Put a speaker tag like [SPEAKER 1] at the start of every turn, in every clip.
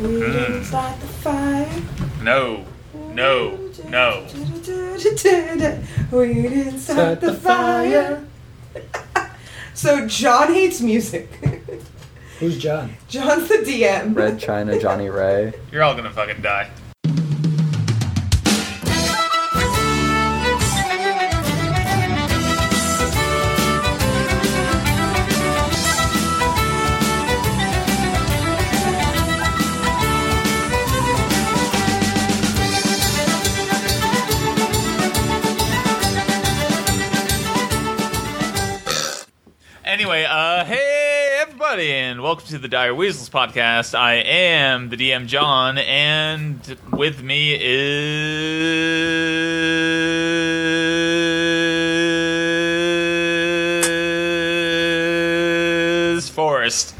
[SPEAKER 1] We didn't start the fire.
[SPEAKER 2] No, no, no.
[SPEAKER 1] We didn't start the fire. So John hates music.
[SPEAKER 3] Who's John?
[SPEAKER 1] John's the DM.
[SPEAKER 4] Red China, Johnny Ray.
[SPEAKER 2] You're all gonna fucking die. Anyway, uh, hey everybody, and welcome to the Dire Weasels podcast. I am the DM John, and with me is Forrest.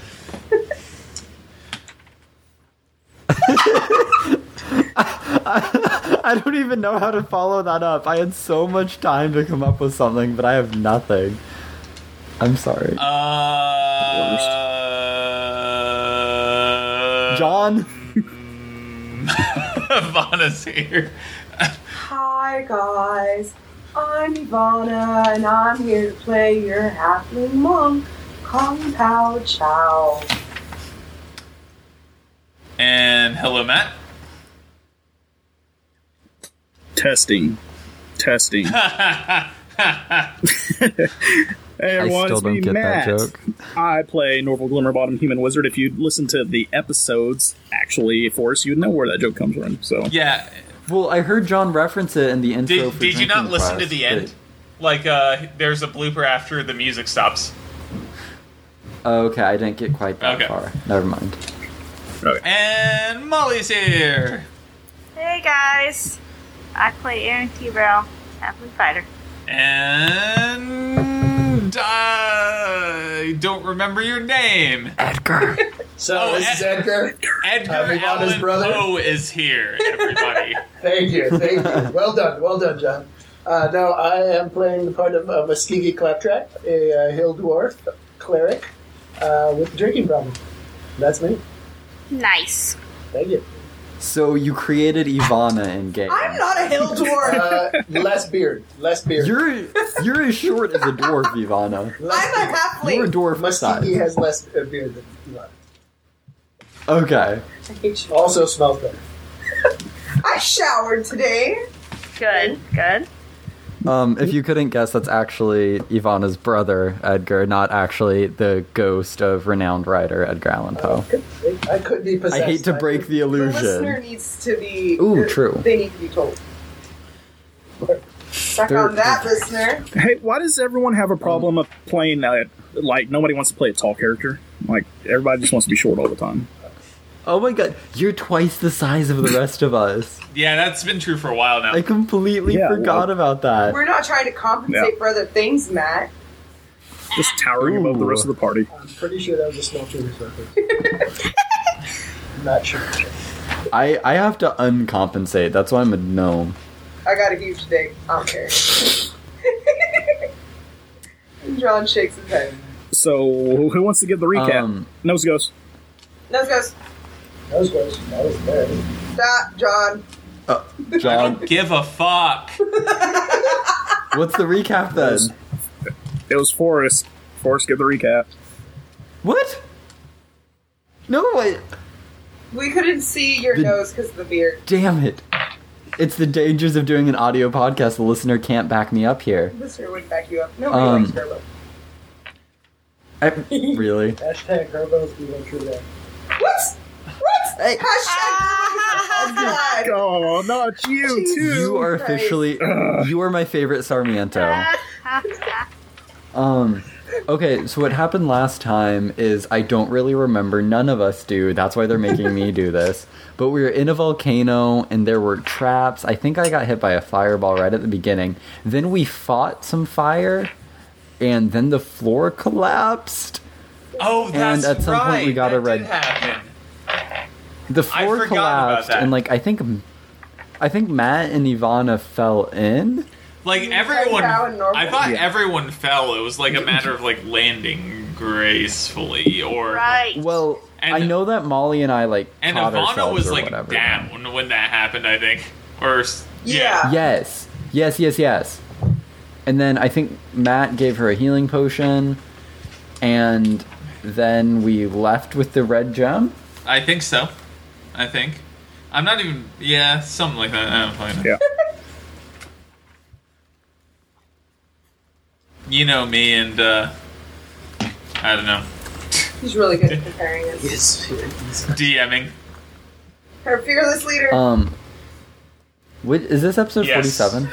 [SPEAKER 4] I don't even know how to follow that up. I had so much time to come up with something, but I have nothing. I'm sorry.
[SPEAKER 2] Uh,
[SPEAKER 4] John?
[SPEAKER 2] Vana's here.
[SPEAKER 1] Hi guys, I'm Ivana, and I'm here to play your halfling monk, Kung Pao Chow.
[SPEAKER 2] And hello, Matt.
[SPEAKER 5] Testing. Testing. hey everyone,
[SPEAKER 4] I still
[SPEAKER 5] it's
[SPEAKER 4] don't
[SPEAKER 5] me,
[SPEAKER 4] get
[SPEAKER 5] Matt.
[SPEAKER 4] that joke.
[SPEAKER 5] I play Norval Glimmerbottom Human Wizard. If you listen to the episodes, actually, for us, you'd know where that joke comes from. So
[SPEAKER 2] Yeah,
[SPEAKER 4] Well, I heard John reference it in the intro.
[SPEAKER 2] Did,
[SPEAKER 4] for
[SPEAKER 2] did you
[SPEAKER 4] Drinking
[SPEAKER 2] not listen to
[SPEAKER 4] Class,
[SPEAKER 2] the end? Like, uh, there's a blooper after the music stops.
[SPEAKER 4] but- Oh, okay, I didn't get quite that
[SPEAKER 2] Okay.
[SPEAKER 4] far. Never mind.
[SPEAKER 2] And Molly's here!
[SPEAKER 6] Hey guys, I play Aaron T. Burrell, Halfling Fighter.
[SPEAKER 2] And. I don't remember your name!
[SPEAKER 7] So
[SPEAKER 2] Oh,
[SPEAKER 7] this is
[SPEAKER 2] Ed-
[SPEAKER 7] Edgar.
[SPEAKER 2] Edgar
[SPEAKER 7] Happy Father's
[SPEAKER 2] Allan
[SPEAKER 7] brother.
[SPEAKER 2] Poe is here, everybody.
[SPEAKER 7] Thank you, thank you. Well done, well done, John. Uh, now I am playing the part of uh, Muskegee Claptrap, a uh, hill dwarf cleric uh, with a drinking problem. That's me.
[SPEAKER 6] Nice.
[SPEAKER 7] Thank you.
[SPEAKER 4] So you created Ivana in game.
[SPEAKER 1] I'm not a hill dwarf.
[SPEAKER 7] Uh, less beard, less beard.
[SPEAKER 4] You're you're as short as a dwarf, Ivana.
[SPEAKER 7] less
[SPEAKER 1] I'm a
[SPEAKER 4] You're a
[SPEAKER 1] halfling.
[SPEAKER 4] dwarf
[SPEAKER 7] Muskegee
[SPEAKER 4] size.
[SPEAKER 7] has less uh, beard than you are.
[SPEAKER 4] Okay.
[SPEAKER 1] I hate you.
[SPEAKER 7] Also smells better.
[SPEAKER 1] I showered today.
[SPEAKER 6] Good, good.
[SPEAKER 4] Um, if you couldn't guess, that's actually Ivana's brother, Edgar, not actually the ghost of renowned writer Edgar Allan Poe.
[SPEAKER 7] I could be
[SPEAKER 4] I
[SPEAKER 7] possessed.
[SPEAKER 4] hate to break the
[SPEAKER 1] The listener
[SPEAKER 4] illusion.
[SPEAKER 1] needs to be.
[SPEAKER 4] Ooh, true.
[SPEAKER 1] They need to be told. Suck
[SPEAKER 4] They're-
[SPEAKER 1] on that, listener.
[SPEAKER 5] hey, why does everyone have a problem of playing that? Like nobody wants to play a tall character. Like everybody just wants to be short all the time.
[SPEAKER 4] Oh my god, you're twice the size of the rest of us.
[SPEAKER 2] yeah, that's been true for a while now.
[SPEAKER 4] I completely
[SPEAKER 5] Yeah,
[SPEAKER 4] forgot
[SPEAKER 5] well-
[SPEAKER 4] about that.
[SPEAKER 1] We're not trying to compensate
[SPEAKER 5] Yeah.
[SPEAKER 1] for other things, Matt.
[SPEAKER 5] Just towering above the rest of the party.
[SPEAKER 7] I'm pretty sure that was a smell reference. Not sure.
[SPEAKER 4] I, I have to uncompensate. That's why I'm a gnome.
[SPEAKER 1] I got a huge dick. I don't care. And John shakes his head.
[SPEAKER 5] So who wants to give the recap?
[SPEAKER 4] Um,
[SPEAKER 5] Nose goes.
[SPEAKER 1] Nose goes,
[SPEAKER 7] Those guys, that was bad.
[SPEAKER 1] stop, John.
[SPEAKER 2] I
[SPEAKER 4] Uh, John,
[SPEAKER 2] don't give a fuck.
[SPEAKER 4] what's the recap then?
[SPEAKER 5] It was Forrest. Forrest, give the recap.
[SPEAKER 4] What? No, I,
[SPEAKER 1] We couldn't see your
[SPEAKER 4] The-
[SPEAKER 1] nose because of the beard.
[SPEAKER 4] damn it. It's the dangers of doing an audio podcast. The listener can't back me up here.
[SPEAKER 1] Listener would back you up. Nobody
[SPEAKER 4] Um,
[SPEAKER 1] likes Gerbo.
[SPEAKER 4] I, really?
[SPEAKER 7] Hashtag Herbos, we went through that.
[SPEAKER 1] What? What?
[SPEAKER 4] Hey.
[SPEAKER 1] Hashtag Gerbo.
[SPEAKER 5] Oh, not you too.
[SPEAKER 4] You are
[SPEAKER 1] Christ.
[SPEAKER 4] officially you are my favorite Sarmiento. Um okay, so what happened last time is I don't really remember, none of us do. That's why they're making me do this. But we were in a volcano and there were traps. I think I got hit by a fireball right at the beginning. Then we fought some fire and then the floor collapsed.
[SPEAKER 2] Oh, that's
[SPEAKER 4] at some
[SPEAKER 2] right.
[SPEAKER 4] point we got
[SPEAKER 2] that
[SPEAKER 4] a red-
[SPEAKER 2] Did happen.
[SPEAKER 4] The
[SPEAKER 2] I
[SPEAKER 4] floor
[SPEAKER 2] forgot about
[SPEAKER 4] collapsed
[SPEAKER 2] that.
[SPEAKER 4] and like I think I think Matt and Ivana fell in.
[SPEAKER 2] Like
[SPEAKER 1] You said
[SPEAKER 2] everyone,
[SPEAKER 1] that in normal.
[SPEAKER 2] I thought
[SPEAKER 5] Yeah.
[SPEAKER 2] everyone fell. It was like a matter of like landing gracefully or
[SPEAKER 6] Right.
[SPEAKER 4] Well,
[SPEAKER 2] And,
[SPEAKER 4] I know that Molly and I like
[SPEAKER 2] And
[SPEAKER 4] caught
[SPEAKER 2] Ivana
[SPEAKER 4] ourselves
[SPEAKER 2] was
[SPEAKER 4] or
[SPEAKER 2] like
[SPEAKER 4] whatever.
[SPEAKER 2] down when that happened. I think. Or s-
[SPEAKER 1] Yeah.
[SPEAKER 4] Yes, yes, yes, yes. And then I think Matt gave her a healing potion, and then we left with the red gem.
[SPEAKER 2] I think so. I think. I'm not even. Yeah, something like that. I don't fucking know.
[SPEAKER 5] Yeah.
[SPEAKER 2] You know me and. uh I don't know.
[SPEAKER 1] He's really good at preparing us.
[SPEAKER 7] Yes.
[SPEAKER 2] DMing.
[SPEAKER 1] Her fearless leader.
[SPEAKER 4] Um, whi- is this episode
[SPEAKER 2] Yes.
[SPEAKER 4] forty-seven?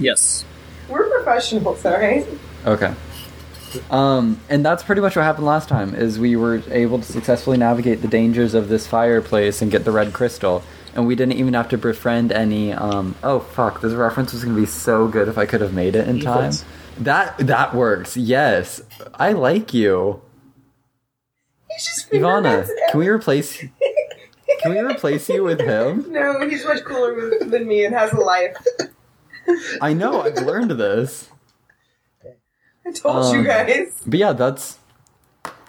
[SPEAKER 5] Yes.
[SPEAKER 1] We're professionals, all right?
[SPEAKER 4] Okay. Um, and that's pretty much what happened last time. Is we were able to successfully navigate the dangers of this fireplace and get the red crystal, and we didn't even have to befriend any. Um, oh fuck! This reference was gonna be so good if I could have made it in time.
[SPEAKER 5] Evils.
[SPEAKER 4] That that works. Yes, I like you,
[SPEAKER 1] He's just
[SPEAKER 4] Ivana.
[SPEAKER 1] fingernails at
[SPEAKER 4] Can we replace? Can we replace you with him?
[SPEAKER 1] No, he's much cooler with- than me and has a life.
[SPEAKER 4] I know. I've learned this.
[SPEAKER 1] I told you
[SPEAKER 4] Um,
[SPEAKER 1] guys.
[SPEAKER 4] But yeah, that's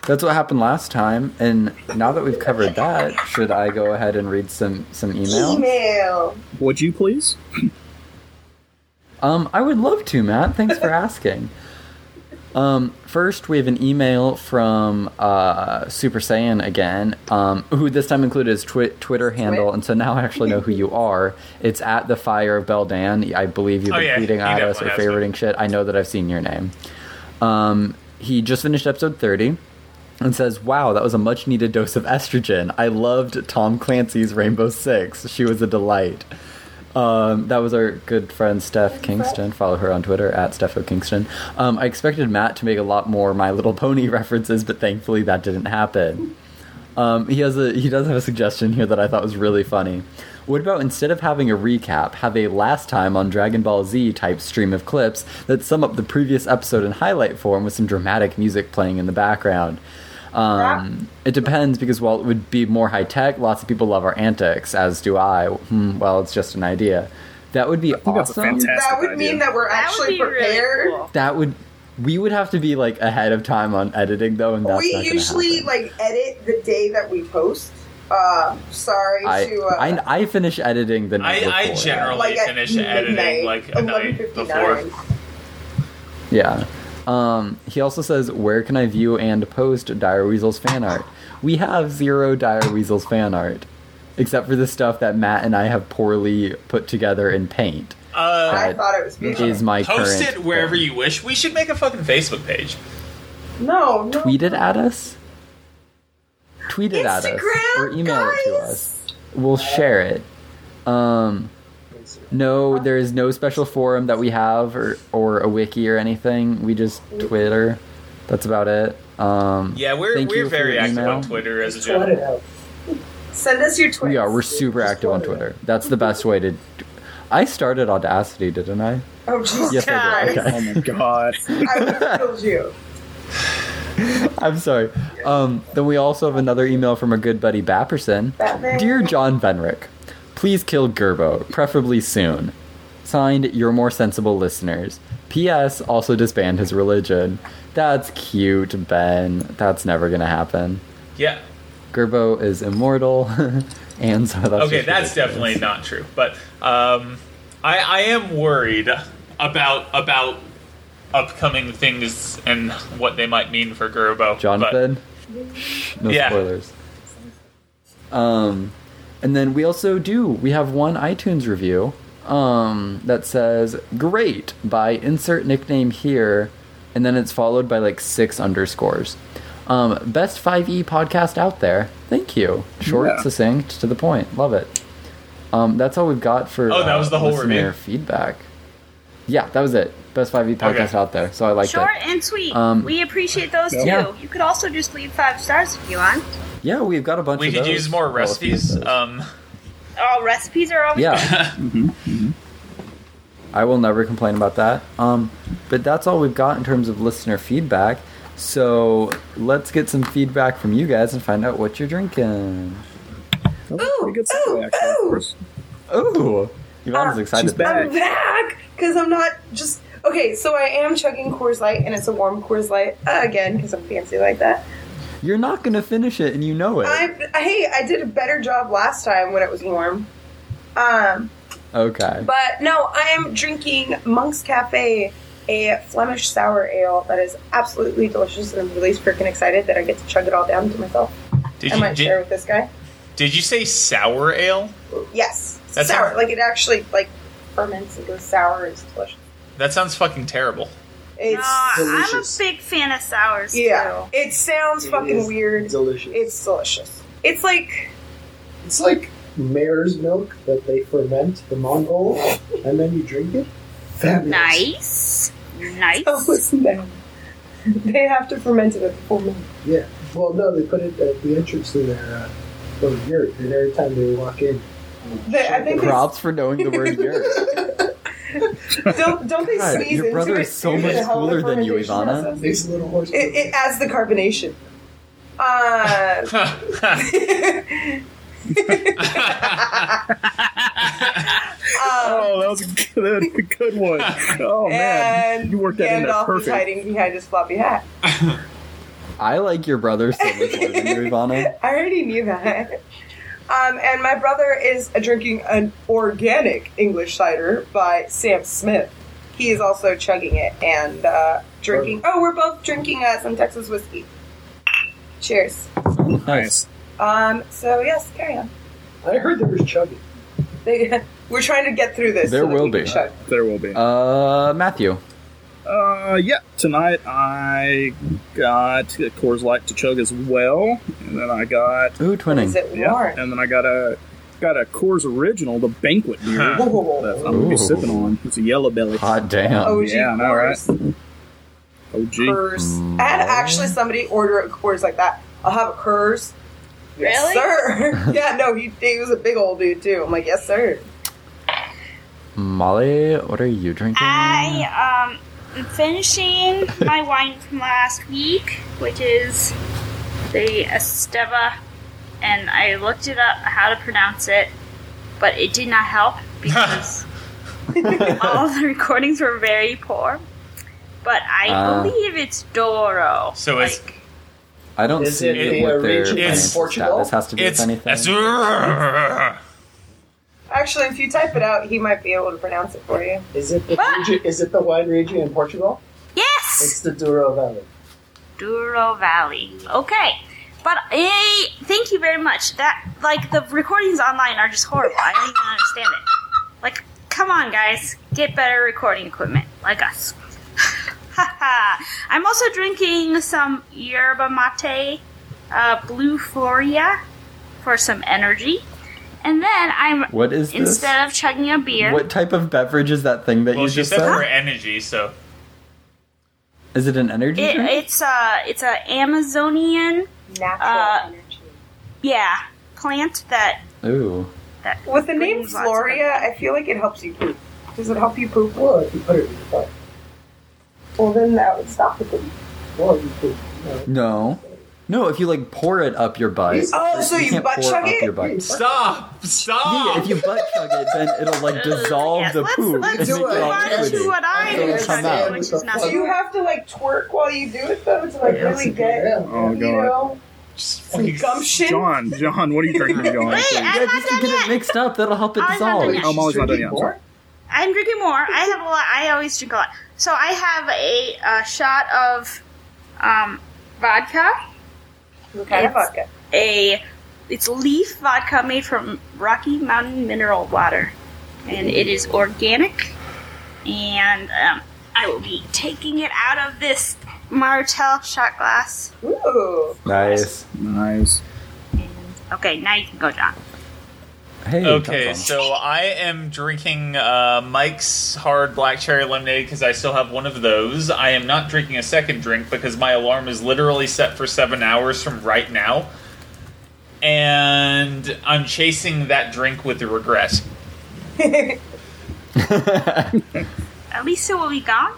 [SPEAKER 4] that's what happened last time. And now that we've covered that, should I go ahead and read some some email?
[SPEAKER 1] Email.
[SPEAKER 5] Would you please?
[SPEAKER 4] Um, I would love to, Matt. Thanks for asking. Um, first, we have an email from uh, Super Saiyan again, um, who this time included his twi- Twitter handle, and so now I actually know who you are. It's at the Fire of Beldan. I believe you've
[SPEAKER 2] Oh,
[SPEAKER 4] been
[SPEAKER 2] yeah,
[SPEAKER 4] tweeting
[SPEAKER 2] he
[SPEAKER 4] at us or
[SPEAKER 2] definitely has been.
[SPEAKER 4] favoriting shit. I know that I've seen your name. Um, he just finished episode thirty. and says, "Wow, that was a much needed dose of estrogen. I loved Tom Clancy's Rainbow Six. She was a delight." Um, that was our good friend Steph Kingston. Follow her on Twitter at Steph O Kingston. Um, I expected Matt to make a lot more My Little Pony references, but thankfully that didn't happen. Um, he has a he does have a suggestion here that I thought was really funny. What about instead of having a recap, have a last time on Dragon Ball Z type stream of clips that sum up the previous episode in highlight form with some dramatic music playing in the background? Um, it depends because while it would be more high tech, lots of people love our antics, as do I. Hmm, well, it's just an idea. That would be
[SPEAKER 5] that's a
[SPEAKER 4] awesome.
[SPEAKER 5] fantastic- That's
[SPEAKER 1] That
[SPEAKER 5] the
[SPEAKER 1] would
[SPEAKER 5] idea.
[SPEAKER 1] mean that we're
[SPEAKER 6] That would
[SPEAKER 1] actually
[SPEAKER 6] be
[SPEAKER 1] prepared.
[SPEAKER 6] really cool.
[SPEAKER 4] that would we would have to be like ahead of time on editing though, and that's
[SPEAKER 1] we
[SPEAKER 4] not gonna
[SPEAKER 1] usually
[SPEAKER 4] happen.
[SPEAKER 1] like edit the day that we post. Uh, sorry
[SPEAKER 4] I,
[SPEAKER 1] to uh,
[SPEAKER 4] I I finish editing the night
[SPEAKER 2] I, I
[SPEAKER 4] before.
[SPEAKER 2] generally
[SPEAKER 1] like at
[SPEAKER 2] finish
[SPEAKER 1] midnight,
[SPEAKER 2] editing like a night
[SPEAKER 1] 11:59.
[SPEAKER 2] before.
[SPEAKER 4] Yeah. Um, he also says, "Where can I view and post Dire Weasel's fan art?" We have zero Dire Weasel's fan art, except for the stuff that Matt and I have poorly put together in Paint.
[SPEAKER 2] Uh,
[SPEAKER 1] I
[SPEAKER 4] That
[SPEAKER 1] thought it was beautiful.
[SPEAKER 4] Is my
[SPEAKER 2] post
[SPEAKER 4] current
[SPEAKER 2] it wherever
[SPEAKER 4] thing.
[SPEAKER 2] you wish. We should make a fucking Facebook page.
[SPEAKER 1] no, no.
[SPEAKER 4] tweet it at us, tweet it at us,
[SPEAKER 1] Instagram,
[SPEAKER 4] or email it to
[SPEAKER 1] guys.
[SPEAKER 4] us. We'll share it. Um, no, there is no special forum that we have, or or a wiki or anything. We just Twitter. That's about it. Um,
[SPEAKER 2] Yeah, we're
[SPEAKER 4] Thank you
[SPEAKER 2] we're
[SPEAKER 4] for
[SPEAKER 2] very
[SPEAKER 4] your
[SPEAKER 2] active
[SPEAKER 4] email.
[SPEAKER 2] on Twitter as a
[SPEAKER 7] Sort it
[SPEAKER 2] general.
[SPEAKER 7] out.
[SPEAKER 1] Send us your tweets.
[SPEAKER 4] We are. We're super
[SPEAKER 7] Just
[SPEAKER 4] active on
[SPEAKER 7] Twitter.
[SPEAKER 4] Twitter. That's the best way to. I started Audacity, didn't I?
[SPEAKER 1] oh Jesus
[SPEAKER 4] Yes, I did.
[SPEAKER 1] Christ.
[SPEAKER 4] Okay.
[SPEAKER 5] Oh my god.
[SPEAKER 1] I would have killed you.
[SPEAKER 4] I'm sorry. Um, then we also have another email from our good buddy Bapperson.
[SPEAKER 1] Batman.
[SPEAKER 4] Dear John Benrick, please kill Gerbo, preferably soon. Signed, your more sensible listeners. P.S. Also disband his religion. That's cute, Ben. That's never gonna happen.
[SPEAKER 2] Yeah.
[SPEAKER 4] Gerbo is immortal, and so that's
[SPEAKER 2] okay,
[SPEAKER 4] just
[SPEAKER 2] that's
[SPEAKER 4] ridiculous.
[SPEAKER 2] definitely not true. But um, I I am worried about about upcoming things and what they might mean for Gerbo. But,
[SPEAKER 4] Jonathan. Shh, no
[SPEAKER 2] Yeah.
[SPEAKER 4] spoilers. Um, and then we also do. We have one iTunes review um, that says "Great" by insert nickname here, and then it's followed by like six underscores. Um, best five E podcast out there. Thank you. Short,
[SPEAKER 5] Yeah.
[SPEAKER 4] succinct, to the point. Love it. Um, that's all we've got for uh,
[SPEAKER 2] Oh, that was the whole
[SPEAKER 4] listener
[SPEAKER 2] review?
[SPEAKER 4] feedback. Yeah, that was it. Best five E podcast
[SPEAKER 2] Okay.
[SPEAKER 4] out there. So I like
[SPEAKER 6] Short
[SPEAKER 4] that.
[SPEAKER 6] and sweet.
[SPEAKER 4] Um,
[SPEAKER 6] we appreciate those
[SPEAKER 5] Yeah.
[SPEAKER 6] too.
[SPEAKER 4] Yeah.
[SPEAKER 6] You could also just leave five stars if you want.
[SPEAKER 4] Yeah, we've got a bunch.
[SPEAKER 2] we
[SPEAKER 4] of
[SPEAKER 2] could
[SPEAKER 4] those.
[SPEAKER 2] use more
[SPEAKER 4] Well, a few of
[SPEAKER 2] recipes.
[SPEAKER 4] those.
[SPEAKER 2] Um,
[SPEAKER 6] All Oh, recipes are always
[SPEAKER 4] Yeah.
[SPEAKER 2] Mm-hmm,
[SPEAKER 4] I will never complain about that. Um, but that's all we've got in terms of listener feedback. So let's get some feedback from you guys and find out what you're drinking.
[SPEAKER 5] That was a pretty good
[SPEAKER 1] Ooh,
[SPEAKER 5] segue, actually,
[SPEAKER 1] ooh,
[SPEAKER 5] of course.
[SPEAKER 4] Ooh, Yvonne's excited.
[SPEAKER 5] She's back.
[SPEAKER 1] I'm back because I'm not just okay. So I am chugging Coors Light, and it's a warm Coors Light uh, again because I'm fancy like that.
[SPEAKER 4] You're not gonna finish it, and you know it.
[SPEAKER 1] I'm, hey, I did a better job last time when it was warm. Um,
[SPEAKER 4] okay.
[SPEAKER 1] but no, I'm drinking Monk's Cafe, a Flemish sour ale that is absolutely delicious, and I'm really freaking excited that I get to chug it all down to myself.
[SPEAKER 2] Did
[SPEAKER 1] I
[SPEAKER 2] you
[SPEAKER 1] might share
[SPEAKER 2] did,
[SPEAKER 1] with this guy.
[SPEAKER 2] did you say sour ale?
[SPEAKER 1] Yes,
[SPEAKER 2] That
[SPEAKER 1] sour.
[SPEAKER 2] sounds-
[SPEAKER 1] like it actually like ferments and goes sour. It's delicious.
[SPEAKER 2] That sounds fucking terrible.
[SPEAKER 6] No,
[SPEAKER 1] It's
[SPEAKER 6] I'm a
[SPEAKER 7] delicious.
[SPEAKER 6] big fan of sours
[SPEAKER 1] yeah.
[SPEAKER 6] too.
[SPEAKER 1] It sounds fucking
[SPEAKER 7] is
[SPEAKER 1] weird.
[SPEAKER 7] Delicious.
[SPEAKER 1] It's delicious. It's like
[SPEAKER 7] It's like mare's milk that they ferment the Mongol, and then you drink it. Fabulous.
[SPEAKER 6] Nice, nice.
[SPEAKER 1] oh, listen down. They have to ferment it at the full moon.
[SPEAKER 7] Yeah. Well, no, they put it at the entrance to their uh, little yurt, and every time they walk in,
[SPEAKER 1] They, I think
[SPEAKER 4] Props for knowing the word yurt.
[SPEAKER 1] they don't, don't they
[SPEAKER 4] God,
[SPEAKER 1] sneeze
[SPEAKER 4] your
[SPEAKER 1] into
[SPEAKER 4] brother
[SPEAKER 1] it
[SPEAKER 4] is so
[SPEAKER 1] too
[SPEAKER 4] much
[SPEAKER 1] to help the
[SPEAKER 4] cooler than you,
[SPEAKER 1] fermentation
[SPEAKER 4] Ivana.
[SPEAKER 1] process?
[SPEAKER 7] these little horses.
[SPEAKER 1] It, it adds the carbonation. Uh,
[SPEAKER 4] Oh,
[SPEAKER 1] um,
[SPEAKER 5] Oh, that was a good, a good one. Oh man,
[SPEAKER 1] Uh, and
[SPEAKER 5] you worked that in there
[SPEAKER 1] Gandalf is
[SPEAKER 5] perfect.
[SPEAKER 1] hiding behind his floppy hat.
[SPEAKER 4] I like your brother so much more than you, Ivana.
[SPEAKER 1] I already knew that. Um, and my brother is drinking an organic English cider by Sam Smith. He is also chugging it and uh, drinking. Oh, we're both drinking uh, some Texas whiskey. Cheers.
[SPEAKER 5] Nice.
[SPEAKER 1] Um, so yes, carry on.
[SPEAKER 7] I heard there was chugging.
[SPEAKER 1] They, we're trying to get through this.
[SPEAKER 4] There
[SPEAKER 1] so that
[SPEAKER 4] will
[SPEAKER 1] we can
[SPEAKER 4] be.
[SPEAKER 1] chug.
[SPEAKER 5] There will be.
[SPEAKER 4] Uh, Matthew.
[SPEAKER 5] Uh, yeah. Tonight I got a Coors Light to chug as well, and then I got
[SPEAKER 4] Ooh,
[SPEAKER 1] Is
[SPEAKER 4] twinning.
[SPEAKER 1] it
[SPEAKER 5] yeah,
[SPEAKER 1] warm?
[SPEAKER 5] and then I got a got a Coors Original, the banquet beer
[SPEAKER 2] Huh.
[SPEAKER 1] Whoa, whoa, whoa. Oh,
[SPEAKER 5] that I'm gonna be
[SPEAKER 4] Ooh.
[SPEAKER 5] sipping on. It's a Yellow Belly.
[SPEAKER 4] Hot damn.
[SPEAKER 1] OG
[SPEAKER 5] yeah, I know, right?
[SPEAKER 1] Coors.
[SPEAKER 5] OG.
[SPEAKER 1] Coors. I had actually somebody order a Coors like that. I'll have a Coors.
[SPEAKER 6] Really?
[SPEAKER 1] Yes, sir. yeah, no, he, he was a big old dude too. I'm like, yes, sir.
[SPEAKER 4] Molly, what are you drinking?
[SPEAKER 6] I um am finishing my wine from last week, which is the Esteva, and I looked it up how to pronounce it, but it did not help because all the recordings were very poor. But I
[SPEAKER 4] Ah.
[SPEAKER 6] believe it's Doro.
[SPEAKER 2] So it's-
[SPEAKER 4] I don't
[SPEAKER 7] Is
[SPEAKER 4] see
[SPEAKER 7] it the
[SPEAKER 4] what their
[SPEAKER 7] original
[SPEAKER 4] financial
[SPEAKER 7] Portugal?
[SPEAKER 4] status has to be
[SPEAKER 2] it's
[SPEAKER 4] with anything.
[SPEAKER 2] azure.
[SPEAKER 1] Actually, if you type it out, he might be able to pronounce it for you.
[SPEAKER 7] Is it the
[SPEAKER 6] Ah!
[SPEAKER 7] region, is it the wine region in Portugal?
[SPEAKER 6] yes.
[SPEAKER 7] It's the Douro Valley.
[SPEAKER 6] Duro Valley. Okay. But hey, thank you very much. That like the recordings online are just horrible. I don't even understand it. Like, come on, guys, get better recording equipment like us. Haha. I'm also drinking some yerba mate, uh, blue floria, for some energy, and then I'm
[SPEAKER 4] What is this?
[SPEAKER 6] instead of chugging a beer.
[SPEAKER 4] What type of beverage is that thing that
[SPEAKER 2] Well,
[SPEAKER 4] you
[SPEAKER 2] she
[SPEAKER 4] just
[SPEAKER 2] said for
[SPEAKER 4] said?
[SPEAKER 2] energy, so
[SPEAKER 4] Is it an energy
[SPEAKER 6] It,
[SPEAKER 4] drink?
[SPEAKER 6] it's a it's a Amazonian
[SPEAKER 1] Natural
[SPEAKER 6] Uh,
[SPEAKER 1] energy.
[SPEAKER 6] yeah plant that
[SPEAKER 4] Ooh.
[SPEAKER 1] With the name
[SPEAKER 6] brings lots of-
[SPEAKER 1] Floria, I feel like it helps you poop. Does it help you poop?
[SPEAKER 7] Well, Oh, if you put it in the pot.
[SPEAKER 1] Well, then that would stop the poop.
[SPEAKER 7] Well, you could. No.
[SPEAKER 4] No. No, if you like pour it up your butt.
[SPEAKER 7] It's-
[SPEAKER 1] Oh, so you
[SPEAKER 4] can't
[SPEAKER 1] butt
[SPEAKER 4] pour
[SPEAKER 1] chug
[SPEAKER 4] up Your
[SPEAKER 1] it?
[SPEAKER 4] butt.
[SPEAKER 2] stop,
[SPEAKER 4] Yeah,
[SPEAKER 2] stop.
[SPEAKER 4] if you butt chug it, then it'll like dissolve
[SPEAKER 6] Yes,
[SPEAKER 4] the
[SPEAKER 6] let's-
[SPEAKER 4] poop.
[SPEAKER 6] let's
[SPEAKER 4] and
[SPEAKER 7] do
[SPEAKER 4] make
[SPEAKER 7] it.
[SPEAKER 4] it all
[SPEAKER 6] Why don't
[SPEAKER 4] liquidy.
[SPEAKER 6] you what I
[SPEAKER 7] It'll
[SPEAKER 6] am
[SPEAKER 4] come out.
[SPEAKER 6] trying, which is
[SPEAKER 1] Do
[SPEAKER 6] nothing.
[SPEAKER 1] you have to like twerk while you do it though to like really get,
[SPEAKER 7] Yeah.
[SPEAKER 5] Oh
[SPEAKER 1] you
[SPEAKER 5] god,
[SPEAKER 1] know,
[SPEAKER 2] Just fucking-
[SPEAKER 1] gumption?
[SPEAKER 5] John, John, what are you drinking, John?
[SPEAKER 6] Wait,
[SPEAKER 4] Yeah,
[SPEAKER 6] I'm not
[SPEAKER 4] just to
[SPEAKER 6] done
[SPEAKER 4] get
[SPEAKER 6] yet.
[SPEAKER 4] it mixed up, that'll help it
[SPEAKER 6] I'm not
[SPEAKER 4] dissolve.
[SPEAKER 6] done yet.
[SPEAKER 5] I'm always not done
[SPEAKER 7] Drinking
[SPEAKER 5] yet. I'm sorry.
[SPEAKER 7] more?
[SPEAKER 6] I'm drinking more. I have a lot. I always drink a lot. So I have a, uh shot of um, vodka.
[SPEAKER 1] What kind of
[SPEAKER 6] It's-
[SPEAKER 1] vodka?
[SPEAKER 6] A it's leaf vodka made from Rocky Mountain mineral water, and it is organic. And um, I will be taking it out of this Martell shot glass.
[SPEAKER 1] Ooh.
[SPEAKER 4] Nice.
[SPEAKER 5] Nice.
[SPEAKER 6] And okay, now you can go, John.
[SPEAKER 4] Hey.
[SPEAKER 2] Okay,
[SPEAKER 4] that's all.
[SPEAKER 2] so I am drinking uh, Mike's hard black cherry lemonade because I still have one of those. I am not drinking a second drink because my alarm is literally set for seven hours from right now, and I'm chasing that drink with regret.
[SPEAKER 6] At least it will be gone.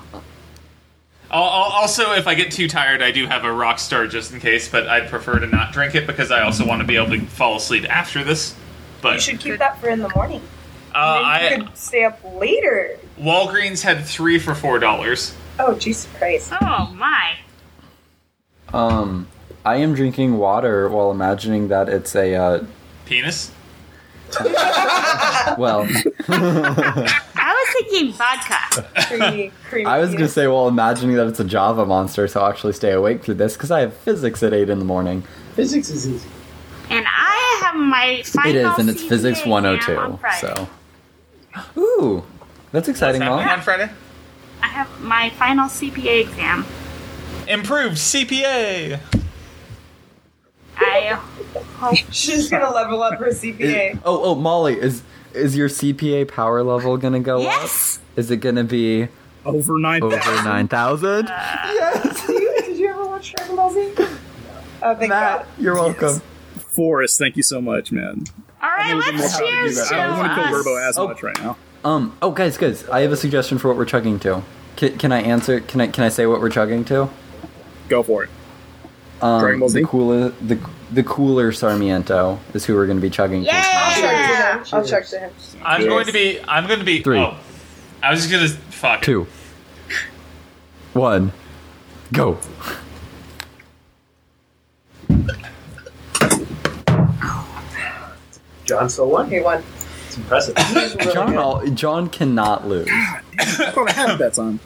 [SPEAKER 2] Al- al- Also, if I get too tired, I do have a rock star just in case, but I'd prefer to not drink it because I also want to be able to fall asleep after this.
[SPEAKER 1] You
[SPEAKER 2] But
[SPEAKER 1] should keep that for in the morning.
[SPEAKER 2] uh,
[SPEAKER 1] Then you
[SPEAKER 2] I
[SPEAKER 1] could stay up later.
[SPEAKER 2] Walgreens had three for four dollars.
[SPEAKER 1] Oh, Jesus Christ.
[SPEAKER 6] Oh my!
[SPEAKER 4] Um, I am drinking water while imagining that it's a uh,
[SPEAKER 2] Penis?
[SPEAKER 4] well.
[SPEAKER 6] I was thinking vodka.
[SPEAKER 1] Creamy, creamy.
[SPEAKER 4] I was gonna
[SPEAKER 1] penis.
[SPEAKER 4] say while imagining that it's a Java monster, so I'll actually stay awake through this because I have physics at eight in the morning.
[SPEAKER 7] Physics is easy.
[SPEAKER 6] And I have my
[SPEAKER 4] It
[SPEAKER 6] final.
[SPEAKER 4] is, and it's
[SPEAKER 6] CPA
[SPEAKER 4] physics
[SPEAKER 6] exam
[SPEAKER 4] one hundred
[SPEAKER 6] on
[SPEAKER 4] two.
[SPEAKER 6] Friday.
[SPEAKER 4] So, ooh, that's exciting,
[SPEAKER 2] What's happening
[SPEAKER 4] Mom.
[SPEAKER 2] on Friday?
[SPEAKER 6] I have my final CPA exam.
[SPEAKER 2] Improved CPA.
[SPEAKER 6] I hope
[SPEAKER 1] She's gonna level up her CPA.
[SPEAKER 4] Is- oh, oh, Molly, is is your CPA power level gonna go
[SPEAKER 6] yes.
[SPEAKER 4] up? Is it gonna be
[SPEAKER 5] Over nine
[SPEAKER 4] over
[SPEAKER 5] thousand.
[SPEAKER 4] nine thousand?
[SPEAKER 6] Uh,
[SPEAKER 1] Did you- Did you ever watch Dragon Ball Z? Oh, thank God.
[SPEAKER 4] Matt, you're welcome.
[SPEAKER 5] Forrest, thank you so much, man.
[SPEAKER 6] All right, let's
[SPEAKER 5] How to do
[SPEAKER 6] cheers
[SPEAKER 5] that.
[SPEAKER 6] to
[SPEAKER 5] I don't want to kill
[SPEAKER 6] us.
[SPEAKER 5] Verbo as
[SPEAKER 4] Oh.
[SPEAKER 5] much right now.
[SPEAKER 4] Um, oh, guys, guys, I have a suggestion for what we're chugging to. Can, can I answer? Can I can I say what we're chugging to?
[SPEAKER 5] Go for it. Dragon
[SPEAKER 4] Um,
[SPEAKER 5] Ball Z?
[SPEAKER 4] the cooler, the the cooler Sarmiento is who we're gonna be chugging to.
[SPEAKER 1] I'll
[SPEAKER 6] Yay!
[SPEAKER 1] check to him. I'll
[SPEAKER 7] Cheers.
[SPEAKER 1] check to him.
[SPEAKER 2] I'm going to be. I'm going to be.
[SPEAKER 4] Three.
[SPEAKER 2] Oh, I was just going to. Fuck. it.
[SPEAKER 4] two, one, go.
[SPEAKER 7] John still won.
[SPEAKER 1] Okay, one.
[SPEAKER 7] It's impressive.
[SPEAKER 4] John, al- John cannot lose.
[SPEAKER 5] I thought I had it that time.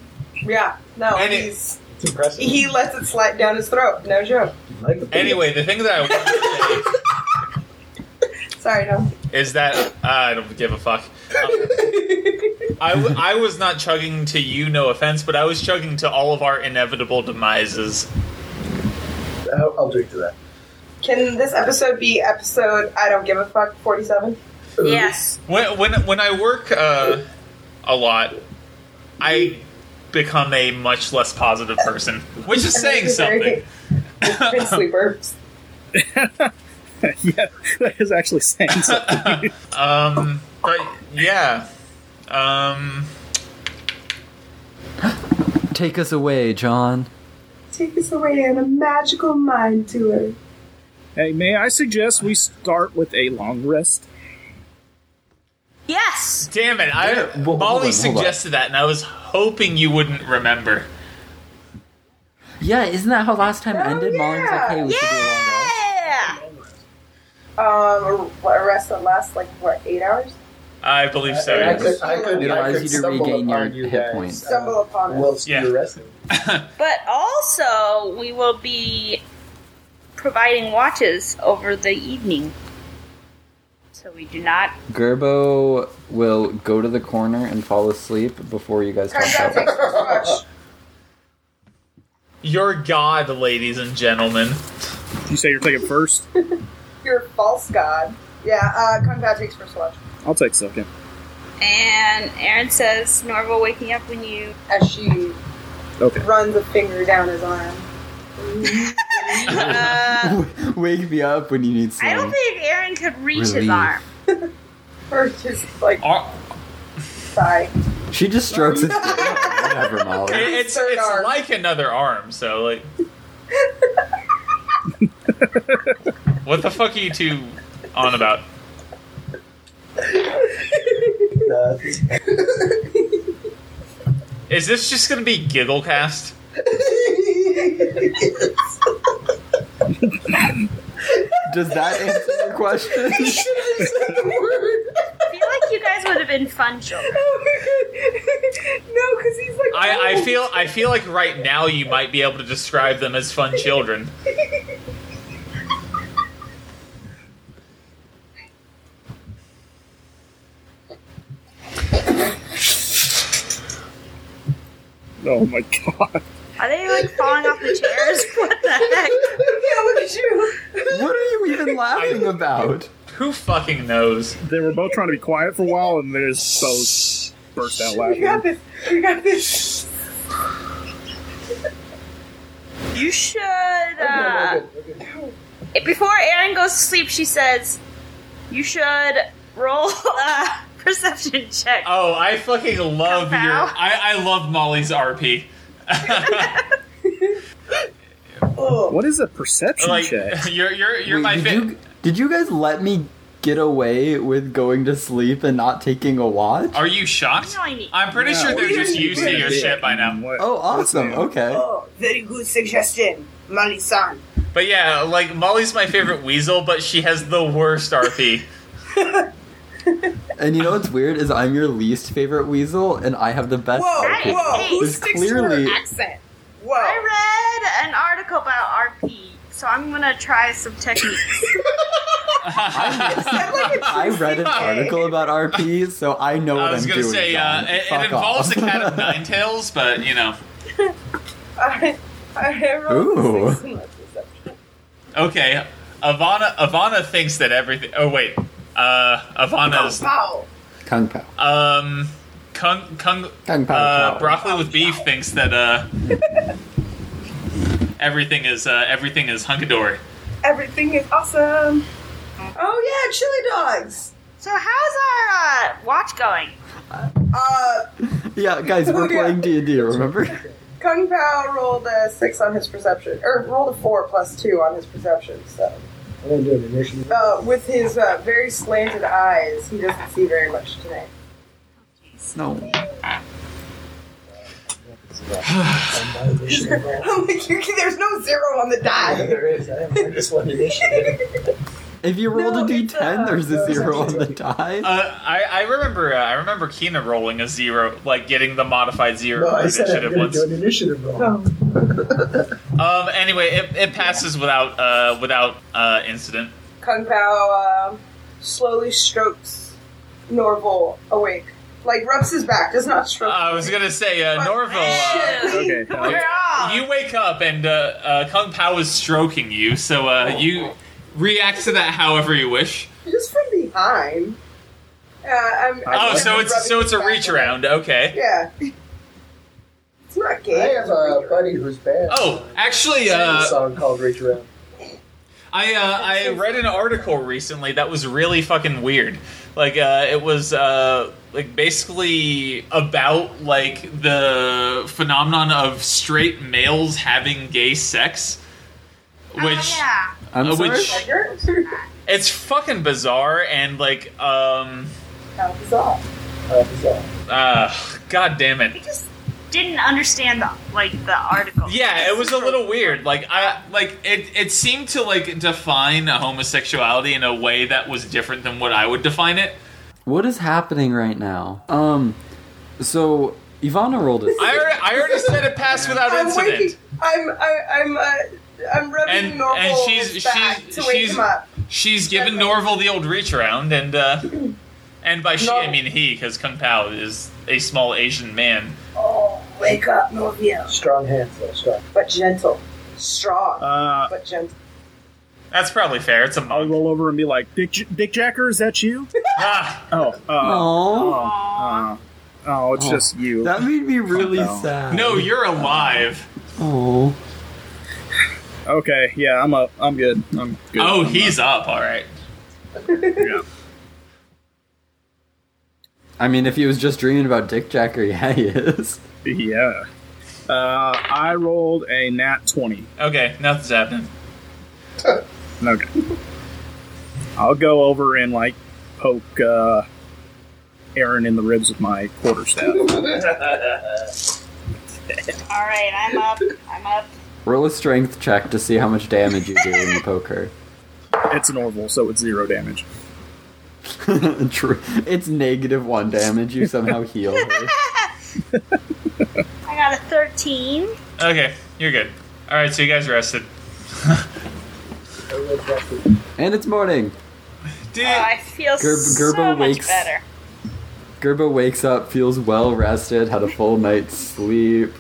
[SPEAKER 1] Yeah, no,
[SPEAKER 2] And it-
[SPEAKER 1] he's,
[SPEAKER 7] it's impressive.
[SPEAKER 1] he lets it slide down his throat. No joke.
[SPEAKER 7] Like the-
[SPEAKER 2] Anyway, the thing that I want to say
[SPEAKER 1] Sorry, no.
[SPEAKER 2] is that ah, I don't give a fuck. Um, I, w- I was not chugging to you, no offense, but I was chugging to all of our inevitable demises.
[SPEAKER 7] I'll, I'll drink to that.
[SPEAKER 1] Can this episode be episode I don't give a fuck 47?
[SPEAKER 6] Yes.
[SPEAKER 2] When when when I work uh, a lot, I become a much less positive person, which is saying something.
[SPEAKER 1] Princely burps.
[SPEAKER 5] yeah, that is actually saying something.
[SPEAKER 2] Um, but yeah, um,
[SPEAKER 4] Take us away, John.
[SPEAKER 1] Take us away in a magical mind tour.
[SPEAKER 5] hey, may I suggest we start with a long rest?
[SPEAKER 6] Yes.
[SPEAKER 2] damn it! I
[SPEAKER 4] Yeah, well, hold on, hold
[SPEAKER 2] Molly
[SPEAKER 4] on.
[SPEAKER 2] suggested that, and I was hoping you wouldn't remember.
[SPEAKER 4] Yeah, isn't that how last time
[SPEAKER 1] Oh,
[SPEAKER 4] ended? Molly was like,
[SPEAKER 1] yeah.
[SPEAKER 4] "Hey, we should do a long rest."
[SPEAKER 6] Yeah.
[SPEAKER 1] Um, a a rest that lasts like, what, eight hours?
[SPEAKER 2] I believe so.
[SPEAKER 7] I, I
[SPEAKER 2] yes.
[SPEAKER 7] could, I could,
[SPEAKER 4] It
[SPEAKER 7] I
[SPEAKER 4] allows
[SPEAKER 7] could
[SPEAKER 4] you to
[SPEAKER 7] stumble
[SPEAKER 4] regain your
[SPEAKER 7] upon you
[SPEAKER 4] hit
[SPEAKER 7] guys,
[SPEAKER 4] points.
[SPEAKER 7] uh,
[SPEAKER 1] Stumble upon it.
[SPEAKER 7] Whilst
[SPEAKER 2] Yeah.
[SPEAKER 7] you're resting.
[SPEAKER 6] But also, we will be providing watches over the evening. So we do not.
[SPEAKER 4] Gerbo will go to the corner and fall asleep before you guys
[SPEAKER 1] Turns out
[SPEAKER 4] talk
[SPEAKER 1] it
[SPEAKER 4] about
[SPEAKER 1] takes too much.
[SPEAKER 2] Your god, ladies and gentlemen.
[SPEAKER 5] Did you say you're taking first?
[SPEAKER 1] You're a false god. Yeah, uh, Kung Pao takes first watch.
[SPEAKER 5] I'll take second.
[SPEAKER 6] And Aaron says, Norval, wake me up when you.
[SPEAKER 1] As she
[SPEAKER 5] Okay.
[SPEAKER 1] runs a finger down his arm.
[SPEAKER 6] Uh,
[SPEAKER 4] it. Wake me up when you need
[SPEAKER 6] I don't
[SPEAKER 4] sleep.
[SPEAKER 6] think Aaron could reach his
[SPEAKER 4] Relief.
[SPEAKER 6] arm.
[SPEAKER 1] Or just like,
[SPEAKER 2] Ar-
[SPEAKER 1] sigh.
[SPEAKER 4] She just strokes his dick. Whatever, Molly.
[SPEAKER 2] It's
[SPEAKER 1] Third
[SPEAKER 2] it's
[SPEAKER 1] arm.
[SPEAKER 2] like another arm. So like, what the fuck are you two on about?
[SPEAKER 7] Uh,
[SPEAKER 2] Is this just gonna be Gigglecast?
[SPEAKER 4] Does that answer your question?
[SPEAKER 6] I feel like you guys would have been fun children.
[SPEAKER 1] no, because he's like. "Oh,
[SPEAKER 2] I, I
[SPEAKER 1] old.
[SPEAKER 2] feel I feel like right now you might be able to describe them as fun children.
[SPEAKER 5] Oh my god.
[SPEAKER 6] Are they like falling off the chairs? What the heck?
[SPEAKER 1] Yeah, look at you.
[SPEAKER 4] What are you even laughing about?
[SPEAKER 2] Who fucking knows?
[SPEAKER 5] They were both trying to be quiet for a while, and they just both burst out
[SPEAKER 1] You got
[SPEAKER 5] laughing.
[SPEAKER 1] this. You got this.
[SPEAKER 6] You should.
[SPEAKER 7] no,
[SPEAKER 6] Uh,
[SPEAKER 7] we're good, we're good.
[SPEAKER 6] before Aaron goes to sleep, she says, "You should roll a perception check."
[SPEAKER 2] Oh, I fucking love
[SPEAKER 6] Come
[SPEAKER 2] your
[SPEAKER 6] now.
[SPEAKER 2] I, I love Molly's RP.
[SPEAKER 1] Oh,
[SPEAKER 5] What is a perception
[SPEAKER 2] Like
[SPEAKER 5] check?
[SPEAKER 2] you're you're you're
[SPEAKER 4] Wait,
[SPEAKER 2] my
[SPEAKER 4] did
[SPEAKER 2] favorite.
[SPEAKER 4] you, did you guys let me get away with going to sleep and not taking a watch?
[SPEAKER 2] Are you shocked?
[SPEAKER 6] No, I need-
[SPEAKER 2] I'm pretty
[SPEAKER 5] Yeah,
[SPEAKER 2] sure
[SPEAKER 5] what
[SPEAKER 2] they're
[SPEAKER 5] do you
[SPEAKER 2] just
[SPEAKER 5] mean?
[SPEAKER 2] used to your
[SPEAKER 5] Yeah.
[SPEAKER 2] shit by now.
[SPEAKER 5] What-
[SPEAKER 4] oh, awesome.
[SPEAKER 5] what's new?
[SPEAKER 4] Okay.
[SPEAKER 1] oh, very good suggestion, Mali-san.
[SPEAKER 2] But yeah, like Molly's my favorite weasel, but she has the worst RP.
[SPEAKER 4] And you know what's weird is I'm your least favorite weasel, and I have the best.
[SPEAKER 1] Whoa,
[SPEAKER 4] outfit.
[SPEAKER 1] whoa! Who
[SPEAKER 4] There's
[SPEAKER 1] sticks
[SPEAKER 4] clearly-
[SPEAKER 1] to her accent? Whoa!
[SPEAKER 6] I read an article about RP, so I'm gonna try some techniques.
[SPEAKER 1] I'm like a
[SPEAKER 4] I read an
[SPEAKER 1] TCK.
[SPEAKER 4] article about RP, so I know what
[SPEAKER 2] I was
[SPEAKER 4] am
[SPEAKER 2] gonna
[SPEAKER 4] doing.
[SPEAKER 2] say uh,
[SPEAKER 4] John.
[SPEAKER 2] it, it
[SPEAKER 4] Fuck
[SPEAKER 2] involves
[SPEAKER 4] off.
[SPEAKER 2] a cat of nine tails, but you know.
[SPEAKER 1] I, I rolled
[SPEAKER 4] Ooh.
[SPEAKER 1] a six in my perception.
[SPEAKER 2] Okay, Ivana. Ivana thinks that everything. Oh wait, uh, Ivana's
[SPEAKER 1] Oh, Wow.
[SPEAKER 4] Kung Pao.
[SPEAKER 2] um, kung kung
[SPEAKER 4] Kung Pao.
[SPEAKER 2] uh,
[SPEAKER 4] Pao.
[SPEAKER 2] broccoli with beef thinks that uh, everything is uh, everything is hunkadory.
[SPEAKER 1] Everything is awesome. Oh yeah, chili dogs.
[SPEAKER 6] so how's our uh, watch going?
[SPEAKER 1] Uh,
[SPEAKER 4] yeah, guys, we're
[SPEAKER 1] Yeah.
[SPEAKER 4] playing D and D. Remember?
[SPEAKER 1] Kung Pao rolled a six on his perception, or rolled a four plus two on his perception. So,
[SPEAKER 7] I didn't do an initiative.
[SPEAKER 1] uh, with his uh, very slanted eyes, he doesn't see very much tonight.
[SPEAKER 4] No.
[SPEAKER 7] My initiative roll.
[SPEAKER 1] I'm like, you, there's no zero on the
[SPEAKER 7] Yeah,
[SPEAKER 1] die.
[SPEAKER 7] there is. I haven't heard this one initiative.
[SPEAKER 4] If you rolled
[SPEAKER 1] No,
[SPEAKER 4] a
[SPEAKER 1] it's,
[SPEAKER 4] D10,
[SPEAKER 1] uh,
[SPEAKER 4] there's a
[SPEAKER 1] uh,
[SPEAKER 4] zero on the die.
[SPEAKER 2] Uh, I, I remember uh, I remember Kina rolling a zero, like getting the modified zero
[SPEAKER 7] No, I said
[SPEAKER 2] initiative
[SPEAKER 7] I'm going
[SPEAKER 2] once.
[SPEAKER 7] to do an initiative roll.
[SPEAKER 2] Um, anyway, it, it passes without uh, without uh, incident.
[SPEAKER 1] Kung Pao um, slowly strokes Norval awake. Like, rubs his back, does not stroke.
[SPEAKER 2] I was gonna say uh, Norville. Uh,
[SPEAKER 6] Ew.
[SPEAKER 5] Okay. uh,
[SPEAKER 6] We're all.
[SPEAKER 2] You wake up and uh, uh, Kung Pao is stroking you, so uh, you react to that however you wish.
[SPEAKER 1] Just from behind. Uh, I'm,
[SPEAKER 2] Oh,
[SPEAKER 5] I
[SPEAKER 1] I'm
[SPEAKER 2] so it's
[SPEAKER 1] rubbing
[SPEAKER 2] so
[SPEAKER 1] his
[SPEAKER 2] it's a
[SPEAKER 1] back.
[SPEAKER 2] reach around. Okay.
[SPEAKER 1] Yeah. it's not
[SPEAKER 7] I
[SPEAKER 1] gay.
[SPEAKER 7] have a buddy who's bad.
[SPEAKER 2] Oh, actually,
[SPEAKER 7] Sang a
[SPEAKER 2] uh,
[SPEAKER 7] song called Reach Around.
[SPEAKER 2] I uh, I read an article recently that was really fucking weird. Like uh, it was uh, like basically about like the phenomenon of straight males having gay sex, which.
[SPEAKER 6] oh, yeah.
[SPEAKER 4] I'm
[SPEAKER 2] uh,
[SPEAKER 4] sorry.
[SPEAKER 2] which it's fucking bizarre and like um
[SPEAKER 1] How bizarre.
[SPEAKER 7] Uh, bizarre.
[SPEAKER 2] uh god damn it
[SPEAKER 6] I just didn't understand the like the article.
[SPEAKER 2] Yeah, it was a little weird. Like I like it it seemed to like define a homosexuality in a way that was different than what I would define it.
[SPEAKER 4] What is happening right now? Um, so Ivana rolled a
[SPEAKER 2] I already, I already said it passed without
[SPEAKER 1] I'm
[SPEAKER 2] incident.
[SPEAKER 1] waking. I'm I, I'm uh, I'm rubbing
[SPEAKER 2] And-
[SPEAKER 1] Norval's
[SPEAKER 2] and she's-
[SPEAKER 1] back
[SPEAKER 2] she's-
[SPEAKER 1] to wake
[SPEAKER 2] she's-
[SPEAKER 1] him up.
[SPEAKER 2] She's given Norval the old reach around and uh and by she I mean he cuz Kung Pao is a small Asian man.
[SPEAKER 1] Oh, wake up, Norville.
[SPEAKER 7] Strong hands, though. Strong.
[SPEAKER 1] But gentle, strong,
[SPEAKER 5] Uh,
[SPEAKER 1] but gentle.
[SPEAKER 2] That's probably fair. It's a
[SPEAKER 5] I'll
[SPEAKER 2] monk.
[SPEAKER 5] roll over and be like, Dick, J- Dick Jacker, is that you?
[SPEAKER 2] Ah,
[SPEAKER 5] Oh, uh,
[SPEAKER 4] Aw,
[SPEAKER 5] uh, oh, it's
[SPEAKER 4] Oh.
[SPEAKER 5] just you.
[SPEAKER 4] that made me really
[SPEAKER 5] Oh.
[SPEAKER 4] sad.
[SPEAKER 2] no, you're alive.
[SPEAKER 4] Oh,
[SPEAKER 5] Okay, yeah, I'm up. I'm good. I'm good.
[SPEAKER 2] Oh,
[SPEAKER 5] I'm
[SPEAKER 2] he's up. All right.
[SPEAKER 5] up. Yeah.
[SPEAKER 4] I mean, if he was just dreaming about Dick Jacker, yeah, he is.
[SPEAKER 5] Yeah. Uh, I rolled a nat 20.
[SPEAKER 2] Okay, nothing's happening.
[SPEAKER 5] Okay. I'll go over and, like, poke uh, Aaron in the ribs with my quarterstaff.
[SPEAKER 6] All right, I'm up. I'm up.
[SPEAKER 4] Roll a strength check to see how much damage you do when you poke her.
[SPEAKER 5] it's an orbital, so it's zero damage.
[SPEAKER 4] True. It's negative one damage. You somehow heal her.
[SPEAKER 6] I got a 13.
[SPEAKER 2] Okay, you're good. All right, so you guys rested.
[SPEAKER 4] And it's morning.
[SPEAKER 2] Dude,
[SPEAKER 6] Oh, I feel
[SPEAKER 4] Gerb-
[SPEAKER 6] so
[SPEAKER 4] Gerbo
[SPEAKER 6] much
[SPEAKER 4] wakes-
[SPEAKER 6] better.
[SPEAKER 4] Gerbo wakes up, feels well rested, had a full night's sleep.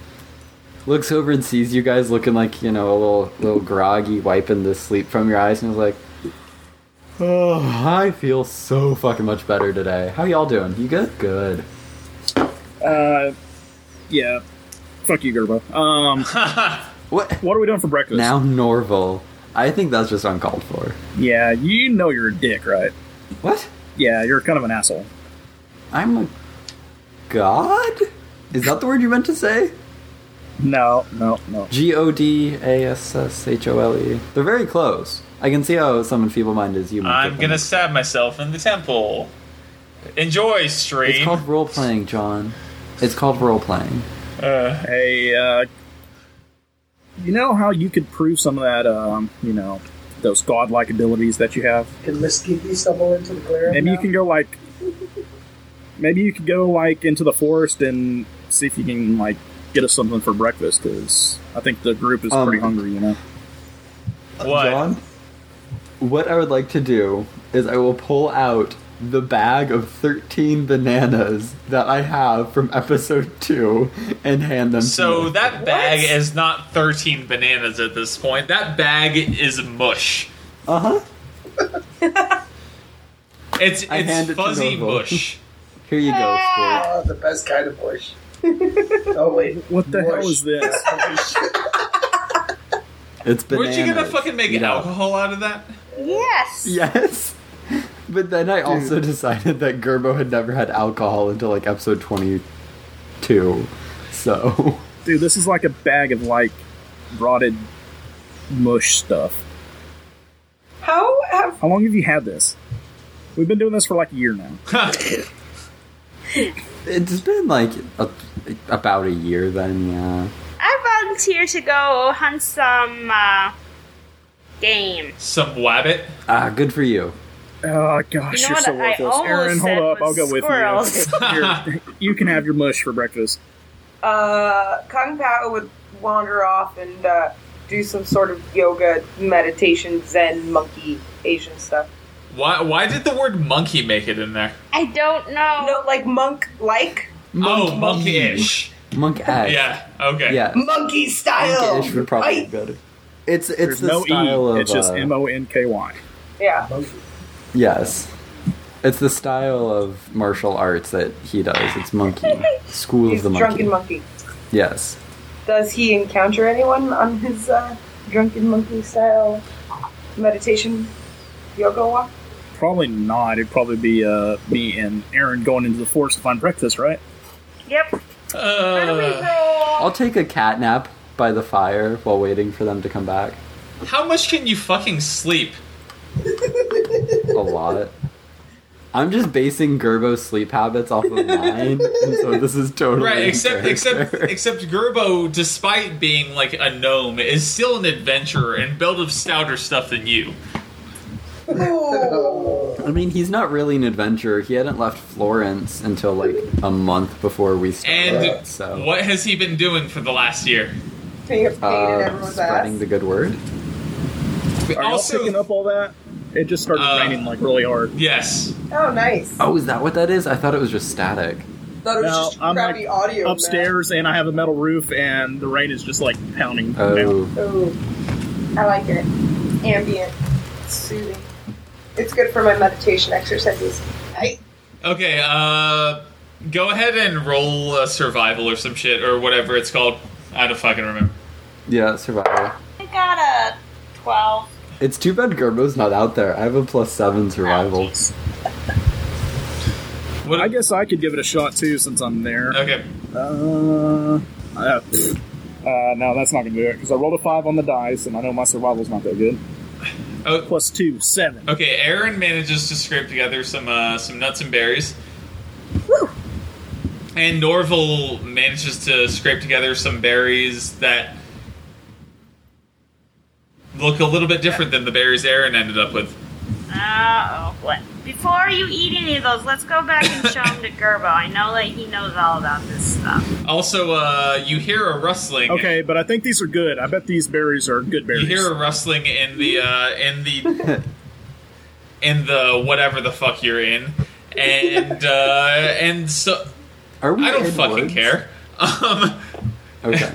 [SPEAKER 4] Looks over and sees you guys looking like, you know, a little little groggy, wiping the sleep from your eyes, and is like, Oh, I feel so fucking much better today. How y'all doing? You good? Good.
[SPEAKER 5] Uh, yeah. Fuck you, Gerbo. Um,
[SPEAKER 4] What?
[SPEAKER 5] what are we doing for breakfast?
[SPEAKER 4] Now Norval. I think that's just uncalled for.
[SPEAKER 5] Yeah, you know you're a dick, right?
[SPEAKER 4] What?
[SPEAKER 5] Yeah, you're kind of an asshole.
[SPEAKER 4] I'm a god? Is that the word you meant to say?
[SPEAKER 5] No, no, no.
[SPEAKER 4] G O D A S S H O L E. They're very close. I can see how someone feeble minded is you. might
[SPEAKER 2] I'm
[SPEAKER 4] get
[SPEAKER 2] gonna
[SPEAKER 4] them.
[SPEAKER 2] stab myself in the temple. Enjoy
[SPEAKER 4] It's
[SPEAKER 2] stream.
[SPEAKER 4] called role playing, John. It's called role playing.
[SPEAKER 2] uh,
[SPEAKER 5] Hey, uh, you know how you could prove some of that, um, you know, those godlike abilities that you have?
[SPEAKER 7] Can Miss Geeky stumble into the clearing?
[SPEAKER 5] Maybe you
[SPEAKER 7] now?
[SPEAKER 5] can go like, maybe you could go like into the forest and see if you can like get us something for breakfast because I think the group is
[SPEAKER 4] Um,
[SPEAKER 5] pretty hungry. You know,
[SPEAKER 2] What?
[SPEAKER 4] John, what I would like to do is I will pull out the bag of 13 bananas that I have from episode 2 and hand them to
[SPEAKER 2] So
[SPEAKER 4] you.
[SPEAKER 2] that bag
[SPEAKER 1] What?
[SPEAKER 2] is not 13 bananas at this point. That bag is mush.
[SPEAKER 4] Uh-huh.
[SPEAKER 2] It's
[SPEAKER 4] I
[SPEAKER 2] it's
[SPEAKER 4] hand it to
[SPEAKER 2] fuzzy
[SPEAKER 4] Norval.
[SPEAKER 2] mush.
[SPEAKER 4] Here you go, Squirt.
[SPEAKER 7] Oh, the best kind of bush. oh wait,
[SPEAKER 5] what the
[SPEAKER 7] Mush.
[SPEAKER 5] hell is this?
[SPEAKER 4] It's bananas.
[SPEAKER 2] Weren't you gonna fucking make
[SPEAKER 4] You know.
[SPEAKER 2] alcohol out of that?
[SPEAKER 6] Yes.
[SPEAKER 4] Yes. But then I also decided that Gerbo had never had alcohol until like episode 22. So,
[SPEAKER 5] Dude, this is like a bag of like rotted mush stuff.
[SPEAKER 1] How have
[SPEAKER 5] How long have you had this? We've been doing this for like a year now.
[SPEAKER 4] it's been like a, about a year then, yeah.
[SPEAKER 6] I volunteer to go hunt some uh, game.
[SPEAKER 2] Some wabbit.
[SPEAKER 4] Ah, good for you.
[SPEAKER 5] Oh gosh,
[SPEAKER 6] You know
[SPEAKER 5] you're
[SPEAKER 6] what
[SPEAKER 5] so
[SPEAKER 6] I
[SPEAKER 5] worthless.
[SPEAKER 6] almost
[SPEAKER 5] Aaron,
[SPEAKER 6] said
[SPEAKER 5] hold up, I'll
[SPEAKER 6] was
[SPEAKER 5] go with
[SPEAKER 6] squirrels.
[SPEAKER 5] you. Here, you can have your mush for breakfast.
[SPEAKER 1] uh, Kung Pao would wander off and uh, do some sort of yoga, meditation, Zen, monkey, Asian stuff.
[SPEAKER 2] Why why did the word monkey make it in there?
[SPEAKER 6] I don't know.
[SPEAKER 1] No, like monk, like
[SPEAKER 2] Oh, monkeyish.
[SPEAKER 5] Oh.
[SPEAKER 4] Monk ass.
[SPEAKER 2] Yeah. Okay.
[SPEAKER 4] Yeah.
[SPEAKER 1] monkey style.
[SPEAKER 4] Monkeyish would probably be
[SPEAKER 1] Right?
[SPEAKER 4] better. It's it's
[SPEAKER 5] There's
[SPEAKER 4] the
[SPEAKER 5] no
[SPEAKER 4] style
[SPEAKER 5] E.
[SPEAKER 4] of
[SPEAKER 5] It's just
[SPEAKER 4] uh,
[SPEAKER 5] M O N K Y.
[SPEAKER 1] Yeah.
[SPEAKER 4] yes. It's the style of martial arts that he does. It's monkey school
[SPEAKER 1] He's
[SPEAKER 4] of the monkey.
[SPEAKER 1] drunken monkey.
[SPEAKER 4] Yes.
[SPEAKER 1] Does he encounter anyone on his uh, drunken monkey style meditation yoga walk?
[SPEAKER 5] Probably not. It'd probably be uh, me and Aaron going into the forest to find breakfast, right?
[SPEAKER 6] Yep.
[SPEAKER 2] Uh,
[SPEAKER 4] I'll take a cat nap by the fire while waiting for them to come back.
[SPEAKER 2] how much can you fucking sleep?
[SPEAKER 4] A lot. I'm just basing Gerbo's sleep habits off of mine, and so this is totally
[SPEAKER 2] Right,
[SPEAKER 4] in
[SPEAKER 2] except except
[SPEAKER 4] character.
[SPEAKER 2] except Gerbo, despite being like a gnome, is still an adventurer and built of stouter stuff than you.
[SPEAKER 7] Uh,
[SPEAKER 4] I mean, he's not really an adventurer. He hadn't left Florence until like a month before we started.
[SPEAKER 2] And
[SPEAKER 4] so,
[SPEAKER 2] what has he been doing for the last year?
[SPEAKER 1] He has painted
[SPEAKER 4] uh,
[SPEAKER 1] everyone's
[SPEAKER 4] spreading
[SPEAKER 1] ass.
[SPEAKER 4] the good word.
[SPEAKER 5] Are y'all
[SPEAKER 2] Also-
[SPEAKER 5] picking up all that? It just started
[SPEAKER 2] Uh,
[SPEAKER 5] raining like really hard.
[SPEAKER 2] Yes.
[SPEAKER 1] oh, nice.
[SPEAKER 4] Oh, is that what that is? I thought it was just static.
[SPEAKER 1] Thought it was
[SPEAKER 5] No,
[SPEAKER 1] just
[SPEAKER 5] I'm
[SPEAKER 1] crappy
[SPEAKER 5] like
[SPEAKER 1] audio. man.
[SPEAKER 5] upstairs, and I have a metal roof, and the rain is just like pounding down.
[SPEAKER 4] Oh,
[SPEAKER 1] Ooh, I like it. Ambient, soothing. It's good for my meditation exercises. I,
[SPEAKER 2] Okay. Uh, go ahead and roll a survival or some shit or whatever it's called. I don't fucking remember.
[SPEAKER 4] yeah, survival.
[SPEAKER 6] I got a twelve.
[SPEAKER 4] It's too bad Gerbo's not out there. I have a plus seven survival.
[SPEAKER 6] Jeez.
[SPEAKER 2] What?
[SPEAKER 5] I guess I could give it a shot too, since I'm there.
[SPEAKER 2] Okay.
[SPEAKER 5] Uh, uh, pfft. uh, no, that's not gonna do it because I rolled a five on the dice, and I know my survival's not that good.
[SPEAKER 2] Oh.
[SPEAKER 5] Plus two, seven.
[SPEAKER 2] Okay. Aaron manages to scrape together some uh, some nuts and berries. And Norval manages to scrape together some berries that look a little bit different than the berries Aaron ended up with.
[SPEAKER 6] Uh oh. What? Before you eat any of those, let's go back and show them to Gerbo. I know that he knows all about this stuff.
[SPEAKER 2] Also, uh, you hear a rustling.
[SPEAKER 5] Okay, but I think these are good. I bet these berries are good berries.
[SPEAKER 2] You hear a rustling in the uh, in the in the whatever the fuck you're in, and uh, and so
[SPEAKER 4] Are we?
[SPEAKER 2] I don't
[SPEAKER 4] in
[SPEAKER 2] fucking
[SPEAKER 4] woods?
[SPEAKER 2] care. Um,
[SPEAKER 4] Okay,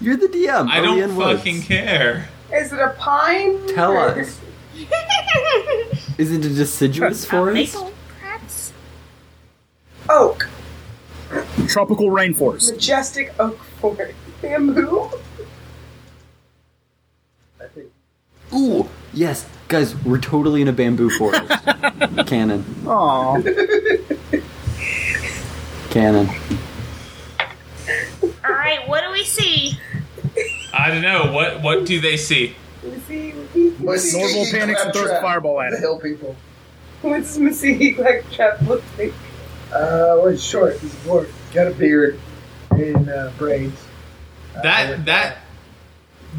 [SPEAKER 4] you're the DM.
[SPEAKER 2] I
[SPEAKER 4] Are we
[SPEAKER 2] don't
[SPEAKER 4] in woods?
[SPEAKER 2] fucking care.
[SPEAKER 1] is it a pine?
[SPEAKER 4] Tell
[SPEAKER 1] or-
[SPEAKER 4] us. Is it a deciduous
[SPEAKER 6] Uh,
[SPEAKER 4] forest?
[SPEAKER 6] maple, perhaps?
[SPEAKER 1] Oak.
[SPEAKER 5] Tropical rainforest.
[SPEAKER 1] Majestic oak forest. Bamboo?
[SPEAKER 4] Ooh, yes, guys, we're totally in a bamboo forest. Cannon,
[SPEAKER 5] Aw.
[SPEAKER 4] cannon.
[SPEAKER 6] All right. What do we see?
[SPEAKER 2] I don't know what what do they see.
[SPEAKER 1] Missy, Missy,
[SPEAKER 7] Miss
[SPEAKER 5] Norval
[SPEAKER 7] Geeky
[SPEAKER 5] panics and throws a
[SPEAKER 7] Claptrap,
[SPEAKER 5] fireball at
[SPEAKER 7] The
[SPEAKER 5] it.
[SPEAKER 7] hill people.
[SPEAKER 1] what's Missy like trap look like?
[SPEAKER 7] Uh, well, he's short. He's a dwarf. Got a beard and uh, braids.
[SPEAKER 2] That that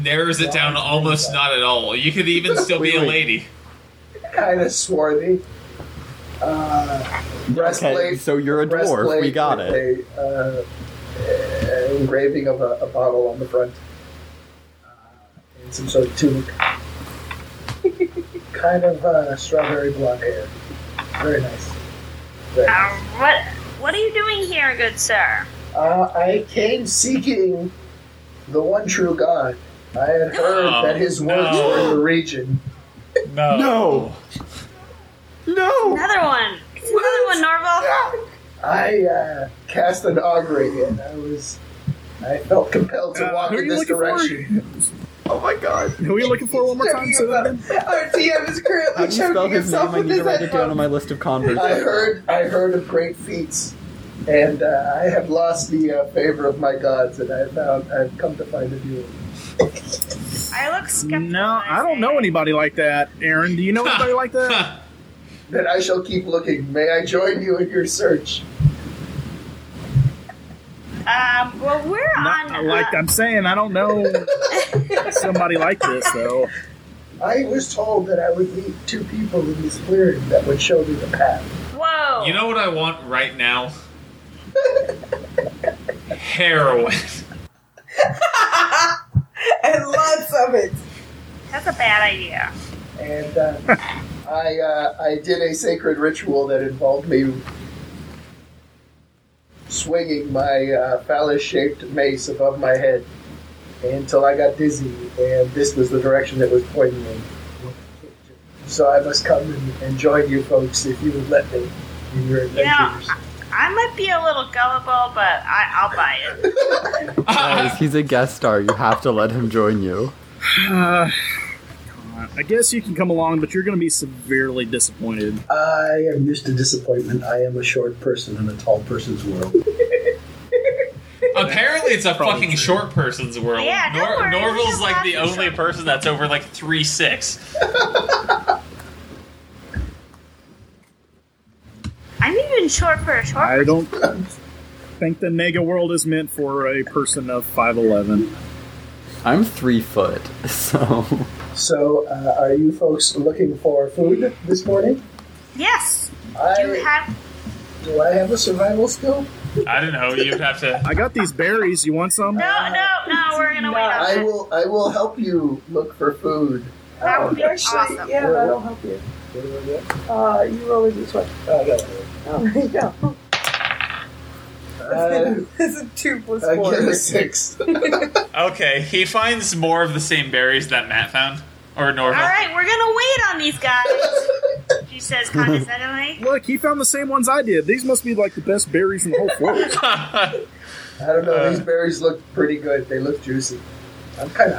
[SPEAKER 2] narrows it down to almost not at all. You could even still be a
[SPEAKER 4] Wait,
[SPEAKER 2] lady.
[SPEAKER 4] wait.
[SPEAKER 7] Kind of swarthy. Uh, breastplate.
[SPEAKER 4] Okay, so you're a dwarf.
[SPEAKER 7] breastplate
[SPEAKER 4] We got
[SPEAKER 7] with
[SPEAKER 4] it.
[SPEAKER 7] A, uh, a- engraving of a, a bottle on the front. Uh, and some sort of tunic. kind of uh, strawberry blonde hair. Very nice. Very nice.
[SPEAKER 6] Uh, what What are you doing here, good sir?
[SPEAKER 7] Uh, I came seeking the one true God. I had heard
[SPEAKER 2] No.
[SPEAKER 7] that his works
[SPEAKER 2] No.
[SPEAKER 7] were in the region.
[SPEAKER 2] No.
[SPEAKER 4] No. No.
[SPEAKER 6] Another one. It's another one, Norval.
[SPEAKER 7] I uh, cast an augury, and I was, I felt compelled to
[SPEAKER 5] Uh,
[SPEAKER 7] walk
[SPEAKER 5] who are
[SPEAKER 7] in
[SPEAKER 5] you
[SPEAKER 7] this
[SPEAKER 5] looking for?
[SPEAKER 7] direction.
[SPEAKER 4] Oh my god.
[SPEAKER 5] Who are you looking for one more time? Say that again.
[SPEAKER 1] Our DM is
[SPEAKER 4] How
[SPEAKER 1] currently
[SPEAKER 4] do you spell
[SPEAKER 1] choking
[SPEAKER 4] his
[SPEAKER 1] himself
[SPEAKER 4] name? I
[SPEAKER 1] with
[SPEAKER 4] need
[SPEAKER 1] his
[SPEAKER 4] to write it down on
[SPEAKER 1] headphones.
[SPEAKER 4] my list of converts.
[SPEAKER 7] I heard, I heard of great feats, and uh, I have lost the uh, favor of my gods, and I have found, I've come to find a new. one.
[SPEAKER 6] I look skeptical.
[SPEAKER 5] No, I don't know anybody like that, Aaron. Do you know anybody like that?
[SPEAKER 7] Then I shall keep looking. May I join you in your search?
[SPEAKER 6] Um, well, we're
[SPEAKER 5] Not,
[SPEAKER 6] on.
[SPEAKER 5] like
[SPEAKER 6] uh,
[SPEAKER 5] I'm saying, I don't know somebody like this though.
[SPEAKER 7] I was told that I would meet two people in this clearing that would show me the path.
[SPEAKER 6] Whoa.
[SPEAKER 2] You know what I want right now? Heroin.
[SPEAKER 1] and lots of it.
[SPEAKER 6] That's a bad idea.
[SPEAKER 7] and uh, I uh, I did a sacred ritual that involved me swinging my uh, phallus-shaped mace above my head until I got dizzy, and this was the direction that was pointing me. So I must come and, and join you folks if you would let me in your
[SPEAKER 6] Yeah.
[SPEAKER 7] adventures.
[SPEAKER 6] I might be a little gullible, but I, I'll buy it.
[SPEAKER 4] Guys, he's a guest star. You have to let him join you.
[SPEAKER 5] Uh, I guess you can come along, but you're going to be severely disappointed.
[SPEAKER 7] I am used to disappointment. I am a short person in a tall person's world.
[SPEAKER 2] Apparently, it's a
[SPEAKER 5] Probably
[SPEAKER 2] fucking
[SPEAKER 5] true.
[SPEAKER 2] short person's world.
[SPEAKER 6] Yeah, don't worry,
[SPEAKER 2] Norval's
[SPEAKER 6] we're
[SPEAKER 2] like the
[SPEAKER 6] lots of
[SPEAKER 2] only
[SPEAKER 6] short-
[SPEAKER 2] person that's over like three six.
[SPEAKER 6] I'm even short for a short.
[SPEAKER 5] I don't think the mega world is meant for a person of 5'11.
[SPEAKER 4] I'm three foot, so
[SPEAKER 7] So, uh, are you folks looking for food this morning?
[SPEAKER 6] yes.
[SPEAKER 7] I,
[SPEAKER 6] You have.
[SPEAKER 7] Do I have a survival skill?
[SPEAKER 2] I don't know. You'd have to.
[SPEAKER 5] I got these berries. You want some?
[SPEAKER 6] No, no, no. We're gonna wait on
[SPEAKER 7] I
[SPEAKER 6] that.
[SPEAKER 7] will. I will help you look for food.
[SPEAKER 6] That would be
[SPEAKER 1] Oh, Actually,
[SPEAKER 6] awesome.
[SPEAKER 1] yeah, that'll help you. Uh, you rolling this one.
[SPEAKER 7] Oh, I got it.
[SPEAKER 1] Oh, there you go.
[SPEAKER 7] Uh,
[SPEAKER 1] this is two plus
[SPEAKER 7] I
[SPEAKER 1] four.
[SPEAKER 7] get a six.
[SPEAKER 2] Okay, he finds more of the same berries that Matt found, or
[SPEAKER 6] All
[SPEAKER 2] Norval.
[SPEAKER 6] right, we're gonna wait on these guys. She says condescendingly.
[SPEAKER 5] Look, he found the same ones I did. These must be like the best berries in the whole forest.
[SPEAKER 7] I don't know.
[SPEAKER 4] Uh.
[SPEAKER 7] these berries look pretty good. They look juicy. I'm kind of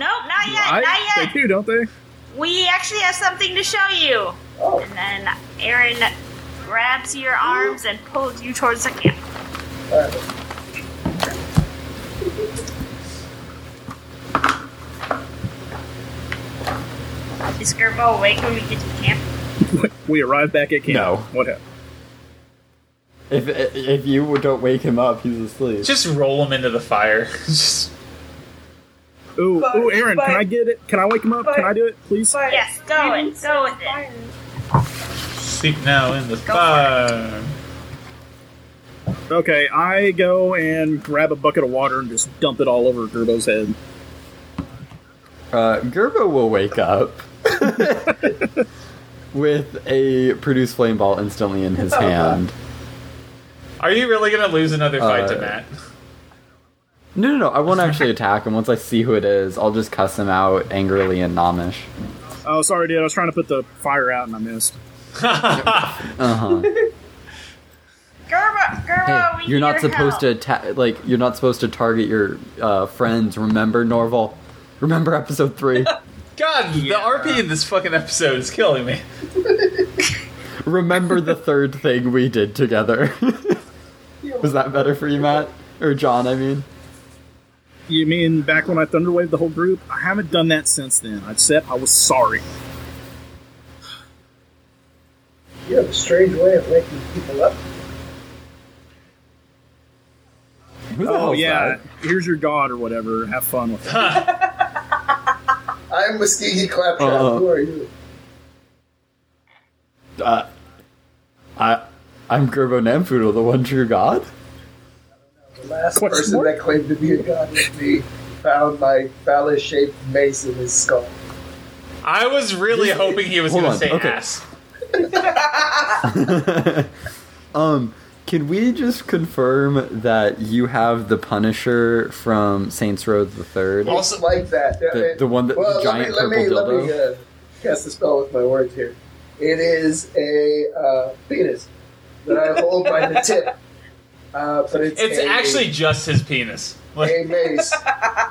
[SPEAKER 6] Nope, not yet,
[SPEAKER 5] I,
[SPEAKER 6] not
[SPEAKER 5] they do,
[SPEAKER 6] yet.
[SPEAKER 5] don't they?
[SPEAKER 6] We actually have something to show you.
[SPEAKER 7] Oh.
[SPEAKER 6] And then Aaron grabs your arms and pulls you towards the camp.
[SPEAKER 7] Uh,
[SPEAKER 6] Is Gerbo awake when we get to the camp?
[SPEAKER 5] We arrive back at camp.
[SPEAKER 4] No.
[SPEAKER 5] What happened?
[SPEAKER 4] if if you don't wake him up, he's asleep.
[SPEAKER 2] Just roll him into the fire. Just-
[SPEAKER 5] Ooh,
[SPEAKER 1] But-
[SPEAKER 5] ooh, Aaron, can
[SPEAKER 1] but-
[SPEAKER 5] I get it? Can I wake him up?
[SPEAKER 1] but-
[SPEAKER 5] can I do it, please?
[SPEAKER 1] But
[SPEAKER 6] Yes, go
[SPEAKER 1] you
[SPEAKER 6] with- go with it.
[SPEAKER 1] fire.
[SPEAKER 2] Sleep now in the
[SPEAKER 6] for it.
[SPEAKER 2] fire.
[SPEAKER 5] Okay, I go and grab a bucket of water and just dump it all over Gerbo's head.
[SPEAKER 4] Uh, Gerbo will wake up with a produce flame ball instantly in his hand.
[SPEAKER 2] Are you really gonna lose another fight to
[SPEAKER 4] Uh,
[SPEAKER 2] Matt?
[SPEAKER 4] No, no, no. I won't actually attack him. Once I see who it is, I'll just cuss him out angrily and nomish.
[SPEAKER 5] Oh, sorry, dude. I was trying to put the fire out and I missed.
[SPEAKER 4] Uh huh.
[SPEAKER 6] Gerbo, Gerbo,
[SPEAKER 4] Hey,
[SPEAKER 6] we
[SPEAKER 4] you're
[SPEAKER 6] need
[SPEAKER 4] not
[SPEAKER 6] your
[SPEAKER 4] supposed to
[SPEAKER 6] help.
[SPEAKER 4] attack. Like, you're not supposed to target your uh, friends. Remember, Norval. Remember episode three.
[SPEAKER 2] God,
[SPEAKER 5] Yeah.
[SPEAKER 2] the RP in this fucking episode is killing me.
[SPEAKER 4] Remember the third thing we did together. Was that better for you, Matt or John? I mean.
[SPEAKER 5] You mean back when I thunderwaved the whole group? I haven't done that since then. I said I was sorry.
[SPEAKER 7] you have a strange way of waking people up.
[SPEAKER 4] Who the
[SPEAKER 5] Oh
[SPEAKER 4] hell's
[SPEAKER 5] yeah,
[SPEAKER 4] that?
[SPEAKER 5] Oh,
[SPEAKER 4] Oh,
[SPEAKER 5] here's your god or whatever. Have fun with it.
[SPEAKER 7] I'm Muskegee Claptrap.
[SPEAKER 4] Uh,
[SPEAKER 7] Who are you?
[SPEAKER 4] Uh, I, I'm Gerbo Namfoodle, the one true god?
[SPEAKER 7] The last
[SPEAKER 5] What's
[SPEAKER 7] person
[SPEAKER 5] more-
[SPEAKER 7] that claimed to be a god was me. Found my phallus-shaped mace in his skull.
[SPEAKER 2] I was really
[SPEAKER 4] This-
[SPEAKER 2] hoping he was
[SPEAKER 4] hold
[SPEAKER 2] going to
[SPEAKER 4] on,
[SPEAKER 2] say
[SPEAKER 4] okay.
[SPEAKER 2] ass.
[SPEAKER 4] um, can we just confirm that you have the Punisher from Saints Row the Third?
[SPEAKER 2] Well-
[SPEAKER 7] It's
[SPEAKER 2] Also-
[SPEAKER 7] like that.
[SPEAKER 4] The- the one that- the
[SPEAKER 7] well,
[SPEAKER 4] giant
[SPEAKER 7] let me,
[SPEAKER 4] purple
[SPEAKER 7] let me, Let
[SPEAKER 4] dildo?
[SPEAKER 7] me uh, cast the spell with my words here. It is a uh, penis that I hold by the tip, uh, but it's
[SPEAKER 2] It's
[SPEAKER 7] a-
[SPEAKER 2] actually just his penis. Like,
[SPEAKER 7] a mace.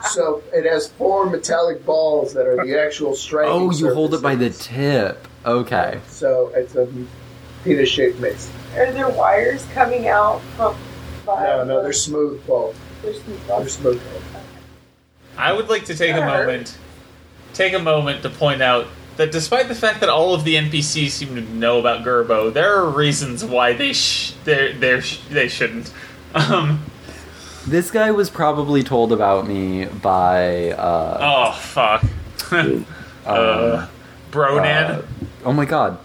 [SPEAKER 7] so it has four metallic balls that are the actual striking.
[SPEAKER 4] Oh, you hold it by the
[SPEAKER 7] surfaces.
[SPEAKER 4] tip. Okay.
[SPEAKER 7] So it's a penis-shaped mace.
[SPEAKER 1] Are there wires coming out from?
[SPEAKER 7] No, no, they're smooth balls.
[SPEAKER 1] There's some
[SPEAKER 7] They're
[SPEAKER 1] bugs.
[SPEAKER 7] smooth balls.
[SPEAKER 2] I would like to take a
[SPEAKER 1] Sure.
[SPEAKER 2] moment, take a moment to point out that despite the fact that all of the NPCs seem to know about Gerbo, there are reasons why they sh- they're, they're sh- they shouldn't. Um,
[SPEAKER 4] This guy was probably told about me by
[SPEAKER 2] oh
[SPEAKER 4] uh,
[SPEAKER 2] fuck. Um, uh, Bronan.
[SPEAKER 4] uh, oh my god.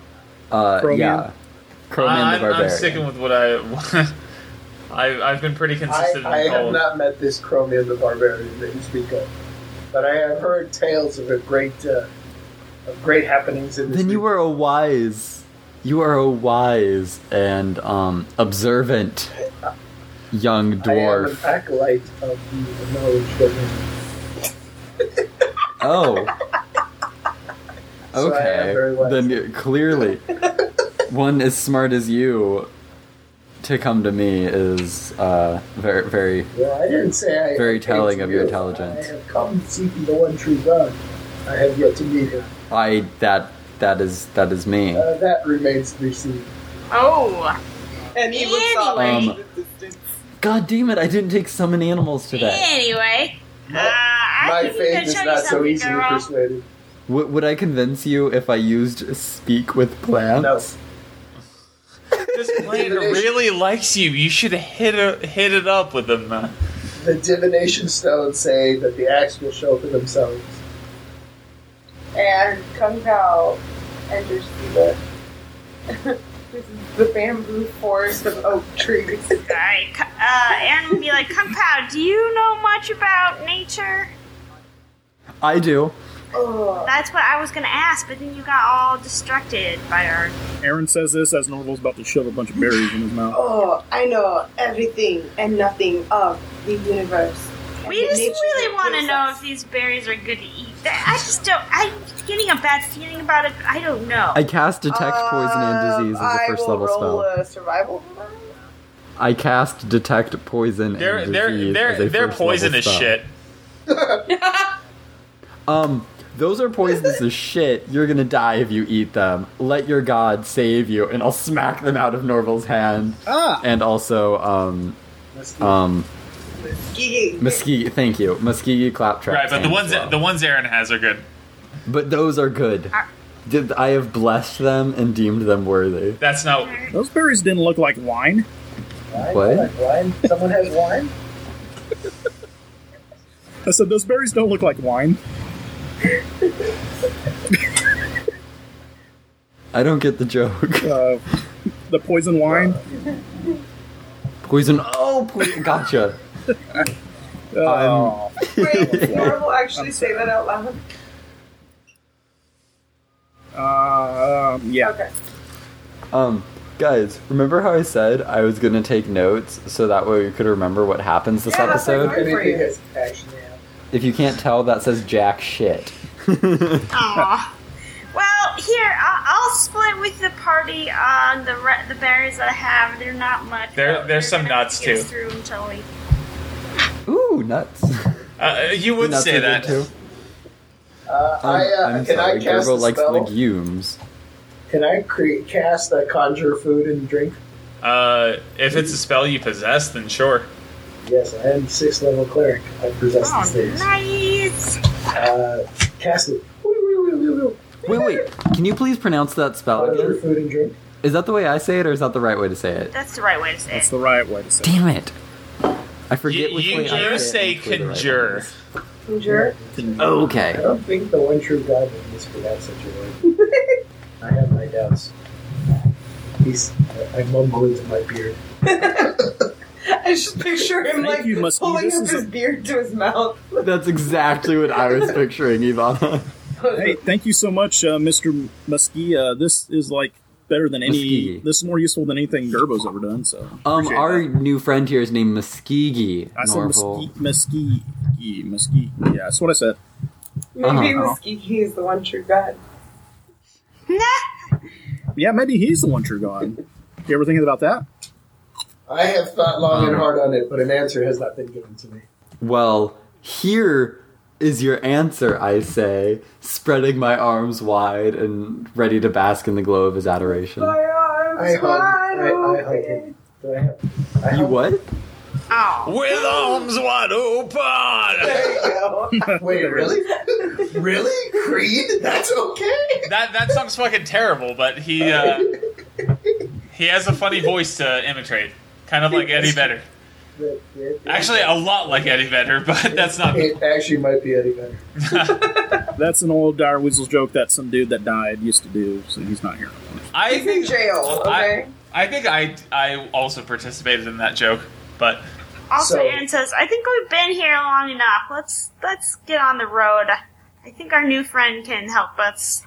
[SPEAKER 4] Uh,
[SPEAKER 5] Crowman?
[SPEAKER 4] yeah. Crowman
[SPEAKER 2] I- I'm,
[SPEAKER 4] the
[SPEAKER 2] I'm
[SPEAKER 4] Barbarian.
[SPEAKER 2] sticking with what I. I I've been pretty
[SPEAKER 7] I,
[SPEAKER 2] consistent.
[SPEAKER 7] I
[SPEAKER 2] in
[SPEAKER 7] have
[SPEAKER 2] calling.
[SPEAKER 7] not met this Chromium the Barbarian that you speak of, but I have heard tales of a great, uh, of great happenings in this.
[SPEAKER 4] then you
[SPEAKER 7] region.
[SPEAKER 4] are a wise you are a wise and um observant young
[SPEAKER 7] I am an
[SPEAKER 4] dwarf
[SPEAKER 7] acolyte of the knowledge domain.
[SPEAKER 4] oh
[SPEAKER 7] So I am
[SPEAKER 4] okay
[SPEAKER 7] very wise.
[SPEAKER 4] then you- clearly one as smart as you to come to me is uh very very
[SPEAKER 7] Well, I didn't say I.
[SPEAKER 4] Very
[SPEAKER 7] came
[SPEAKER 4] telling
[SPEAKER 7] to
[SPEAKER 4] of your
[SPEAKER 7] you.
[SPEAKER 4] intelligence.
[SPEAKER 7] I have come seeking the one true God. I have yet to meet him.
[SPEAKER 4] i that that is that is me
[SPEAKER 7] Uh, that remains to be seen.
[SPEAKER 6] Oh,
[SPEAKER 1] And he looks up
[SPEAKER 4] Anyway.
[SPEAKER 1] into the distance.
[SPEAKER 4] Um, god damn it i didn't take summon animals today
[SPEAKER 6] anyway. Uh, I
[SPEAKER 7] My
[SPEAKER 6] think you
[SPEAKER 7] faith
[SPEAKER 6] can
[SPEAKER 7] is
[SPEAKER 6] show you
[SPEAKER 7] not so
[SPEAKER 6] something,
[SPEAKER 7] easily
[SPEAKER 6] girl.
[SPEAKER 7] persuaded.
[SPEAKER 4] W- would i convince you if i used speak with plants
[SPEAKER 7] No.
[SPEAKER 2] This plant really likes you. You should hit a, hit it up with him. uh,
[SPEAKER 7] The divination stones say that the acts will show for themselves.
[SPEAKER 1] and Kung Pao enters through the, this is the bamboo forest of oak trees.
[SPEAKER 6] Alright, cu- uh, Aaron would be like, Kung Pao, do you know much about nature?
[SPEAKER 4] i do
[SPEAKER 1] Ugh.
[SPEAKER 6] That's what I was gonna ask, but then you got all distracted by our.
[SPEAKER 5] Aaron says this as Norval's about to shove a bunch of berries in his mouth.
[SPEAKER 1] Oh, I know everything and nothing of the universe.
[SPEAKER 6] We just really want to know if these berries are good to eat. That- I just don't. I'm getting a bad feeling about it. but I don't know.
[SPEAKER 4] I cast Detect
[SPEAKER 1] Uh,
[SPEAKER 4] Poison
[SPEAKER 1] um,
[SPEAKER 4] and Disease as a first level spell.
[SPEAKER 1] a survival. roll.
[SPEAKER 4] I cast Detect Poison
[SPEAKER 2] They're
[SPEAKER 4] and
[SPEAKER 2] they're
[SPEAKER 4] Disease as
[SPEAKER 2] they're
[SPEAKER 4] a
[SPEAKER 2] they're
[SPEAKER 4] first level
[SPEAKER 2] poisonous
[SPEAKER 4] spell.
[SPEAKER 2] shit.
[SPEAKER 4] Um, those are poisonous as shit. You're gonna die if you eat them. Let your god save you, and I'll smack them out of Norval's hand.
[SPEAKER 5] Ah!
[SPEAKER 4] And also, um,
[SPEAKER 7] Let's do it.
[SPEAKER 4] um,
[SPEAKER 1] Gee.
[SPEAKER 4] Muskegee. Thank you, Muskegee Claptrap.
[SPEAKER 2] Right, but the
[SPEAKER 4] tank
[SPEAKER 2] ones
[SPEAKER 4] as well.
[SPEAKER 2] the ones Aaron has are good.
[SPEAKER 4] but those are good.
[SPEAKER 6] Are-
[SPEAKER 4] Did I have blessed them and deemed them worthy?
[SPEAKER 2] That's not. uh,
[SPEAKER 5] Those berries didn't look like wine.
[SPEAKER 7] Wine?
[SPEAKER 4] what?
[SPEAKER 7] Like wine? Someone has wine?
[SPEAKER 5] I said those berries don't look like wine.
[SPEAKER 4] I don't get the joke.
[SPEAKER 5] Uh, the poison wine.
[SPEAKER 4] Poison. Oh, poison. gotcha.
[SPEAKER 5] Oh.
[SPEAKER 1] Wait, did Marvel actually say that out loud?
[SPEAKER 5] Uh, um, yeah.
[SPEAKER 1] Okay.
[SPEAKER 4] Um, guys, remember how I said I was gonna take notes so that way we could remember what happens this
[SPEAKER 1] Yeah, that's
[SPEAKER 4] episode?
[SPEAKER 1] right.
[SPEAKER 7] Anything has actually happened.
[SPEAKER 4] If you can't tell, that says jack shit.
[SPEAKER 6] Aw. well, here I'll, I'll split with the party on the re- the berries that I have. They're not much.
[SPEAKER 2] There-
[SPEAKER 6] but
[SPEAKER 2] there's
[SPEAKER 6] they're
[SPEAKER 2] some
[SPEAKER 6] gonna have
[SPEAKER 2] nuts,
[SPEAKER 6] to get us
[SPEAKER 2] too.
[SPEAKER 6] Through until we
[SPEAKER 4] Ooh, nuts.
[SPEAKER 2] Uh, you would
[SPEAKER 4] nuts
[SPEAKER 2] say
[SPEAKER 4] are good
[SPEAKER 2] that.
[SPEAKER 4] too.
[SPEAKER 7] Uh,
[SPEAKER 4] Um,
[SPEAKER 7] I, uh,
[SPEAKER 4] I'm
[SPEAKER 7] can
[SPEAKER 4] sorry,
[SPEAKER 7] I cast
[SPEAKER 4] Gerbo
[SPEAKER 7] a
[SPEAKER 4] likes
[SPEAKER 7] spell?
[SPEAKER 4] legumes.
[SPEAKER 7] Can I cre- cast a conjure food and drink?
[SPEAKER 2] Uh, if it's a spell you possess, then sure.
[SPEAKER 7] Yes, I am sixth level cleric. I possess these
[SPEAKER 6] Oh,
[SPEAKER 7] things.
[SPEAKER 6] nice.
[SPEAKER 7] Uh, cast it.
[SPEAKER 4] Wait, wait. Can you please pronounce that spell
[SPEAKER 7] Conjure
[SPEAKER 4] again?
[SPEAKER 7] food and drink.
[SPEAKER 4] Is that the way I say it, or is that the right way to say it?
[SPEAKER 6] That's the right way to say
[SPEAKER 5] That's
[SPEAKER 6] it.
[SPEAKER 5] the right way to say it.
[SPEAKER 4] Damn it! I forget
[SPEAKER 2] You,
[SPEAKER 4] which
[SPEAKER 2] you,
[SPEAKER 4] way I
[SPEAKER 2] you
[SPEAKER 4] it
[SPEAKER 2] say
[SPEAKER 4] and which way the right
[SPEAKER 2] conjure.
[SPEAKER 4] one
[SPEAKER 1] Injure.
[SPEAKER 7] I
[SPEAKER 4] Okay.
[SPEAKER 7] don't think the one true God would mispronounce such a word. I have my doubts. He's. I mumble into my beard.
[SPEAKER 1] I just picture him
[SPEAKER 5] Thank
[SPEAKER 1] like
[SPEAKER 5] you, Muskie.
[SPEAKER 1] pulling
[SPEAKER 5] This
[SPEAKER 1] up
[SPEAKER 5] is
[SPEAKER 1] his
[SPEAKER 5] a-
[SPEAKER 1] beard to his mouth.
[SPEAKER 4] That's exactly what I was picturing, Ivana.
[SPEAKER 5] Hey, thank you so much, uh, Mr. Muskie. Uh, this is like better than any.
[SPEAKER 4] Muskegee.
[SPEAKER 5] This is more useful than anything Gerbo's ever done. So,
[SPEAKER 4] Um,
[SPEAKER 5] appreciate
[SPEAKER 4] our
[SPEAKER 5] that.
[SPEAKER 4] new friend here is named Muskegee.
[SPEAKER 5] I said
[SPEAKER 4] Norval.
[SPEAKER 5] Muskie, Muskie, Muskie. Yeah, that's what I said.
[SPEAKER 1] Maybe
[SPEAKER 4] Uh-huh.
[SPEAKER 1] Muskegee is the one true god.
[SPEAKER 5] Yeah, maybe he's the one true god. You ever thinking about that?
[SPEAKER 7] I have thought long and
[SPEAKER 4] Um.
[SPEAKER 7] hard on it, but an answer has not been given to me.
[SPEAKER 4] Well, here is your answer, I say, spreading my arms wide and ready to bask in the glow of his adoration.
[SPEAKER 1] My arms
[SPEAKER 7] I hug-
[SPEAKER 1] wide
[SPEAKER 7] I- I hug
[SPEAKER 1] open.
[SPEAKER 7] him. Do I have? I
[SPEAKER 4] You
[SPEAKER 7] have
[SPEAKER 4] what?
[SPEAKER 6] Oh.
[SPEAKER 2] With arms wide open.
[SPEAKER 1] There you go.
[SPEAKER 7] wait, really? really? Creed? That's okay.
[SPEAKER 2] That that song's fucking terrible, but he uh, he has a funny voice to imitate, kind of like Eddie Vedder.
[SPEAKER 7] It- it-
[SPEAKER 2] Actually, a lot like Eddie Vedder, but that's not.
[SPEAKER 7] it actually might be Eddie Vedder.
[SPEAKER 5] That's an old Dire Weasel joke that some dude that died used to do. So he's not here.
[SPEAKER 2] I
[SPEAKER 1] He's in
[SPEAKER 2] think
[SPEAKER 1] jail, okay?
[SPEAKER 2] I, I think I I also participated in that joke, but
[SPEAKER 6] Also,
[SPEAKER 7] So-
[SPEAKER 6] Aaron says, "I think we've been here long enough. Let's let's get on the road. I think our new friend can help us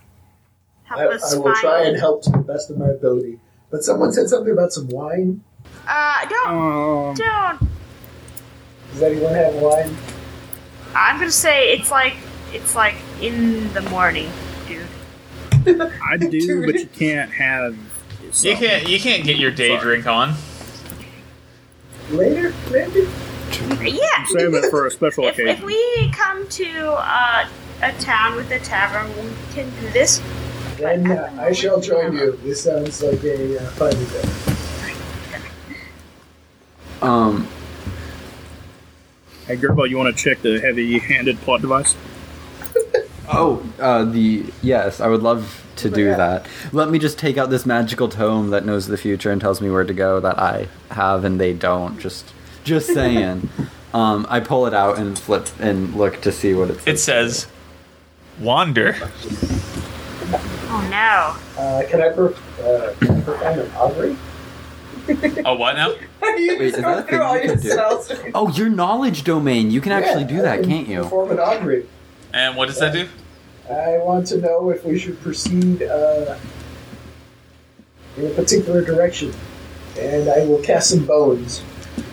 [SPEAKER 6] help
[SPEAKER 7] I,
[SPEAKER 6] us
[SPEAKER 7] I will
[SPEAKER 6] find."
[SPEAKER 7] try and help to the best of my ability. But someone said something about some wine.
[SPEAKER 6] uh, don't
[SPEAKER 5] Um,
[SPEAKER 6] don't.
[SPEAKER 7] Does anyone have wine?
[SPEAKER 6] I'm gonna say it's like it's like in the morning, dude.
[SPEAKER 5] I do, but you can't have.
[SPEAKER 2] you can't you can't get your day
[SPEAKER 5] Sorry.
[SPEAKER 2] drink on.
[SPEAKER 7] Later, maybe?
[SPEAKER 6] Yeah.
[SPEAKER 5] Save it for a special
[SPEAKER 6] If, if
[SPEAKER 5] occasion.
[SPEAKER 6] we come to uh, a town with a tavern, we can do this.
[SPEAKER 7] Then uh, I shall join you. This sounds like a uh, fun event.
[SPEAKER 4] Um,
[SPEAKER 5] Hey, Gerbo, you want to check the heavy-handed plot device?
[SPEAKER 4] oh, uh, the, yes, I would love to do
[SPEAKER 7] Yeah.
[SPEAKER 4] that. Let me just take out this magical tome that knows the future and tells me where to go that I have and they don't. Just, just saying. um, I pull it out and flip and look to see what it says.
[SPEAKER 2] It says, "Wander."
[SPEAKER 6] Oh no.
[SPEAKER 7] Uh, can I per- uh, can I perform an augury?
[SPEAKER 2] Oh, what now?
[SPEAKER 1] you
[SPEAKER 4] Wait,
[SPEAKER 1] just go
[SPEAKER 4] is that a thing
[SPEAKER 1] through all
[SPEAKER 4] you
[SPEAKER 1] your
[SPEAKER 4] can do?
[SPEAKER 1] spells.
[SPEAKER 4] Oh, your knowledge domain. You can actually do
[SPEAKER 7] Yeah, I
[SPEAKER 4] that,
[SPEAKER 7] can
[SPEAKER 4] can't you?
[SPEAKER 7] Perform an augury.
[SPEAKER 2] And what does that do?
[SPEAKER 7] I want to know if we should proceed uh, in a particular direction, and I will cast some bones,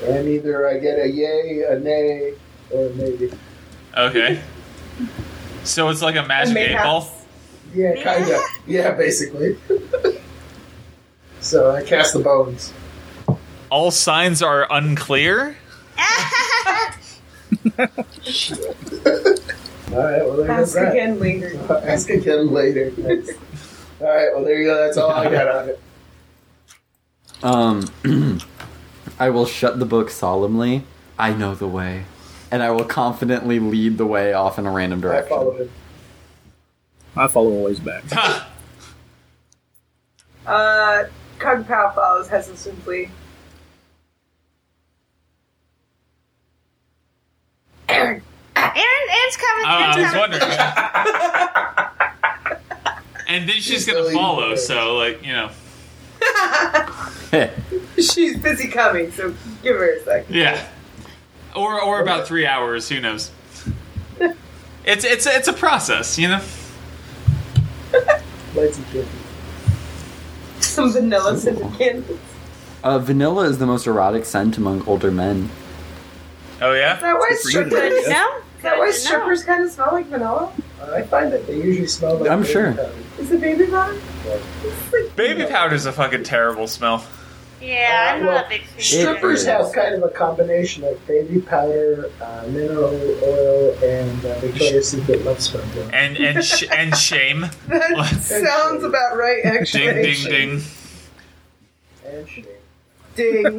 [SPEAKER 7] and either I get a yay, a nay, or maybe.
[SPEAKER 2] Okay. So it's like a magic eight ball.
[SPEAKER 7] Yeah, kind of. Yeah, basically. so I cast the bones.
[SPEAKER 2] All signs are unclear.
[SPEAKER 7] All right, well, there goes
[SPEAKER 1] Ask
[SPEAKER 7] that.
[SPEAKER 1] again later.
[SPEAKER 7] Ask again later. Thanks. all right, well, there you go. That's all I got on it.
[SPEAKER 4] Um, I will shut the book solemnly. I know the way, and I will confidently lead the way off in a random
[SPEAKER 7] I
[SPEAKER 4] direction.
[SPEAKER 7] follow him.
[SPEAKER 5] I follow always back.
[SPEAKER 2] Ha!
[SPEAKER 1] Uh, Kung Pao follows hesitantly.
[SPEAKER 6] Aaron, Aaron's coming.
[SPEAKER 2] I, Uh, I
[SPEAKER 6] Aaron's
[SPEAKER 2] was
[SPEAKER 6] coming.
[SPEAKER 2] wondering. and then she's gonna
[SPEAKER 7] Really
[SPEAKER 2] follow.
[SPEAKER 7] good.
[SPEAKER 2] So like you know,
[SPEAKER 1] She's busy coming, so give her a second.
[SPEAKER 2] yeah. Or or about three hours. Who knows? It's it's it's a process, you know.
[SPEAKER 7] Lights and candles.
[SPEAKER 1] Some vanilla scented candles. Is
[SPEAKER 4] Uh, vanilla is the most erotic scent among older men.
[SPEAKER 2] Oh yeah.
[SPEAKER 1] that why
[SPEAKER 5] Good for you,
[SPEAKER 1] strippers?
[SPEAKER 5] Gloria.
[SPEAKER 1] Is
[SPEAKER 6] No.
[SPEAKER 1] that why
[SPEAKER 6] No.
[SPEAKER 1] strippers kind of smell like vanilla?
[SPEAKER 7] I find that they usually smell like.
[SPEAKER 4] I'm
[SPEAKER 7] baby
[SPEAKER 4] sure.
[SPEAKER 7] powder.
[SPEAKER 1] Is it baby powder?
[SPEAKER 2] Baby powder's a fucking terrible smell.
[SPEAKER 6] Yeah, I'm
[SPEAKER 7] Uh, well,
[SPEAKER 6] not a big fan.
[SPEAKER 7] Strippers
[SPEAKER 4] is.
[SPEAKER 7] have kind of a combination of baby powder, uh, mineral oil, and uh, Victoria's Secret love spell.
[SPEAKER 2] And and sh- and shame.
[SPEAKER 1] That sounds about right,
[SPEAKER 2] ding
[SPEAKER 1] actually.
[SPEAKER 2] ding ding.
[SPEAKER 7] And shade.
[SPEAKER 1] ding,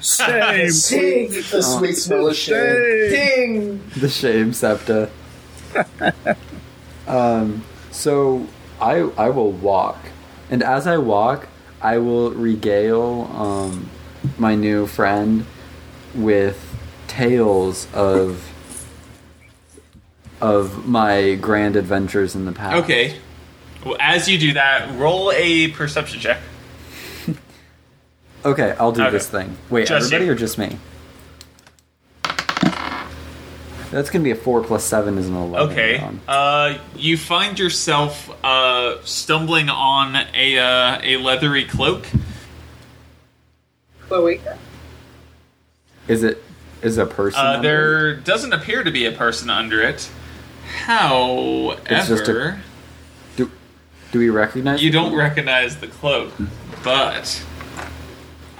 [SPEAKER 5] Shame,
[SPEAKER 1] ding,
[SPEAKER 7] The sweet smell of
[SPEAKER 5] shame.
[SPEAKER 7] shade.
[SPEAKER 1] ding.
[SPEAKER 4] The shame septa. um, so I I will walk, and as I walk, I will regale um, my new friend with tales of of my grand adventures in the past.
[SPEAKER 2] Okay. Well, as you do that, roll a perception check.
[SPEAKER 4] Okay, I'll do
[SPEAKER 2] Okay.
[SPEAKER 4] this thing. Wait,
[SPEAKER 2] Just
[SPEAKER 4] everybody
[SPEAKER 2] you.
[SPEAKER 4] or just me? That's gonna be a four plus seven is an eleven.
[SPEAKER 2] Okay.
[SPEAKER 4] John.
[SPEAKER 2] Uh, you find yourself uh, stumbling on a uh, a leathery cloak. Uh,
[SPEAKER 1] Chloe.
[SPEAKER 4] Is it is a person?
[SPEAKER 2] Uh,
[SPEAKER 4] under it?
[SPEAKER 2] there doesn't appear to be a person under it. However,
[SPEAKER 4] just a- Do, do we recognize?
[SPEAKER 2] you
[SPEAKER 4] it?
[SPEAKER 2] don't recognize the cloak, but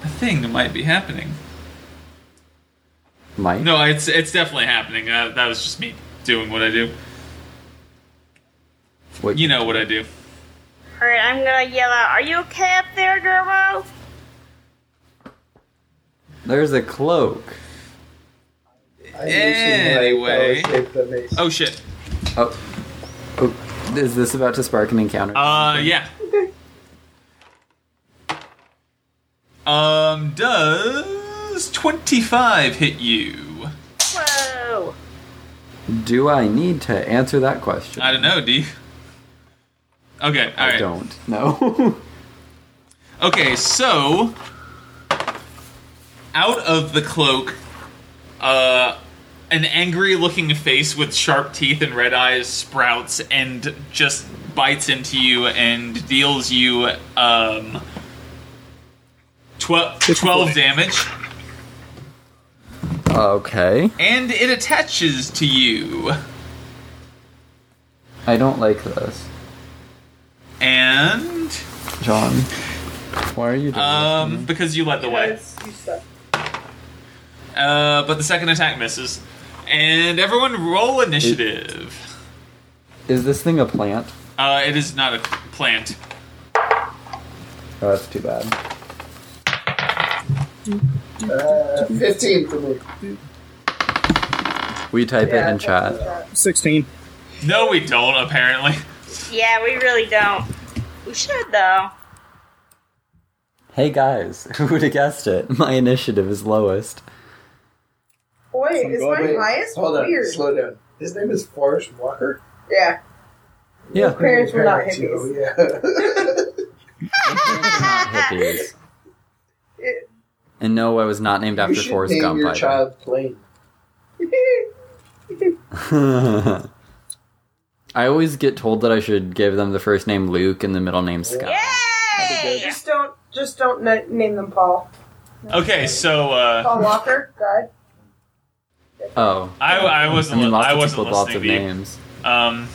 [SPEAKER 2] a thing might be happening.
[SPEAKER 4] Mike.
[SPEAKER 2] No, it's it's definitely happening. Uh, that was just me doing what I do.
[SPEAKER 4] What-
[SPEAKER 2] You know what I do.
[SPEAKER 6] Alright, I'm gonna yell out, Are you okay up there, Gerbo?
[SPEAKER 4] There's a cloak.
[SPEAKER 7] I loosen my
[SPEAKER 2] Anyway.
[SPEAKER 7] fellowship of mace.
[SPEAKER 2] Oh shit.
[SPEAKER 4] Oh, oh, is this about to spark an encounter?
[SPEAKER 2] Uh, yeah. Um, does 25 hit you?
[SPEAKER 6] Whoa.
[SPEAKER 4] do I need to answer that question?
[SPEAKER 2] I don't know, do you? Okay, alright.
[SPEAKER 4] I don't. No.
[SPEAKER 2] Okay, so out of the cloak, uh, an angry-looking face with sharp teeth and red eyes sprouts and just bites into you and deals you um, twelve twelve damage,
[SPEAKER 4] okay.
[SPEAKER 2] and it attaches to you.
[SPEAKER 4] I don't like this,
[SPEAKER 2] And
[SPEAKER 4] John. Why are you doing
[SPEAKER 2] um, because you led the way.
[SPEAKER 1] Yes, you suck.
[SPEAKER 2] Uh, but the second attack misses, and everyone roll initiative.
[SPEAKER 4] this? Is this thing a plant?
[SPEAKER 2] Uh, it is not a plant.
[SPEAKER 4] Oh, that's too bad.
[SPEAKER 7] Uh, 15 for me.
[SPEAKER 4] We type it
[SPEAKER 1] Yeah,
[SPEAKER 4] in chat.
[SPEAKER 5] Sixteen.
[SPEAKER 2] No, we don't, apparently.
[SPEAKER 6] Yeah, we really don't. We should, though.
[SPEAKER 4] Hey guys, who would have guessed it? My initiative is lowest.
[SPEAKER 1] Wait,
[SPEAKER 5] I'm
[SPEAKER 1] is
[SPEAKER 5] going-
[SPEAKER 1] mine
[SPEAKER 7] Wait,
[SPEAKER 1] highest?
[SPEAKER 7] hold on.
[SPEAKER 1] Weird.
[SPEAKER 7] Slow down. His name is Forrest Walker.
[SPEAKER 1] Yeah.
[SPEAKER 4] Yeah.
[SPEAKER 1] Parents were not hippies.
[SPEAKER 7] hippies.
[SPEAKER 4] Hippies.
[SPEAKER 1] It-
[SPEAKER 4] And no, I was not named
[SPEAKER 7] Yeah. you
[SPEAKER 4] after
[SPEAKER 7] should
[SPEAKER 4] Forrest
[SPEAKER 7] name
[SPEAKER 4] Gump.
[SPEAKER 7] your
[SPEAKER 4] either.
[SPEAKER 7] child Plain.
[SPEAKER 4] I always get told that I should give them the first name Luke and the middle name Scott.
[SPEAKER 6] Yay!
[SPEAKER 1] Just don't, just don't na- name them Paul.
[SPEAKER 2] Okay, so uh,
[SPEAKER 1] Paul Walker died.
[SPEAKER 4] Oh,
[SPEAKER 2] I, I
[SPEAKER 4] I
[SPEAKER 2] wasn't
[SPEAKER 4] mean,
[SPEAKER 2] li-
[SPEAKER 4] lots
[SPEAKER 2] I
[SPEAKER 4] of
[SPEAKER 2] wasn't
[SPEAKER 4] people with lots
[SPEAKER 2] listening
[SPEAKER 4] of
[SPEAKER 2] to you.
[SPEAKER 4] names.
[SPEAKER 2] Um,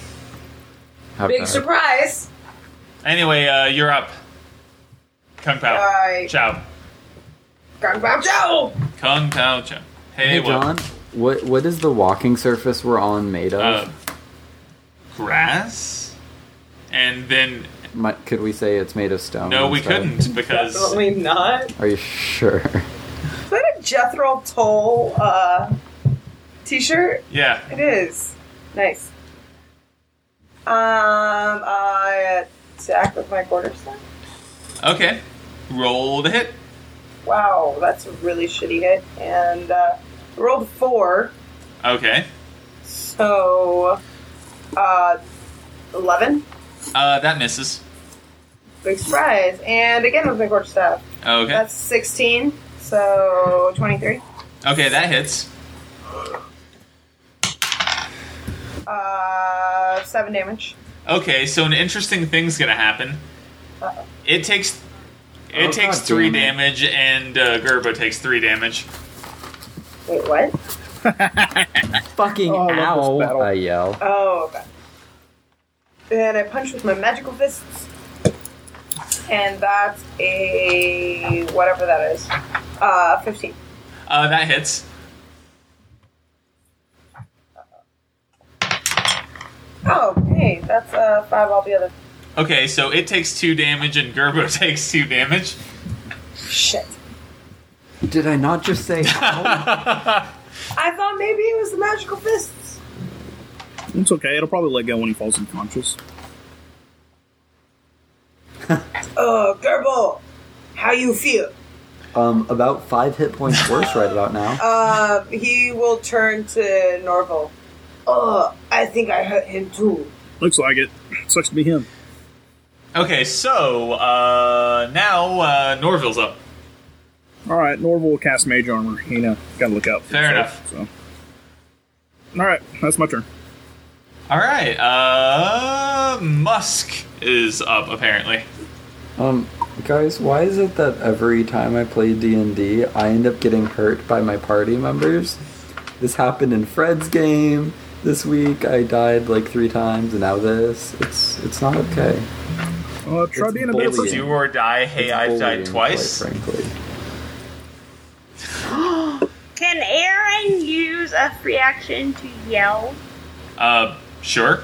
[SPEAKER 4] How
[SPEAKER 1] Big
[SPEAKER 4] bad.
[SPEAKER 1] surprise.
[SPEAKER 2] anyway, uh, you're up. Kung Pao.
[SPEAKER 1] Right.
[SPEAKER 2] Ciao.
[SPEAKER 1] Kung Pao Chow.
[SPEAKER 2] Kung Pao Ciao. Hey,
[SPEAKER 4] Hey,
[SPEAKER 2] what?
[SPEAKER 4] John, what what is the walking surface we're on made of?
[SPEAKER 2] Uh, grass? And then,
[SPEAKER 4] Mi- could we say it's made of stone?
[SPEAKER 2] no, we
[SPEAKER 4] instead?
[SPEAKER 2] couldn't because.
[SPEAKER 1] Definitely not.
[SPEAKER 4] Are you sure?
[SPEAKER 1] Is that a Jethro Tull uh, t-shirt?
[SPEAKER 2] Yeah.
[SPEAKER 1] It is. Nice. Um, I attack with my quarterstaff.
[SPEAKER 2] Okay. Roll the hit.
[SPEAKER 1] Wow, that's a really shitty hit. And uh, I rolled four,
[SPEAKER 2] Okay.
[SPEAKER 1] so uh, eleven.
[SPEAKER 2] Uh, that misses.
[SPEAKER 1] Big surprise. And again with my quarterstaff.
[SPEAKER 2] Okay.
[SPEAKER 1] That's sixteen. So twenty-three.
[SPEAKER 2] okay, that hits.
[SPEAKER 1] Uh, seven damage.
[SPEAKER 2] Okay, so an interesting thing's gonna happen. It takes it
[SPEAKER 4] Oh,
[SPEAKER 2] takes
[SPEAKER 4] God
[SPEAKER 2] three
[SPEAKER 4] damn
[SPEAKER 2] damage, and uh, Gerbo takes three damage.
[SPEAKER 1] Wait, what?
[SPEAKER 4] Fucking
[SPEAKER 5] Oh, I love
[SPEAKER 4] owl!
[SPEAKER 5] this battle.
[SPEAKER 4] I yell.
[SPEAKER 1] Oh, okay. And I punch with my magical fists. And that's a. whatever that is. Uh, 15.
[SPEAKER 2] Uh, that hits.
[SPEAKER 1] Oh, hey, that's uh, 5 altogether.
[SPEAKER 2] Okay, so it takes two damage, and Gerbo takes two damage.
[SPEAKER 1] Shit.
[SPEAKER 4] Did I not just say?
[SPEAKER 1] I thought maybe it was the magical fists.
[SPEAKER 5] It's okay. It'll probably let go when he falls unconscious.
[SPEAKER 1] Oh, Gerbil, how you feel?
[SPEAKER 4] um, about five hit points worse right about now.
[SPEAKER 1] Uh, he will turn to Norval. Oh, I think I hurt him too.
[SPEAKER 5] Looks like it. Sucks to be him.
[SPEAKER 2] Okay, so uh, now uh, Norville's up.
[SPEAKER 5] All right, Norval will cast mage armor. You know, gotta look out. For
[SPEAKER 2] Fair
[SPEAKER 5] yourself, So. All right, that's my turn.
[SPEAKER 2] All right, uh, Musk is up apparently.
[SPEAKER 4] Um, guys, why is it that every time I play D&D, I end up getting hurt by my party members? This happened in Fred's game this week. I died like three times, and now this. It's it's not okay.
[SPEAKER 5] Uh, try
[SPEAKER 4] It's
[SPEAKER 5] being a
[SPEAKER 4] bullying.
[SPEAKER 5] better person.
[SPEAKER 2] Do or die. Hey,
[SPEAKER 4] It's
[SPEAKER 2] I've
[SPEAKER 4] bullying,
[SPEAKER 2] died twice.
[SPEAKER 4] Quite frankly,
[SPEAKER 6] Can Aaron use a free action to yell?
[SPEAKER 2] Uh, sure.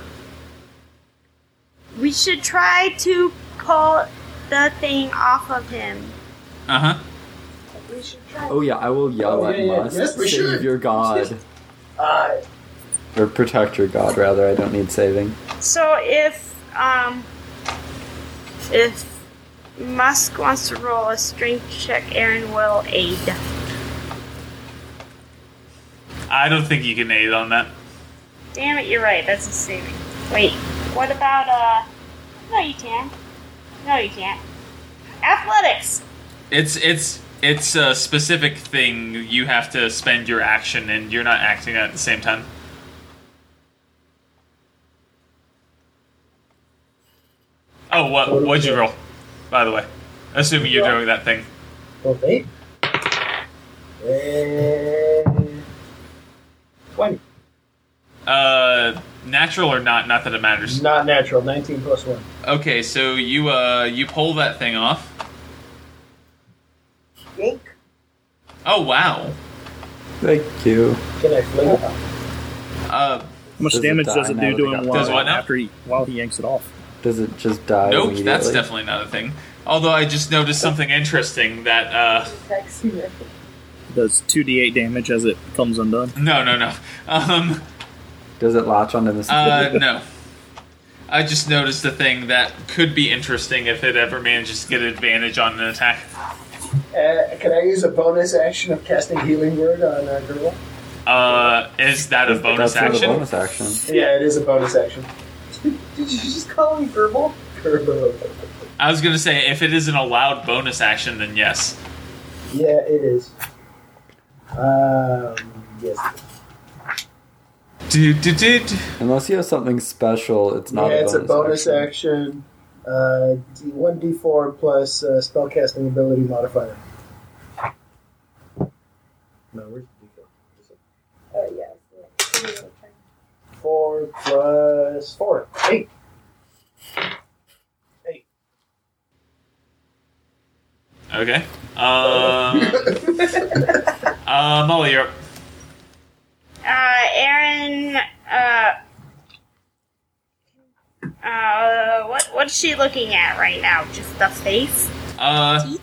[SPEAKER 6] We should try to pull the thing off of him.
[SPEAKER 2] Uh huh.
[SPEAKER 7] We should try.
[SPEAKER 4] oh yeah, I will yell
[SPEAKER 7] Oh,
[SPEAKER 4] at
[SPEAKER 7] yeah, yeah.
[SPEAKER 4] Musk.
[SPEAKER 7] Yes, we
[SPEAKER 4] save
[SPEAKER 7] should.
[SPEAKER 4] your god,
[SPEAKER 7] I
[SPEAKER 4] or protect your god rather. I don't need saving.
[SPEAKER 6] So if um if Musk wants to roll a strength check, Aaron will aid.
[SPEAKER 2] I don't think you can aid on that.
[SPEAKER 6] Damn it, you're right. That's a saving. Wait, what about uh? No, you can't. No, you can't. Athletics.
[SPEAKER 2] It's it's it's a specific thing. You have to spend your action, and you're not acting at the same time. Oh, what what'd you roll? By the way, assuming you're doing that thing.
[SPEAKER 1] Oh,
[SPEAKER 7] well, maybe. And twenty.
[SPEAKER 2] Uh, natural or not? Not that it matters.
[SPEAKER 7] Not natural. Nineteen plus one.
[SPEAKER 2] Okay, so you uh you pull that thing off.
[SPEAKER 7] Yank.
[SPEAKER 2] Oh wow.
[SPEAKER 4] Thank you.
[SPEAKER 7] Can I fling it?
[SPEAKER 2] Uh
[SPEAKER 5] How much
[SPEAKER 4] Does it
[SPEAKER 5] damage
[SPEAKER 4] die
[SPEAKER 5] does it
[SPEAKER 4] now
[SPEAKER 5] do
[SPEAKER 4] that
[SPEAKER 5] to
[SPEAKER 4] it
[SPEAKER 5] him
[SPEAKER 4] got-
[SPEAKER 5] while,
[SPEAKER 2] Does what now?
[SPEAKER 5] after he, while he yanks it off?
[SPEAKER 4] Does it just die?
[SPEAKER 2] nope, that's
[SPEAKER 4] immediately?
[SPEAKER 2] definitely not a thing. Although I just noticed something interesting that uh
[SPEAKER 5] Does 2d8 damage as it comes undone?
[SPEAKER 2] no no no. Um
[SPEAKER 4] Does it latch onto the?
[SPEAKER 2] uh no. I just noticed a thing that could be interesting if it ever manages to get advantage on an attack.
[SPEAKER 7] Uh, can I use a bonus action of casting healing word on uh, Gurla?
[SPEAKER 2] Uh is that a bonus
[SPEAKER 4] that's not
[SPEAKER 2] action?
[SPEAKER 4] a bonus action.
[SPEAKER 7] Yeah, it is a bonus action.
[SPEAKER 1] Did you just call him verbal?
[SPEAKER 7] Gurla.
[SPEAKER 2] I was gonna say if it isn't a loud bonus action then yes.
[SPEAKER 7] Yeah, it is. Um, yes.
[SPEAKER 2] Do do do
[SPEAKER 4] Unless you have something special, it's not.
[SPEAKER 7] yeah,
[SPEAKER 4] a
[SPEAKER 7] it's a
[SPEAKER 4] bonus
[SPEAKER 7] bonus
[SPEAKER 4] action.
[SPEAKER 7] action. Uh, D- 1d4 plus uh, spellcasting ability modifier. No, where's the d4?
[SPEAKER 1] Oh, yeah.
[SPEAKER 7] 4 plus 4. 8.
[SPEAKER 2] Okay. Uh, uh Molly, you're up.
[SPEAKER 6] Uh, Aaron. Uh. Uh, what what's she looking at right now? Just the face.
[SPEAKER 2] Uh,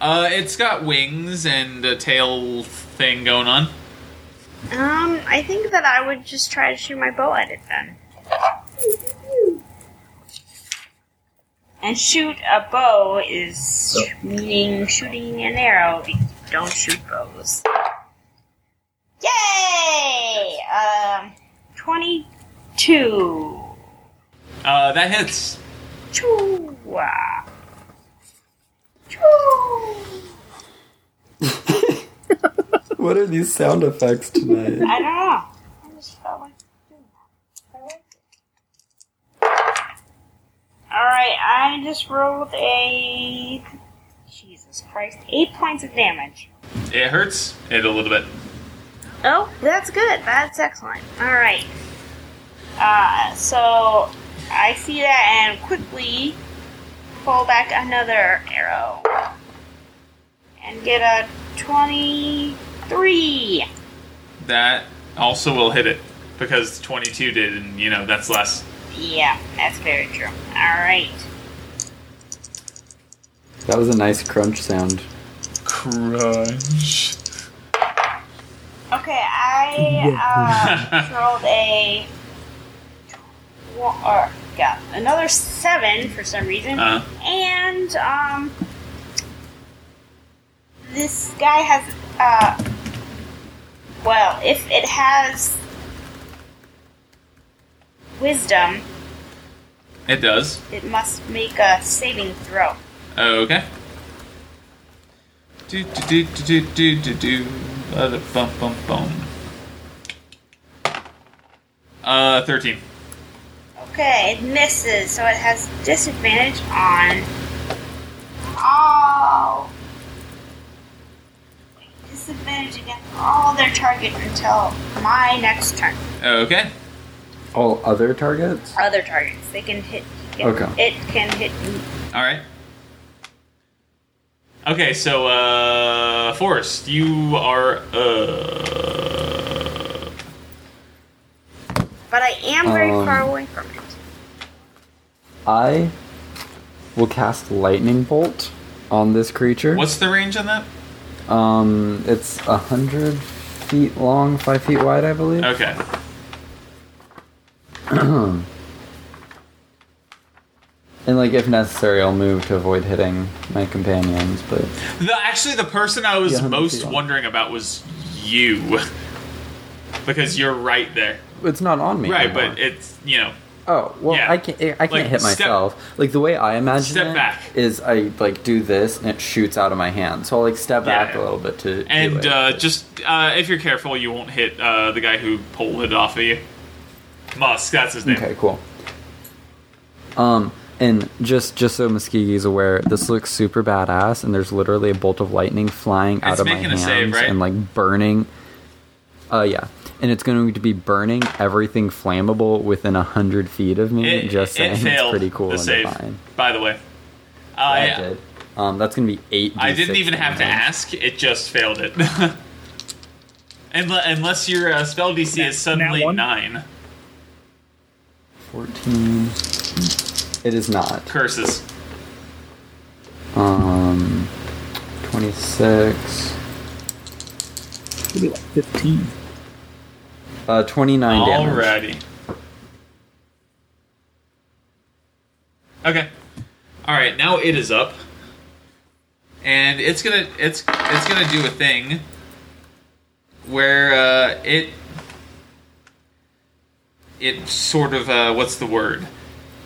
[SPEAKER 2] uh, it's got wings and a tail thing going on.
[SPEAKER 6] Um, I think that I would just try to shoot my bow at it then. And shoot a bow is meaning shooting an arrow. because you Don't shoot bows. Yay! Um, twenty-two.
[SPEAKER 2] Uh, that hits.
[SPEAKER 6] Choo! Choo!
[SPEAKER 4] What are these sound effects tonight?
[SPEAKER 6] I don't know. I just felt like doing that. I liked it. Alright, I just rolled a. Jesus Christ. Eight points of damage.
[SPEAKER 2] It hurts it a little bit.
[SPEAKER 6] Oh, that's good. That's excellent. Alright. Uh, so I see that and quickly pull back another arrow. And get a 23.
[SPEAKER 2] That also will hit it because 22 did, and you know that's less.
[SPEAKER 6] Yeah, that's very true. Alright.
[SPEAKER 4] That was a nice crunch sound.
[SPEAKER 2] Crunch.
[SPEAKER 6] Okay, I uh, rolled a. tw- Or, yeah, another seven for some reason.
[SPEAKER 2] Uh,
[SPEAKER 6] And, um. This guy has. Uh, well, if it has wisdom,
[SPEAKER 2] It does.
[SPEAKER 6] it must make a saving throw.
[SPEAKER 2] Okay. Do do do do do do do do. Bada bum bum bum. Uh, thirteen.
[SPEAKER 6] Okay, it misses, so it has disadvantage on. oh. all Disadvantage against all their target until my next turn.
[SPEAKER 2] Okay.
[SPEAKER 4] All other targets?
[SPEAKER 6] Other targets. They can hit. It,
[SPEAKER 4] Okay.
[SPEAKER 6] It can hit me.
[SPEAKER 2] All right. Okay, so uh, Forrest, you are uh,
[SPEAKER 6] But I am very
[SPEAKER 4] Um,
[SPEAKER 6] far away from it.
[SPEAKER 4] I will cast lightning bolt on this creature.
[SPEAKER 2] what's the range on that?
[SPEAKER 4] Um, it's a hundred feet long, five feet wide, I believe.
[SPEAKER 2] Okay.
[SPEAKER 4] And like, if necessary, I'll move to avoid hitting my companions. But
[SPEAKER 2] The, actually, the person I was
[SPEAKER 4] Yeah, I'm
[SPEAKER 2] most
[SPEAKER 4] feeling-
[SPEAKER 2] wondering about was you, because you're right there.
[SPEAKER 4] it's not on me.
[SPEAKER 2] Right,
[SPEAKER 4] anymore.
[SPEAKER 2] but it's you know.
[SPEAKER 4] oh well,
[SPEAKER 2] yeah.
[SPEAKER 4] I can't. I can't
[SPEAKER 2] Like,
[SPEAKER 4] hit
[SPEAKER 2] step-
[SPEAKER 4] myself. like the way I imagine
[SPEAKER 2] Step
[SPEAKER 4] it
[SPEAKER 2] back.
[SPEAKER 4] is, I like do this and it shoots out of my hand. So I'll like step
[SPEAKER 2] Yeah.
[SPEAKER 4] back a little bit to. do
[SPEAKER 2] And
[SPEAKER 4] it.
[SPEAKER 2] uh, just uh, if you're careful, you won't hit uh, the guy who pulled it off of you. Musk, that's his name.
[SPEAKER 4] Okay, cool. Um, and just just so Muskegee's aware, this looks super badass, and there's literally a bolt of lightning flying out
[SPEAKER 2] It's
[SPEAKER 4] of my
[SPEAKER 2] making a
[SPEAKER 4] hands
[SPEAKER 2] save, right?
[SPEAKER 4] and like burning. Uh, yeah, and it's going to be burning everything flammable within a hundred feet of me.
[SPEAKER 2] It,
[SPEAKER 4] just
[SPEAKER 2] it- it
[SPEAKER 4] saying,
[SPEAKER 2] failed
[SPEAKER 4] it's pretty cool
[SPEAKER 2] the
[SPEAKER 4] and
[SPEAKER 2] save,
[SPEAKER 4] fine.
[SPEAKER 2] by the way. Uh,
[SPEAKER 4] I
[SPEAKER 2] I,
[SPEAKER 4] did. Um, that's going to be eight.
[SPEAKER 2] Oh, I didn't
[SPEAKER 4] D6
[SPEAKER 2] even have to
[SPEAKER 4] damage.
[SPEAKER 2] ask; it just failed it. Unle- Unless your uh, spell DC is suddenly
[SPEAKER 5] one?
[SPEAKER 2] nine
[SPEAKER 4] Fourteen. It is not.
[SPEAKER 2] curses.
[SPEAKER 4] Um, twenty-six.
[SPEAKER 5] It'll be like 15.
[SPEAKER 4] Uh, twenty-nine damage.
[SPEAKER 2] Alrighty. Okay. All right. Now it is up, and it's gonna it's it's gonna do a thing where uh, it it sort of uh, what's the word?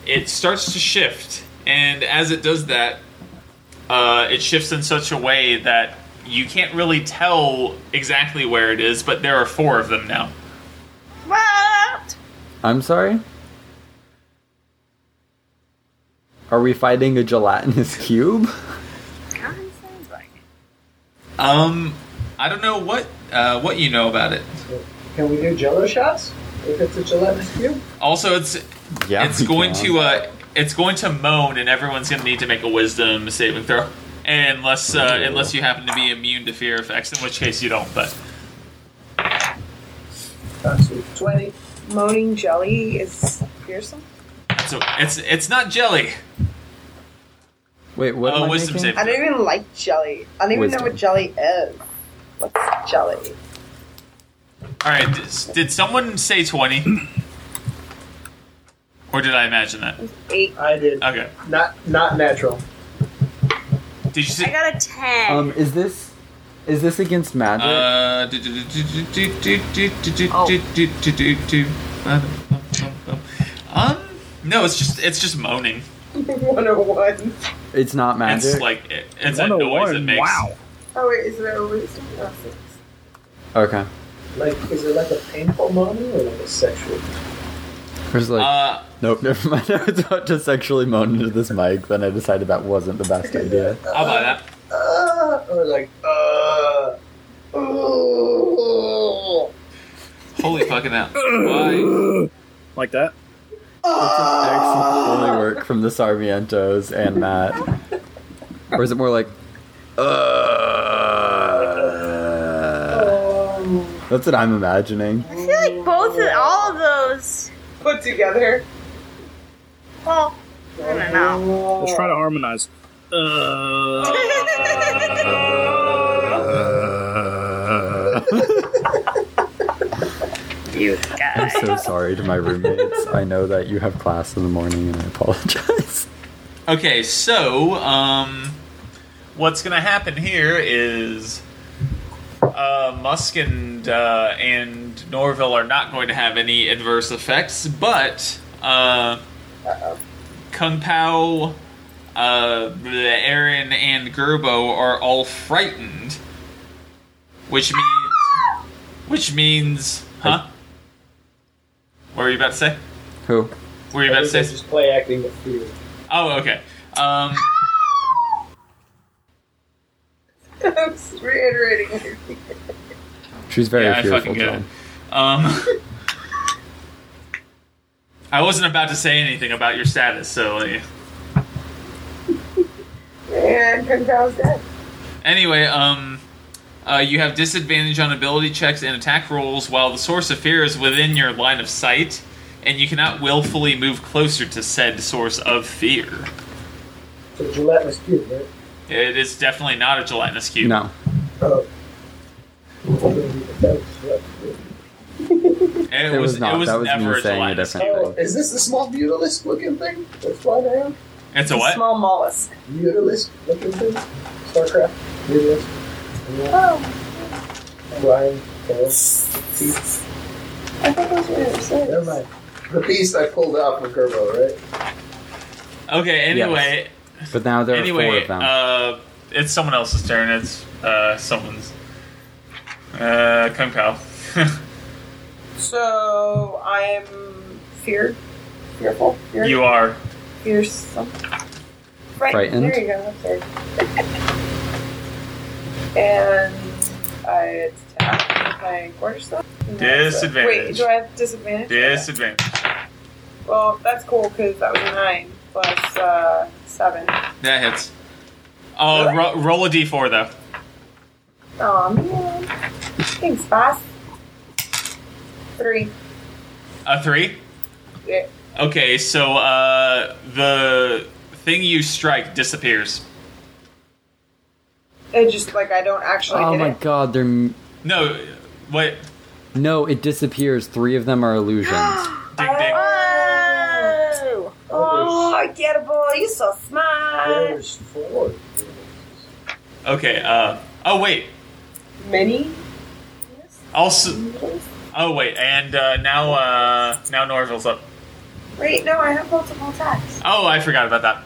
[SPEAKER 2] It starts to shift, and as it does that, uh, it shifts in such a way that you can't really tell exactly where it is. But there are four of them now.
[SPEAKER 6] What?
[SPEAKER 4] I'm sorry? Are we fighting a gelatinous cube?
[SPEAKER 6] Kind of sounds like it.
[SPEAKER 2] Um, I don't know what uh, what you know about it.
[SPEAKER 7] Can we do jello shots? If it's a gelatinous cube?
[SPEAKER 2] Also, it's
[SPEAKER 4] Yeah.
[SPEAKER 2] it's going to uh, it's going to moan, and everyone's going to need to make a wisdom saving throw, unless uh,
[SPEAKER 4] Ooh.
[SPEAKER 2] unless you happen to be immune to fear effects, in which case you don't. But
[SPEAKER 7] That's a 20.
[SPEAKER 1] Moaning jelly is fearsome.
[SPEAKER 2] so it's it's not jelly.
[SPEAKER 4] Wait, what?
[SPEAKER 2] uh,
[SPEAKER 4] am I
[SPEAKER 2] wisdom
[SPEAKER 4] making?
[SPEAKER 1] I don't even like jelly. I don't even know
[SPEAKER 4] Wisdom.
[SPEAKER 1] what jelly is. What's jelly?
[SPEAKER 2] All right, did, did someone say twenty? Or did I imagine that?
[SPEAKER 1] Eight.
[SPEAKER 7] I did.
[SPEAKER 2] Okay.
[SPEAKER 7] Not not natural.
[SPEAKER 2] Did you
[SPEAKER 6] I
[SPEAKER 2] say?
[SPEAKER 6] got a 10.
[SPEAKER 4] Um, is this is this against magic?
[SPEAKER 2] Uh, do- do- do- do- do- do- do- do- do-
[SPEAKER 6] Oh.
[SPEAKER 2] do- do- do- do- do. Um, no, it's just it's just moaning.
[SPEAKER 1] 101.
[SPEAKER 4] it's not magic.
[SPEAKER 2] It's like it, it's a noise it
[SPEAKER 5] 101,
[SPEAKER 2] makes.
[SPEAKER 5] Wow.
[SPEAKER 1] Oh, wait, is there a wisdom? Oh, six.
[SPEAKER 4] okay.
[SPEAKER 7] Like, is it like a painful moment or like a sexual?
[SPEAKER 4] There's like
[SPEAKER 2] Uh,
[SPEAKER 4] nope, never mind. I was about to sexually moan into this mic, then I decided that wasn't the best idea.
[SPEAKER 2] I'll buy that.
[SPEAKER 7] Uh, or like, uh. Oh.
[SPEAKER 2] Holy fucking hell! Why?
[SPEAKER 5] Like that?
[SPEAKER 4] Excellent early work from the Sarmientos and Matt. Or is it more like? Uh, that's what I'm imagining.
[SPEAKER 6] I feel like both of all of those.
[SPEAKER 1] Put together.
[SPEAKER 6] Well, I don't know.
[SPEAKER 5] Let's try to harmonize. Uh,
[SPEAKER 6] you
[SPEAKER 4] I'm
[SPEAKER 6] guys.
[SPEAKER 4] so sorry to my roommates. I know that you have class in the morning, and I apologize.
[SPEAKER 2] Okay, so um, what's gonna happen here is uh, Musk and uh, and Norville are not going to have any adverse effects, but uh, Kung Pao, uh, bleh, Aaron, and Gerbo are all frightened, which means which means huh? What were you about to say?
[SPEAKER 4] Who?
[SPEAKER 2] What were you about to say?
[SPEAKER 7] just play acting with fear.
[SPEAKER 2] Oh, okay. Um,
[SPEAKER 1] I'm just reiterating.
[SPEAKER 4] She's very
[SPEAKER 2] yeah, I
[SPEAKER 4] fearful.
[SPEAKER 2] fucking get it.
[SPEAKER 4] John.
[SPEAKER 2] Um, I wasn't about to say anything about your status, so. Like,
[SPEAKER 1] And Kung Pao's dead.
[SPEAKER 2] Anyway, um, uh, you have disadvantage on ability checks and attack rolls while the source of fear is within your line of sight, and you cannot willfully move closer to said source of fear.
[SPEAKER 7] So Gillette was cute, right?
[SPEAKER 2] It is definitely not a gelatinous cube.
[SPEAKER 4] No.
[SPEAKER 7] Oh. That was Gillette.
[SPEAKER 2] it,
[SPEAKER 4] It
[SPEAKER 2] was,
[SPEAKER 4] was not.
[SPEAKER 2] It was
[SPEAKER 4] That was
[SPEAKER 2] never
[SPEAKER 4] me
[SPEAKER 2] a
[SPEAKER 4] saying a
[SPEAKER 2] gelatinous
[SPEAKER 4] different-
[SPEAKER 2] cube.
[SPEAKER 7] Oh, is this the small mutalisk looking thing? That's flying around?
[SPEAKER 2] It's a what?
[SPEAKER 1] Small mollusk.
[SPEAKER 7] Mutalisk looking thing? StarCraft? Mutalisk? Yeah.
[SPEAKER 1] Oh,
[SPEAKER 7] Lion? Tail?
[SPEAKER 1] I thought those were
[SPEAKER 7] Never mind. The beast I pulled out from Gerbo, right?
[SPEAKER 2] Okay. Anyway,
[SPEAKER 4] But now there are four
[SPEAKER 2] anyway,
[SPEAKER 4] of them.
[SPEAKER 2] uh, it's someone else's turn. It's uh, someone's. Uh, Kung Pao.
[SPEAKER 1] So I'm feared, fearful, feared,
[SPEAKER 2] you are.
[SPEAKER 1] fearsome, Fright-
[SPEAKER 4] Frightened.
[SPEAKER 1] There you go. Okay. and I attack with my quarterstaff. And that's a- Wait,
[SPEAKER 2] Disadvantage.
[SPEAKER 1] do I have disadvantage?
[SPEAKER 2] Disadvantage.
[SPEAKER 1] Well, that's cool because that was a nine plus uh, seven.
[SPEAKER 2] That hits. Oh, ro- roll a d4 though.
[SPEAKER 1] Oh man, thanks, boss. Three.
[SPEAKER 2] A three.
[SPEAKER 1] Yeah.
[SPEAKER 2] Okay, so uh, the thing you strike disappears.
[SPEAKER 1] It just like I don't actually
[SPEAKER 4] oh
[SPEAKER 1] hit
[SPEAKER 4] my
[SPEAKER 1] it.
[SPEAKER 4] god, they're. m-
[SPEAKER 2] No, wait.
[SPEAKER 4] No, it disappears. Three of them are illusions.
[SPEAKER 2] Ding ding.
[SPEAKER 6] Whoa!
[SPEAKER 1] Ah! Oh, get a boy! You're so smart.
[SPEAKER 7] There's four.
[SPEAKER 2] Okay. Uh. Oh wait.
[SPEAKER 1] Mini.
[SPEAKER 2] Also. Oh wait. And uh, now. Uh. Now Norville's up.
[SPEAKER 1] Wait, no, I have multiple attacks,
[SPEAKER 2] Oh, I forgot about that.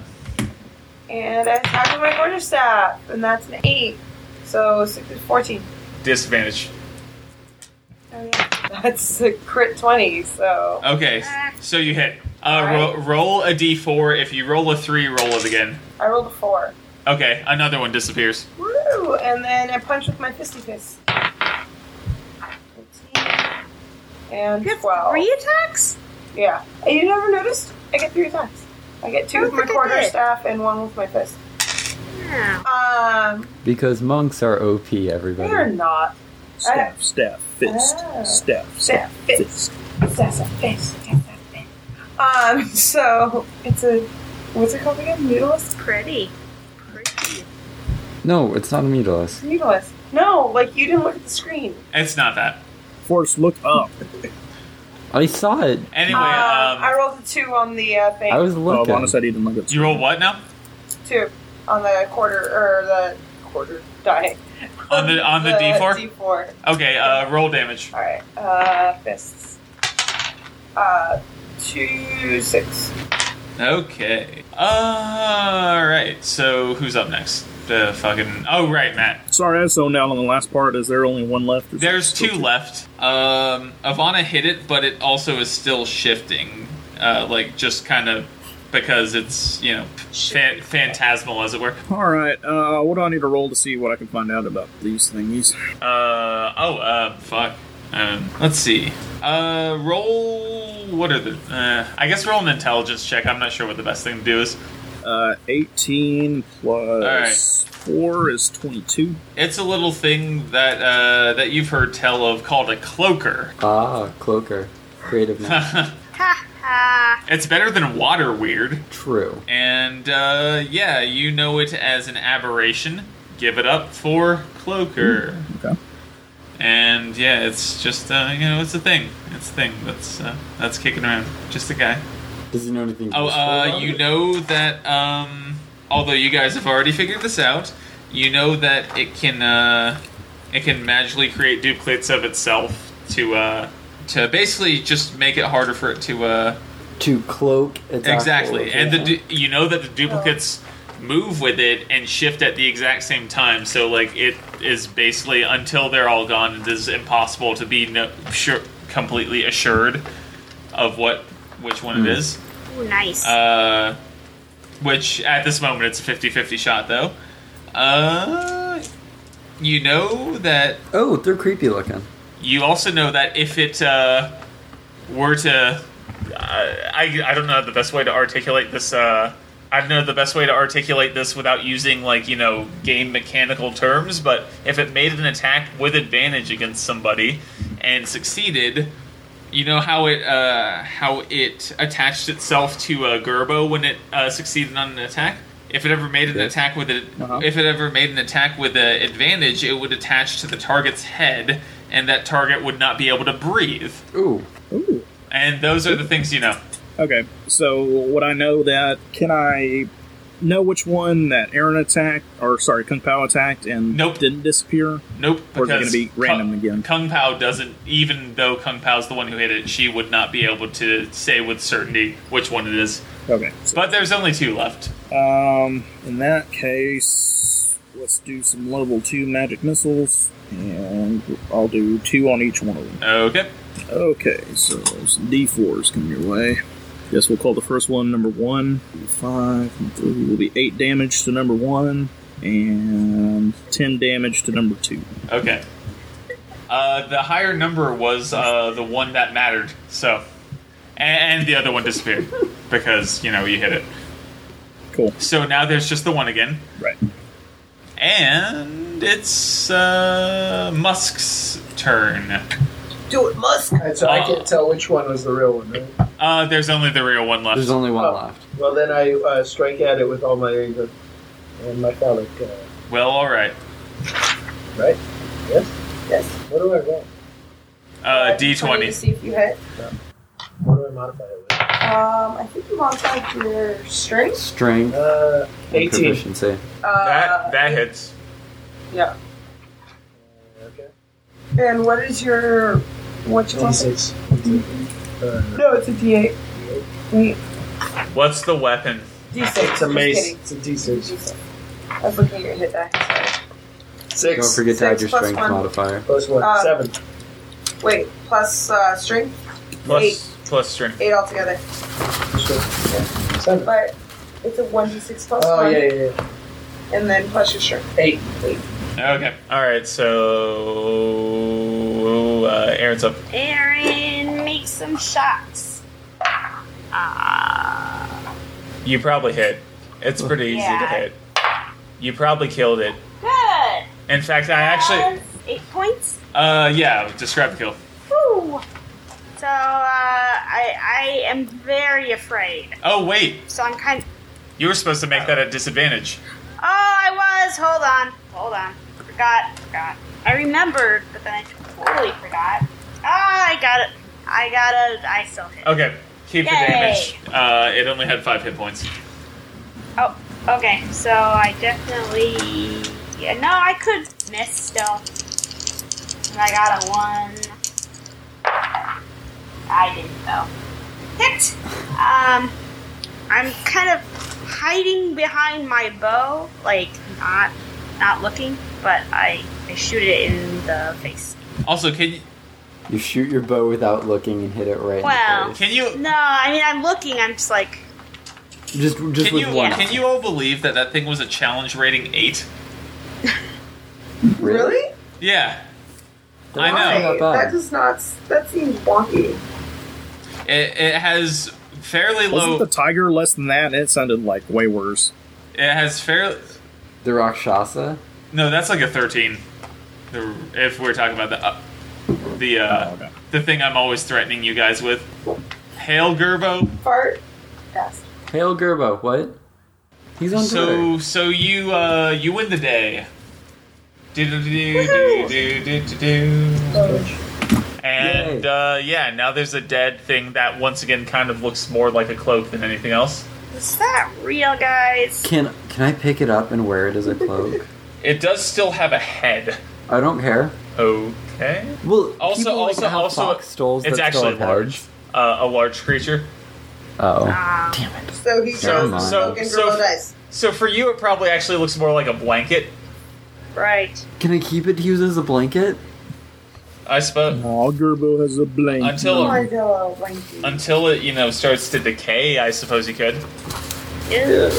[SPEAKER 1] and I attack with my quarterstaff, and that's an eight. So six is fourteen.
[SPEAKER 2] Disadvantage.
[SPEAKER 1] Oh, yeah. That's a crit twenty. So
[SPEAKER 2] Okay. So you hit. Uh. Ro- roll a d4. If you roll a three, roll it again.
[SPEAKER 1] I rolled a four.
[SPEAKER 2] Okay. Another one disappears.
[SPEAKER 1] Woo! And then I punch with my fisty fist. 15 And
[SPEAKER 6] You have
[SPEAKER 1] 12.
[SPEAKER 6] three attacks?
[SPEAKER 1] Yeah. And you never noticed? I get three attacks. I get two
[SPEAKER 6] I
[SPEAKER 1] with
[SPEAKER 6] don't
[SPEAKER 1] my
[SPEAKER 6] think I
[SPEAKER 1] quarter
[SPEAKER 6] did.
[SPEAKER 1] staff and one with my fist.
[SPEAKER 6] Yeah.
[SPEAKER 1] Um,
[SPEAKER 4] because monks are OP,
[SPEAKER 1] they're
[SPEAKER 4] everybody.
[SPEAKER 1] not.
[SPEAKER 5] Staff, staff, fist,
[SPEAKER 1] Ah.
[SPEAKER 5] staff,
[SPEAKER 1] Staff, fist. Staff, staff, fist. Staff, staff, fist. Um, so it's a, what's it called again? Mutilist?
[SPEAKER 6] Pretty. Pretty.
[SPEAKER 4] No, it's not a mutilus.
[SPEAKER 1] Mutilist. No, like you didn't look at the screen.
[SPEAKER 2] It's not that.
[SPEAKER 5] Force, look up.
[SPEAKER 4] I saw it.
[SPEAKER 2] Anyway.
[SPEAKER 1] Um, I
[SPEAKER 2] Um.
[SPEAKER 1] rolled a two on the uh, thing.
[SPEAKER 4] I was
[SPEAKER 5] Oh,
[SPEAKER 4] looking.
[SPEAKER 5] bonus, I didn't look
[SPEAKER 2] You
[SPEAKER 5] up.
[SPEAKER 2] roll what now?
[SPEAKER 1] two on the quarter or the quarter die.
[SPEAKER 2] On the- on the D4?
[SPEAKER 1] D four.
[SPEAKER 2] Okay. Uh. Roll damage.
[SPEAKER 1] All right. Uh, fists. Uh, two six.
[SPEAKER 2] Okay. All right. So who's up next? The fucking. Oh right, Matt.
[SPEAKER 5] Sorry, I was zoned out on the last part. Is there only one left? Or
[SPEAKER 2] There's
[SPEAKER 5] something?
[SPEAKER 2] two left. Um, Ivana hit it, but it also is still shifting. Uh, like just kind of because it's you know phan- phantasmal as it were.
[SPEAKER 5] All right. Uh, what do I need to roll to see what I can find out about these things?
[SPEAKER 2] Uh oh. Uh fuck. Um, let's see. Uh, roll. What are the? Uh, I guess roll an intelligence check. I'm not sure what the best thing to do is.
[SPEAKER 5] Uh, 18 plus 4 is 22.
[SPEAKER 2] It's a little thing that uh, that you've heard tell of called a cloaker.
[SPEAKER 4] Ah, cloaker. Creative now.
[SPEAKER 6] Ha ha.
[SPEAKER 2] It's better than water weird.
[SPEAKER 4] True.
[SPEAKER 2] And uh, yeah, you know it as an aberration. Give it up for Cloaker.
[SPEAKER 5] okay.
[SPEAKER 2] And yeah, it's just uh, you know it's a thing. It's a thing that's uh, that's kicking around. Just a guy.
[SPEAKER 4] Does he know anything?
[SPEAKER 2] Oh,
[SPEAKER 4] useful
[SPEAKER 2] uh,
[SPEAKER 4] about
[SPEAKER 2] you
[SPEAKER 4] it?
[SPEAKER 2] know that. Um, although you guys have already figured this out, you know that it can uh, It can magically create duplicates of itself to uh, to basically just make it harder for it to uh,
[SPEAKER 4] to cloak its actual
[SPEAKER 2] exactly. And the
[SPEAKER 4] location.
[SPEAKER 2] du- you know that the duplicates move with it and shift at the exact same time. So like it is basically until they're all gone, it is impossible to be no- sure, completely assured of what which one it is.
[SPEAKER 6] Ooh, nice.
[SPEAKER 2] Uh, which at this moment it's a 50-50 shot though. Uh, you know that
[SPEAKER 8] Oh, they're creepy looking.
[SPEAKER 2] you also know that if it uh, were to, I, I I don't know the best way to articulate this. Uh, I don't know the best way to articulate this without using like you know game mechanical terms, but if it made an attack with advantage against somebody and succeeded, you know how it uh, how it attached itself to uh, Gerbo when it uh, succeeded on an attack. If it ever made an attack with it,
[SPEAKER 5] Uh-huh.
[SPEAKER 2] if it ever made an attack with an advantage, it would attach to the target's head, and that target would not be able to breathe.
[SPEAKER 8] Ooh,
[SPEAKER 5] Ooh.
[SPEAKER 2] And those are the things you know.
[SPEAKER 5] Okay, so would I know that? Can I know which one that Aaron attacked, or sorry, Kung Pao attacked and
[SPEAKER 2] Nope.
[SPEAKER 5] didn't disappear?
[SPEAKER 2] Nope,
[SPEAKER 5] Or is it
[SPEAKER 2] because
[SPEAKER 5] gonna be random
[SPEAKER 2] Kung,
[SPEAKER 5] again?
[SPEAKER 2] Kung Pao doesn't. Even though Kung Pao's the one who hit it, she would not be able to say with certainty which one it is.
[SPEAKER 5] Okay, so,
[SPEAKER 2] But there's only two left.
[SPEAKER 5] um, in that case, let's do some level two magic missiles, and I'll do two on each one of them.
[SPEAKER 2] Okay.
[SPEAKER 5] Okay, so some D4s coming your way. Guess we'll call the first one number one. Five and three will be eight damage to number one, and ten damage to number two.
[SPEAKER 2] Okay. Uh, the higher number was uh, the one that mattered. So, and, and the other one disappeared because you know you hit it.
[SPEAKER 5] Cool.
[SPEAKER 2] So now there's just the one again,
[SPEAKER 5] Right.
[SPEAKER 2] and it's uh, Musk's turn.
[SPEAKER 1] Do it, Musk.
[SPEAKER 7] And so I
[SPEAKER 1] Uh.
[SPEAKER 7] can't tell which one was the real one, right?
[SPEAKER 2] Uh, there's only the real one left.
[SPEAKER 8] there's only one
[SPEAKER 2] Uh,
[SPEAKER 7] Oh.
[SPEAKER 8] left.
[SPEAKER 7] Well, then I uh, strike at it with all my anger and my phallic. Uh,
[SPEAKER 2] well, all right.
[SPEAKER 7] right? Yes? Yes. What do I roll?
[SPEAKER 2] Uh,
[SPEAKER 1] To
[SPEAKER 2] D20.
[SPEAKER 1] see if you hit.
[SPEAKER 7] What do I modify it with?
[SPEAKER 1] Um, I think you modified your strength.
[SPEAKER 8] Strength,
[SPEAKER 7] Uh,
[SPEAKER 8] and
[SPEAKER 7] 18.
[SPEAKER 8] proficiency.
[SPEAKER 1] Uh,
[SPEAKER 2] That that hits.
[SPEAKER 1] Yeah.
[SPEAKER 7] Okay.
[SPEAKER 1] And what is your what you want?
[SPEAKER 7] 26. Uh,
[SPEAKER 1] No, it's a D8. Wait,
[SPEAKER 2] What's the weapon?
[SPEAKER 1] D6.
[SPEAKER 7] it's a mace.
[SPEAKER 1] Just
[SPEAKER 7] It's a
[SPEAKER 1] kidding,
[SPEAKER 7] d6.
[SPEAKER 1] D6. I was looking at your hit die.
[SPEAKER 8] Don't
[SPEAKER 7] Six.
[SPEAKER 8] forget to add
[SPEAKER 1] Six
[SPEAKER 8] your
[SPEAKER 1] plus
[SPEAKER 8] strength
[SPEAKER 1] one.
[SPEAKER 8] modifier.
[SPEAKER 7] Plus one.
[SPEAKER 1] Uh,
[SPEAKER 7] Seven.
[SPEAKER 1] Wait, plus uh, strength, Eight.
[SPEAKER 2] Plus plus strength.
[SPEAKER 1] eight altogether.
[SPEAKER 7] Seven.
[SPEAKER 1] But it's a one d6 plus
[SPEAKER 7] Oh,
[SPEAKER 1] one,
[SPEAKER 7] yeah, yeah, yeah.
[SPEAKER 1] and then plus your strength.
[SPEAKER 7] Eight.
[SPEAKER 2] Okay. All right. So uh, Aaron's up.
[SPEAKER 6] Aaron, make some shots. Ah,
[SPEAKER 2] You probably hit. It's pretty easy to
[SPEAKER 6] Yeah.
[SPEAKER 2] hit. You probably killed it.
[SPEAKER 6] good.
[SPEAKER 2] In fact, I actually,
[SPEAKER 6] That's eight points.
[SPEAKER 2] uh, yeah, describe the kill.
[SPEAKER 6] Woo. So uh, I I am very afraid.
[SPEAKER 2] Oh wait,
[SPEAKER 6] So I'm kind.
[SPEAKER 2] you were supposed to make that at disadvantage.
[SPEAKER 6] Oh, I was. Hold on. Hold on. Forgot. Forgot. I remembered, but then I totally forgot. Ah, I got it. I got a. I still hit.
[SPEAKER 2] Okay, keep
[SPEAKER 6] Yay.
[SPEAKER 2] the damage. Uh, it only had five hit points.
[SPEAKER 6] Oh, okay. So I definitely. Yeah, no, I could miss still. And I got a one. I didn't though. Hit. Um, I'm kind of hiding behind my bow, like not not looking, but I I shoot it in the face.
[SPEAKER 2] Also, can you,
[SPEAKER 8] You shoot your bow without looking and hit it right
[SPEAKER 6] Wow.
[SPEAKER 8] in the face.
[SPEAKER 2] can you
[SPEAKER 6] No, I mean I'm looking. I'm just like
[SPEAKER 8] Just, just
[SPEAKER 2] can
[SPEAKER 8] with
[SPEAKER 2] you
[SPEAKER 8] one.
[SPEAKER 2] can you all believe that that thing was a challenge rating eight?
[SPEAKER 1] Really?
[SPEAKER 2] Yeah, I
[SPEAKER 1] Why?
[SPEAKER 2] know.
[SPEAKER 8] Not bad.
[SPEAKER 1] That does not. That seems wonky.
[SPEAKER 2] It, it has fairly
[SPEAKER 5] Wasn't
[SPEAKER 2] low.
[SPEAKER 5] the tiger less than that? It sounded like way worse.
[SPEAKER 2] it has fairly.
[SPEAKER 8] The Rakshasa?
[SPEAKER 2] No, that's like a thirteen. The, if we're talking about the uh, the uh,
[SPEAKER 5] Oh, okay.
[SPEAKER 2] the thing I'm always threatening you guys with, hail Gerbo.
[SPEAKER 1] Fart. Yes.
[SPEAKER 8] Hail Gerbo, what? He's on Twitter.
[SPEAKER 2] So so you uh you win the day. Do do do do do do do do. And
[SPEAKER 8] Yay.
[SPEAKER 2] uh, yeah, now there's a dead thing that once again kind of looks more like a cloak than anything else.
[SPEAKER 6] is that real, guys?
[SPEAKER 8] Can can I pick it up and wear it as a cloak?
[SPEAKER 2] It does still have a head.
[SPEAKER 4] I don't care.
[SPEAKER 2] Okay.
[SPEAKER 9] Well,
[SPEAKER 2] Also,
[SPEAKER 9] people like
[SPEAKER 2] also,
[SPEAKER 9] to have
[SPEAKER 2] also,
[SPEAKER 9] fox stoles
[SPEAKER 2] it's
[SPEAKER 9] that still
[SPEAKER 2] actually
[SPEAKER 9] have
[SPEAKER 2] large. Uh, a large creature.
[SPEAKER 9] Oh,
[SPEAKER 6] Um,
[SPEAKER 1] So he
[SPEAKER 9] Never
[SPEAKER 1] chose
[SPEAKER 9] mind.
[SPEAKER 2] So,
[SPEAKER 1] fucking
[SPEAKER 2] so,
[SPEAKER 1] gorilla dice.
[SPEAKER 2] so for you, it probably actually looks more like a blanket.
[SPEAKER 6] Right.
[SPEAKER 4] Can I keep it to use as a blanket?
[SPEAKER 2] I suppose
[SPEAKER 5] Aw, Oh, Gerbo has a blank.
[SPEAKER 2] until
[SPEAKER 1] Oh, I uh, know, wanky.
[SPEAKER 2] until it you know starts to decay. I suppose you could.
[SPEAKER 6] Ew.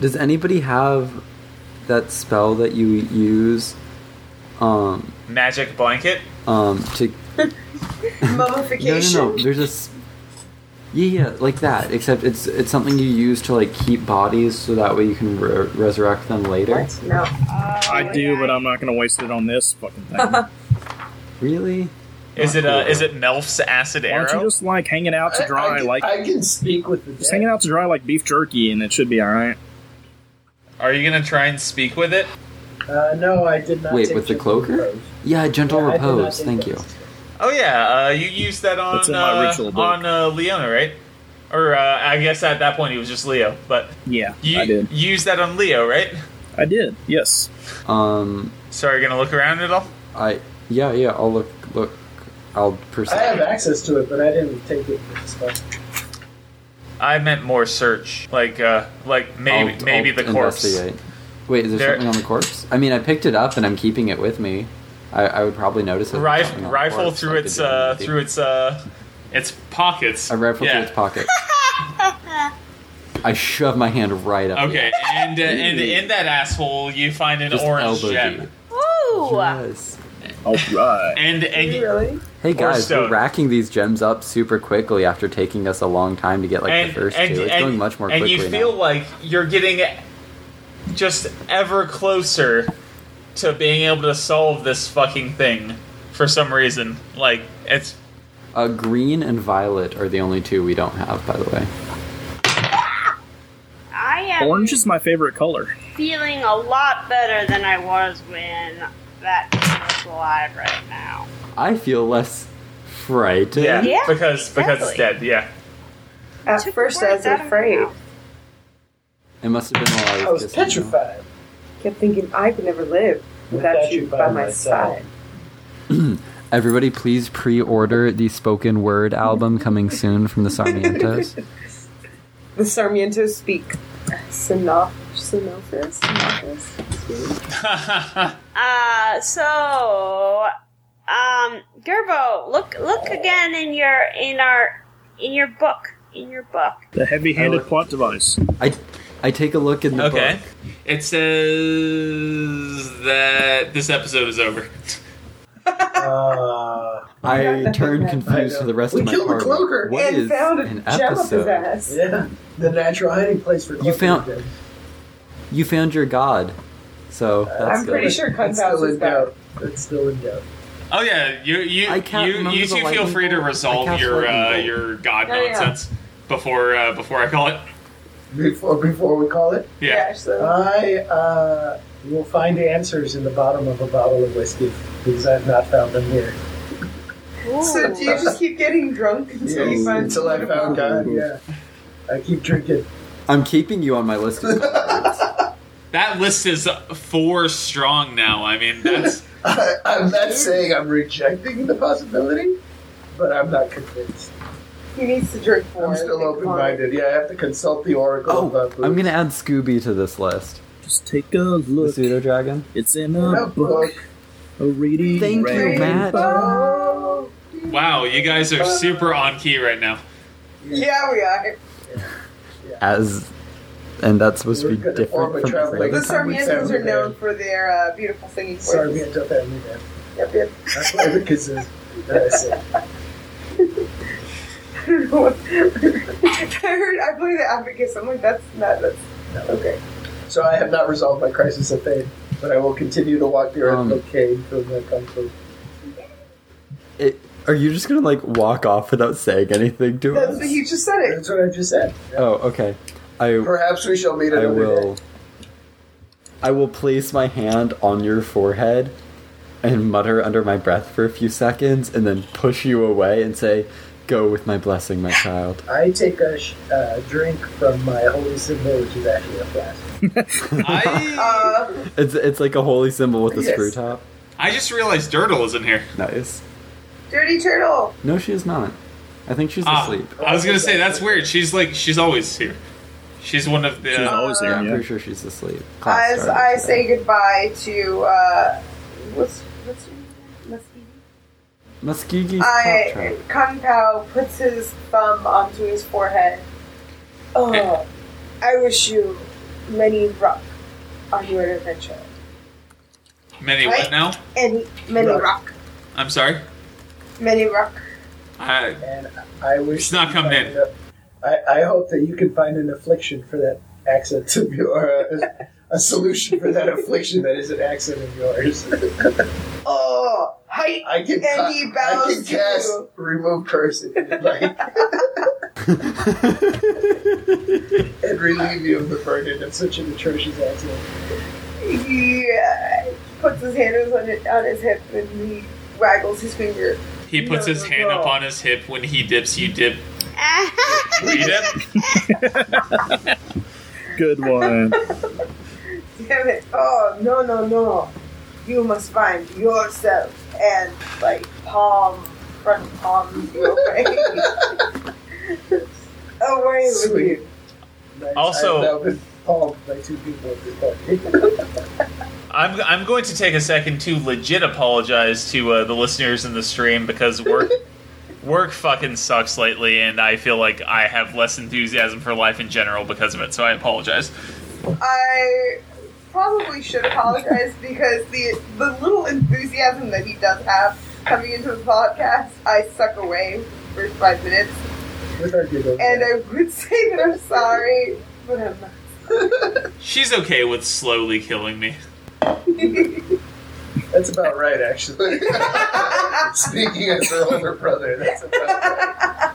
[SPEAKER 4] Does anybody have that spell that you use um,
[SPEAKER 2] Magic blanket.
[SPEAKER 4] um, to No,
[SPEAKER 1] Mummification.
[SPEAKER 4] no, no. There's a s- yeah, yeah, like that. Except it's it's something you use to like keep bodies, so that way you can re- resurrect them later.
[SPEAKER 1] What? No.
[SPEAKER 6] Oh,
[SPEAKER 5] I do, but I'm not going to waste it on this fucking thing. Why
[SPEAKER 4] Really?
[SPEAKER 2] Is it uh, is it Melf's acid
[SPEAKER 5] don't you
[SPEAKER 2] arrow?
[SPEAKER 5] just like hang it out to
[SPEAKER 7] I, I
[SPEAKER 5] dry,
[SPEAKER 7] can,
[SPEAKER 5] like
[SPEAKER 7] I can speak with the
[SPEAKER 5] just hang it
[SPEAKER 7] dead.
[SPEAKER 5] out to dry like beef jerky, and it should be all right.
[SPEAKER 2] Are you gonna try and speak with it?
[SPEAKER 7] Uh, no, I did not.
[SPEAKER 4] Wait,
[SPEAKER 7] take
[SPEAKER 4] with the
[SPEAKER 7] Gentle
[SPEAKER 4] cloaker?
[SPEAKER 7] Repose.
[SPEAKER 4] Yeah, gentle
[SPEAKER 7] Yeah, I did not
[SPEAKER 4] repose.
[SPEAKER 7] do
[SPEAKER 4] Thank
[SPEAKER 7] those.
[SPEAKER 4] you.
[SPEAKER 2] Oh yeah, uh, you used that on
[SPEAKER 5] It's in my
[SPEAKER 2] uh,
[SPEAKER 5] ritual book.
[SPEAKER 2] on uh, Leona, right? Or uh, I guess at that point he was just Leo, but
[SPEAKER 5] Yeah,
[SPEAKER 2] you
[SPEAKER 5] I did.
[SPEAKER 2] you used that on Leo, right?
[SPEAKER 5] I did. Yes.
[SPEAKER 4] Um,
[SPEAKER 2] So are you gonna look around at all?
[SPEAKER 4] I yeah yeah. I'll look look. I'll
[SPEAKER 7] I have
[SPEAKER 4] perceive.
[SPEAKER 7] access to it, but I didn't take it. for this one.
[SPEAKER 2] I meant more search, like uh, like maybe
[SPEAKER 4] I'll-
[SPEAKER 2] maybe
[SPEAKER 4] I'll
[SPEAKER 2] the corpse.
[SPEAKER 4] investigate. Wait, is there,
[SPEAKER 2] There-
[SPEAKER 4] something on the corpse? I mean, I picked it up and I'm keeping it with me. I, I would probably notice it. if there's
[SPEAKER 2] Rif-
[SPEAKER 4] something on the
[SPEAKER 2] rifle
[SPEAKER 4] corpse,
[SPEAKER 2] through
[SPEAKER 4] like
[SPEAKER 2] its
[SPEAKER 4] the
[SPEAKER 2] uh,
[SPEAKER 4] dead
[SPEAKER 2] through its uh, its pockets.
[SPEAKER 4] I rifle
[SPEAKER 2] Yeah.
[SPEAKER 4] through its pocket. I shove my hand right up.
[SPEAKER 2] Okay, and uh, and in that asshole you find an
[SPEAKER 4] Just
[SPEAKER 2] orange
[SPEAKER 4] elbow
[SPEAKER 2] gem,
[SPEAKER 4] deep.
[SPEAKER 6] Ooh.
[SPEAKER 4] Yes.
[SPEAKER 5] All right.
[SPEAKER 2] and and
[SPEAKER 1] Really?
[SPEAKER 4] Hey guys, we're
[SPEAKER 2] stone.
[SPEAKER 4] racking these gems up super quickly after taking us a long time to get like
[SPEAKER 2] and,
[SPEAKER 4] the first
[SPEAKER 2] and,
[SPEAKER 4] two. It's
[SPEAKER 2] and-
[SPEAKER 4] going much more
[SPEAKER 2] and
[SPEAKER 4] quickly
[SPEAKER 2] you feel
[SPEAKER 4] now.
[SPEAKER 2] like you're getting just ever closer to being able to solve this fucking thing for some reason. Like it's
[SPEAKER 4] Uh, green and violet are the only two we don't have, by the way.
[SPEAKER 6] I am
[SPEAKER 5] Orange is my favorite color.
[SPEAKER 6] feeling a lot better than I was when that thing was alive right now.
[SPEAKER 4] I feel less frightened.
[SPEAKER 2] yeah,
[SPEAKER 6] Yeah,
[SPEAKER 2] because because it's
[SPEAKER 6] exactly.
[SPEAKER 2] dead. Yeah,
[SPEAKER 1] At
[SPEAKER 6] Took the
[SPEAKER 1] first, I
[SPEAKER 6] words
[SPEAKER 1] was
[SPEAKER 6] out of my
[SPEAKER 1] afraid.
[SPEAKER 6] mouth.
[SPEAKER 4] It must have been while I was,
[SPEAKER 7] I was
[SPEAKER 4] kissing you.
[SPEAKER 7] petrified.
[SPEAKER 1] Kept thinking I could never live without you by my side.
[SPEAKER 4] Everybody, please pre-order the spoken word album coming soon from the Sarmientos.
[SPEAKER 1] The Sarmiento speak. Synoph- Synophis? Synophis?
[SPEAKER 6] Uh, so, um, Gerbo, look, look again in your in our in your book in your book.
[SPEAKER 5] The heavy-handed plot device.
[SPEAKER 4] I, I take a look in the
[SPEAKER 2] Okay.
[SPEAKER 4] book.
[SPEAKER 2] It says that this episode is over.
[SPEAKER 7] Uh,
[SPEAKER 4] I turn confused to the rest
[SPEAKER 7] We
[SPEAKER 4] of my
[SPEAKER 7] killed the
[SPEAKER 4] party.
[SPEAKER 7] cloaker
[SPEAKER 4] What
[SPEAKER 1] and
[SPEAKER 4] is
[SPEAKER 1] found a
[SPEAKER 4] an
[SPEAKER 1] gem up his
[SPEAKER 4] episode?
[SPEAKER 1] ass.
[SPEAKER 7] yeah, the natural hiding place for cloakers
[SPEAKER 4] found-
[SPEAKER 7] then.
[SPEAKER 4] You found your god, so that's
[SPEAKER 1] I'm
[SPEAKER 4] good.
[SPEAKER 1] pretty sure
[SPEAKER 7] It's
[SPEAKER 1] Cunthouse
[SPEAKER 7] still
[SPEAKER 1] is
[SPEAKER 7] in
[SPEAKER 1] back.
[SPEAKER 7] doubt. It's still in doubt.
[SPEAKER 2] Oh yeah, you you
[SPEAKER 4] I can't
[SPEAKER 2] you,
[SPEAKER 4] remember
[SPEAKER 2] you
[SPEAKER 4] the
[SPEAKER 2] two feel
[SPEAKER 4] lightning
[SPEAKER 2] free to
[SPEAKER 4] bolt. I
[SPEAKER 2] resolve
[SPEAKER 4] cast
[SPEAKER 2] your
[SPEAKER 4] lightning
[SPEAKER 2] uh,
[SPEAKER 4] bolt.
[SPEAKER 2] your god
[SPEAKER 1] Yeah, yeah.
[SPEAKER 2] nonsense before uh, before I call it.
[SPEAKER 7] Before, before we call it,
[SPEAKER 2] Yeah.
[SPEAKER 1] so.
[SPEAKER 7] I uh, will find answers in the bottom of a bottle of whiskey because I've not found them here.
[SPEAKER 1] so do you just keep getting drunk until you
[SPEAKER 7] Yes,
[SPEAKER 1] find
[SPEAKER 7] until I found God. Yeah, I keep drinking.
[SPEAKER 4] I'm keeping you on my list. Of cards.
[SPEAKER 2] That list is four strong now. I mean, that's
[SPEAKER 7] I, I'm not saying I'm rejecting the possibility, but I'm not convinced.
[SPEAKER 1] He needs to drink more.
[SPEAKER 7] I'm still
[SPEAKER 1] Oh, Think
[SPEAKER 7] open
[SPEAKER 1] more.
[SPEAKER 7] minded. Yeah, I have to consult the oracle
[SPEAKER 4] oh,
[SPEAKER 7] about
[SPEAKER 4] I'm
[SPEAKER 7] booze.
[SPEAKER 4] gonna add Scooby to this list.
[SPEAKER 5] Just take a
[SPEAKER 4] The
[SPEAKER 5] look.
[SPEAKER 4] pseudo dragon.
[SPEAKER 5] It's in
[SPEAKER 7] A
[SPEAKER 4] uh,
[SPEAKER 5] a book.
[SPEAKER 7] book.
[SPEAKER 5] A reading.
[SPEAKER 4] Thank you,
[SPEAKER 5] rainbow.
[SPEAKER 4] Matt.
[SPEAKER 1] Oh.
[SPEAKER 2] wow. You guys are super on key right now.
[SPEAKER 1] Yeah, we are.
[SPEAKER 4] As, and that's supposed
[SPEAKER 7] We're
[SPEAKER 4] to be
[SPEAKER 7] gonna
[SPEAKER 4] different
[SPEAKER 7] form a
[SPEAKER 4] from
[SPEAKER 7] traveling
[SPEAKER 4] like,
[SPEAKER 1] The
[SPEAKER 7] Every time we
[SPEAKER 1] Sarmientos
[SPEAKER 7] sound
[SPEAKER 1] are known
[SPEAKER 7] bad.
[SPEAKER 1] for their uh, beautiful singing voices.
[SPEAKER 7] Sarmiento family man.
[SPEAKER 1] Yep, yep.
[SPEAKER 7] That's what every kid says. that I say.
[SPEAKER 1] I don't know what- I heard I played the advocate. So I'm like, that's not that's not okay.
[SPEAKER 7] So I have not resolved my crisis of faith, but I will continue to walk the earth
[SPEAKER 4] Um,
[SPEAKER 7] okay until I come to.
[SPEAKER 4] It, are you just gonna like walk off without saying anything to
[SPEAKER 1] That's
[SPEAKER 4] us?
[SPEAKER 1] what you just said it.
[SPEAKER 7] That's what I just said.
[SPEAKER 4] oh, okay. I
[SPEAKER 7] Perhaps we shall meet
[SPEAKER 4] I
[SPEAKER 7] another
[SPEAKER 4] will.
[SPEAKER 7] day.
[SPEAKER 4] I will place my hand on your forehead and mutter under my breath for a few seconds, and then push you away and say, "Go with my blessing, my child."
[SPEAKER 7] I take a sh- uh, drink from my holy symbol, which is actually a flask.
[SPEAKER 2] I
[SPEAKER 1] Uh,
[SPEAKER 8] It's it's like a holy symbol with a
[SPEAKER 1] Yes.
[SPEAKER 8] screw top.
[SPEAKER 2] I just realized Dirtle is in here.
[SPEAKER 8] Nice.
[SPEAKER 1] Dirty Turtle.
[SPEAKER 8] No, she is not. I think she's
[SPEAKER 2] Ah,
[SPEAKER 8] asleep.
[SPEAKER 2] I was gonna say that's weird. She's like she's always here. She's one of the.
[SPEAKER 5] She's always
[SPEAKER 8] Yeah,
[SPEAKER 4] Uh,
[SPEAKER 5] there,
[SPEAKER 8] I'm
[SPEAKER 5] yeah.
[SPEAKER 8] pretty sure she's asleep. Class
[SPEAKER 1] As
[SPEAKER 8] started
[SPEAKER 1] I
[SPEAKER 8] today.
[SPEAKER 1] say goodbye to uh, what's what's your name? Muskie?
[SPEAKER 8] Muskegee's clap
[SPEAKER 1] I
[SPEAKER 8] trap.
[SPEAKER 1] Kung Pao puts his thumb onto his forehead. Oh, I wish you many luck on your adventure.
[SPEAKER 2] Many what
[SPEAKER 1] Right?
[SPEAKER 2] now?
[SPEAKER 1] And many
[SPEAKER 7] Luck.
[SPEAKER 1] rock,
[SPEAKER 2] I'm sorry. Uh,
[SPEAKER 1] many rock.
[SPEAKER 2] I,
[SPEAKER 7] And I wish
[SPEAKER 2] It's not
[SPEAKER 7] you
[SPEAKER 2] coming
[SPEAKER 7] find
[SPEAKER 2] in.
[SPEAKER 7] a- I, I hope that you can find an affliction for that accent of yours, a solution for that affliction that is an accent of yours.
[SPEAKER 1] Oh, hi.
[SPEAKER 7] I can,
[SPEAKER 1] And
[SPEAKER 7] ca-
[SPEAKER 1] he bows
[SPEAKER 7] I can
[SPEAKER 1] to
[SPEAKER 7] cast
[SPEAKER 1] you.
[SPEAKER 7] remove curse if you'd like. and relieve you of the burden of such an atrocious accent.
[SPEAKER 1] He uh, puts his hand on his, on his hip and he waggles his finger.
[SPEAKER 2] he puts
[SPEAKER 1] No,
[SPEAKER 2] his
[SPEAKER 1] no,
[SPEAKER 2] hand
[SPEAKER 1] no.
[SPEAKER 2] up on his hip when he dips. You dip. You dip.
[SPEAKER 5] Good one.
[SPEAKER 1] Damn it. Oh, no, no, no. You must find yourself and, like, palm, front palm away. away with
[SPEAKER 7] Sweet.
[SPEAKER 1] you.
[SPEAKER 7] Like,
[SPEAKER 2] Also-
[SPEAKER 7] I've now been palmed by two people at this point.
[SPEAKER 2] I'm, I'm going to take a second to legit apologize to uh, the listeners in the stream because work work fucking sucks lately, and I feel like I have less enthusiasm for life in general because of it. So I apologize.
[SPEAKER 1] I probably should apologize because the the little enthusiasm that he does have coming into the podcast, I suck away for five minutes.
[SPEAKER 7] With our giggles.
[SPEAKER 1] And I would say that I'm sorry, but I'm not.
[SPEAKER 2] She's okay with slowly killing me.
[SPEAKER 7] That's about right, actually. Speaking as her older brother, that's about right.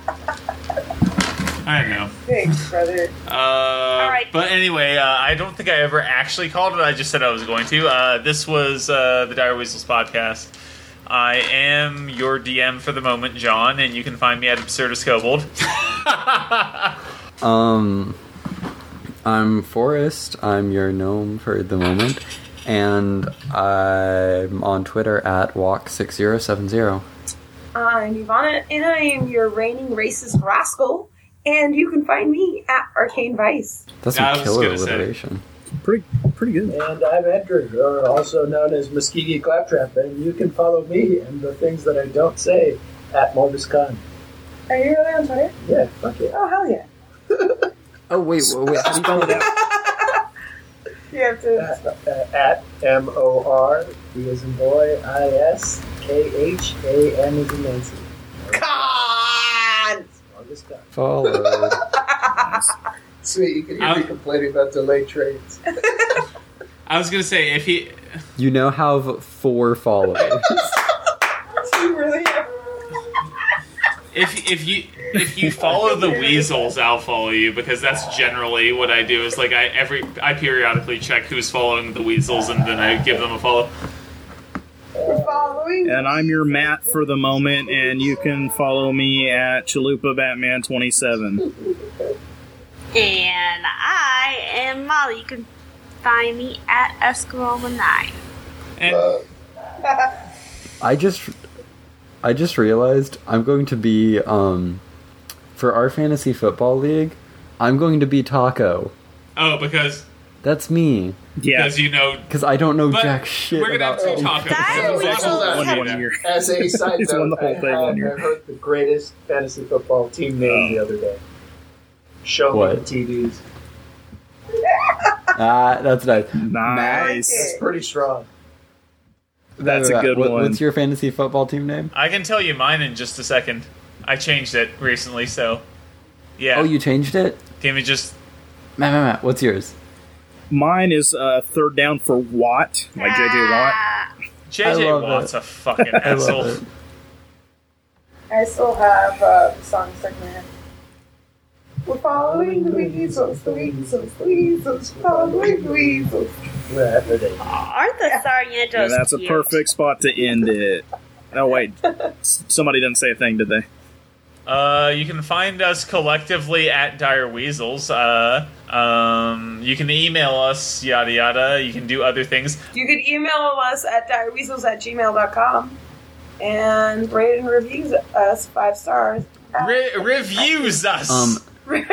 [SPEAKER 2] I know.
[SPEAKER 1] Thanks, brother.
[SPEAKER 2] Uh,
[SPEAKER 6] right.
[SPEAKER 2] But anyway, uh, I don't think I ever actually called it. I just said I was going to. Uh, this was uh, the Dire Weasels podcast. I am your DM for the moment, John, and you can find me at Absurdus Kobold.
[SPEAKER 8] Um, I'm Forrest. I'm your gnome for the moment, and I'm on Twitter at walk six zero seven zero.
[SPEAKER 1] I'm Ivana, and I am your reigning racist rascal. And you can find me at Arcane Vice.
[SPEAKER 8] That's
[SPEAKER 2] Yeah, I
[SPEAKER 8] some
[SPEAKER 2] was
[SPEAKER 8] killer
[SPEAKER 2] gonna say.
[SPEAKER 8] alliteration.
[SPEAKER 5] pretty, pretty good.
[SPEAKER 7] And I'm Edgar, or also known as Muskegee Claptrap, and you can follow me and the things that I don't say at Morbus Khan.
[SPEAKER 1] Are you really on Twitter?
[SPEAKER 7] Yeah, fuck yeah.
[SPEAKER 1] Oh hell yeah!
[SPEAKER 8] Oh wait, wait, wait. How do you spell
[SPEAKER 1] You have to.
[SPEAKER 7] Uh, uh, at M O R, B as in boy, I S K H A N as in Nancy.
[SPEAKER 1] Con!
[SPEAKER 7] Morbus Khan.
[SPEAKER 8] Followed.
[SPEAKER 7] Sweet, you can hear
[SPEAKER 2] I'm-
[SPEAKER 7] me complaining about delayed trains.
[SPEAKER 2] I was gonna say if he
[SPEAKER 8] You now have four followers.
[SPEAKER 1] You really have.
[SPEAKER 2] if if you if you follow the weasels, I'll follow you because that's generally what I do. Is like I every I periodically check who's following the weasels and then I give them a follow.
[SPEAKER 1] We're following.
[SPEAKER 5] And I'm your Matt for the moment, and you can follow me at Chalupa Batman 27.
[SPEAKER 6] And I am Molly. You can find me at Eskimo9.
[SPEAKER 2] And
[SPEAKER 8] I just, I just realized I'm going to be um, for our fantasy football league. I'm going to be Taco.
[SPEAKER 2] oh, because
[SPEAKER 8] That's me.
[SPEAKER 5] Yeah.
[SPEAKER 2] because you know,
[SPEAKER 8] Because I don't know
[SPEAKER 2] but
[SPEAKER 8] jack shit
[SPEAKER 2] we're gonna
[SPEAKER 8] about
[SPEAKER 2] have two
[SPEAKER 8] football.
[SPEAKER 2] tacos.
[SPEAKER 6] Dire
[SPEAKER 2] That's
[SPEAKER 7] Weasels
[SPEAKER 2] all
[SPEAKER 5] One
[SPEAKER 2] I
[SPEAKER 5] one
[SPEAKER 2] know.
[SPEAKER 5] year.
[SPEAKER 7] As a side
[SPEAKER 5] He's won
[SPEAKER 7] note,
[SPEAKER 5] the whole
[SPEAKER 7] I,
[SPEAKER 5] thing
[SPEAKER 7] had-
[SPEAKER 5] one year.
[SPEAKER 7] I heard the greatest fantasy football team name
[SPEAKER 5] Oh.
[SPEAKER 7] the other day. Show me
[SPEAKER 8] What?
[SPEAKER 7] the TVs.
[SPEAKER 8] Ah, that's nice.
[SPEAKER 5] Nice.
[SPEAKER 7] It's pretty strong.
[SPEAKER 5] That's a good
[SPEAKER 8] What-
[SPEAKER 5] one.
[SPEAKER 8] What's your fantasy football team name?
[SPEAKER 2] I can tell you mine in just a second. I changed it recently, so yeah.
[SPEAKER 8] Oh, you changed it?
[SPEAKER 2] Give me just
[SPEAKER 8] Matt, Matt, Matt, what's yours?
[SPEAKER 5] Mine is uh, third down for Watt, like JJ Watt.
[SPEAKER 2] JJ
[SPEAKER 8] love
[SPEAKER 2] Watt's
[SPEAKER 8] it.
[SPEAKER 2] a fucking
[SPEAKER 8] I love
[SPEAKER 2] asshole.
[SPEAKER 8] it.
[SPEAKER 1] I still have uh, songs stuck in my head. We're following the weasels, the weasels, the weasels, following the weasels.
[SPEAKER 7] Yeah, I heard it.
[SPEAKER 6] Aren't the Sargentos
[SPEAKER 5] And that's a
[SPEAKER 6] cute?
[SPEAKER 5] perfect spot to end it. Oh, wait. S- Somebody didn't say a thing, did they?
[SPEAKER 2] Uh, you can find us collectively at Dire Weasels. Uh, um, you can email us, yada yada. You can do other things.
[SPEAKER 1] You E can email us at direweasels at gmail.com and rate and review us five stars.
[SPEAKER 2] Re- reviews us.
[SPEAKER 4] Um,
[SPEAKER 1] Right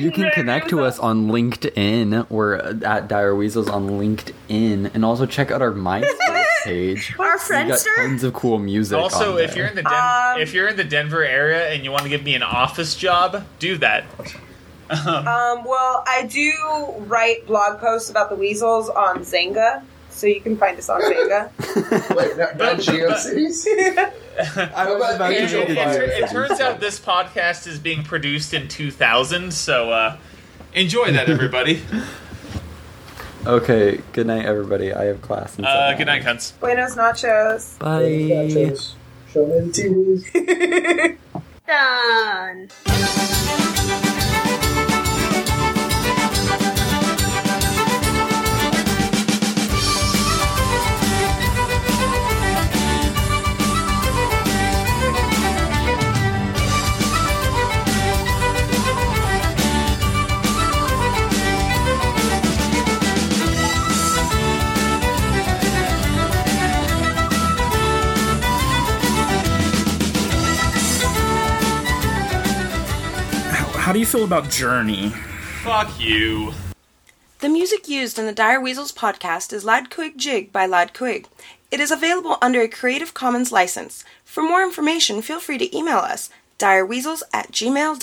[SPEAKER 4] you can
[SPEAKER 1] there,
[SPEAKER 4] connect to us on LinkedIn. We're at Dire Weasels on LinkedIn, and also check out our MySpace page.
[SPEAKER 6] Our
[SPEAKER 4] We got
[SPEAKER 6] friendster?
[SPEAKER 4] tons of cool music.
[SPEAKER 2] also,
[SPEAKER 4] on
[SPEAKER 2] if you're in the Den-
[SPEAKER 1] Um,
[SPEAKER 2] if you're in the Denver area and you want to give me an office job, do that.
[SPEAKER 1] Um, well, I do write blog posts about the weasels on Zynga, so you can find us on Zynga.
[SPEAKER 7] Wait, not, not GeoCities?
[SPEAKER 4] I
[SPEAKER 7] was about to
[SPEAKER 2] It,
[SPEAKER 7] Angel
[SPEAKER 2] it- it-
[SPEAKER 7] fire.
[SPEAKER 2] it turns out this podcast is being produced in 2000, so uh, enjoy that, everybody.
[SPEAKER 4] Okay, good night, everybody. I have class. in
[SPEAKER 2] uh,
[SPEAKER 4] seven
[SPEAKER 2] good night,
[SPEAKER 4] hours.
[SPEAKER 2] cunts.
[SPEAKER 1] Buenos nachos.
[SPEAKER 4] Bye.
[SPEAKER 7] Show me the TVs.
[SPEAKER 6] Done.
[SPEAKER 5] How, how do you feel about Journey?
[SPEAKER 2] Fuck you.
[SPEAKER 10] The music used in the Dire Weasels podcast is Lad Quig Jig by Lad Quig. It is available under a Creative Commons license. For more information, feel free to email us direweasels at gmail.com.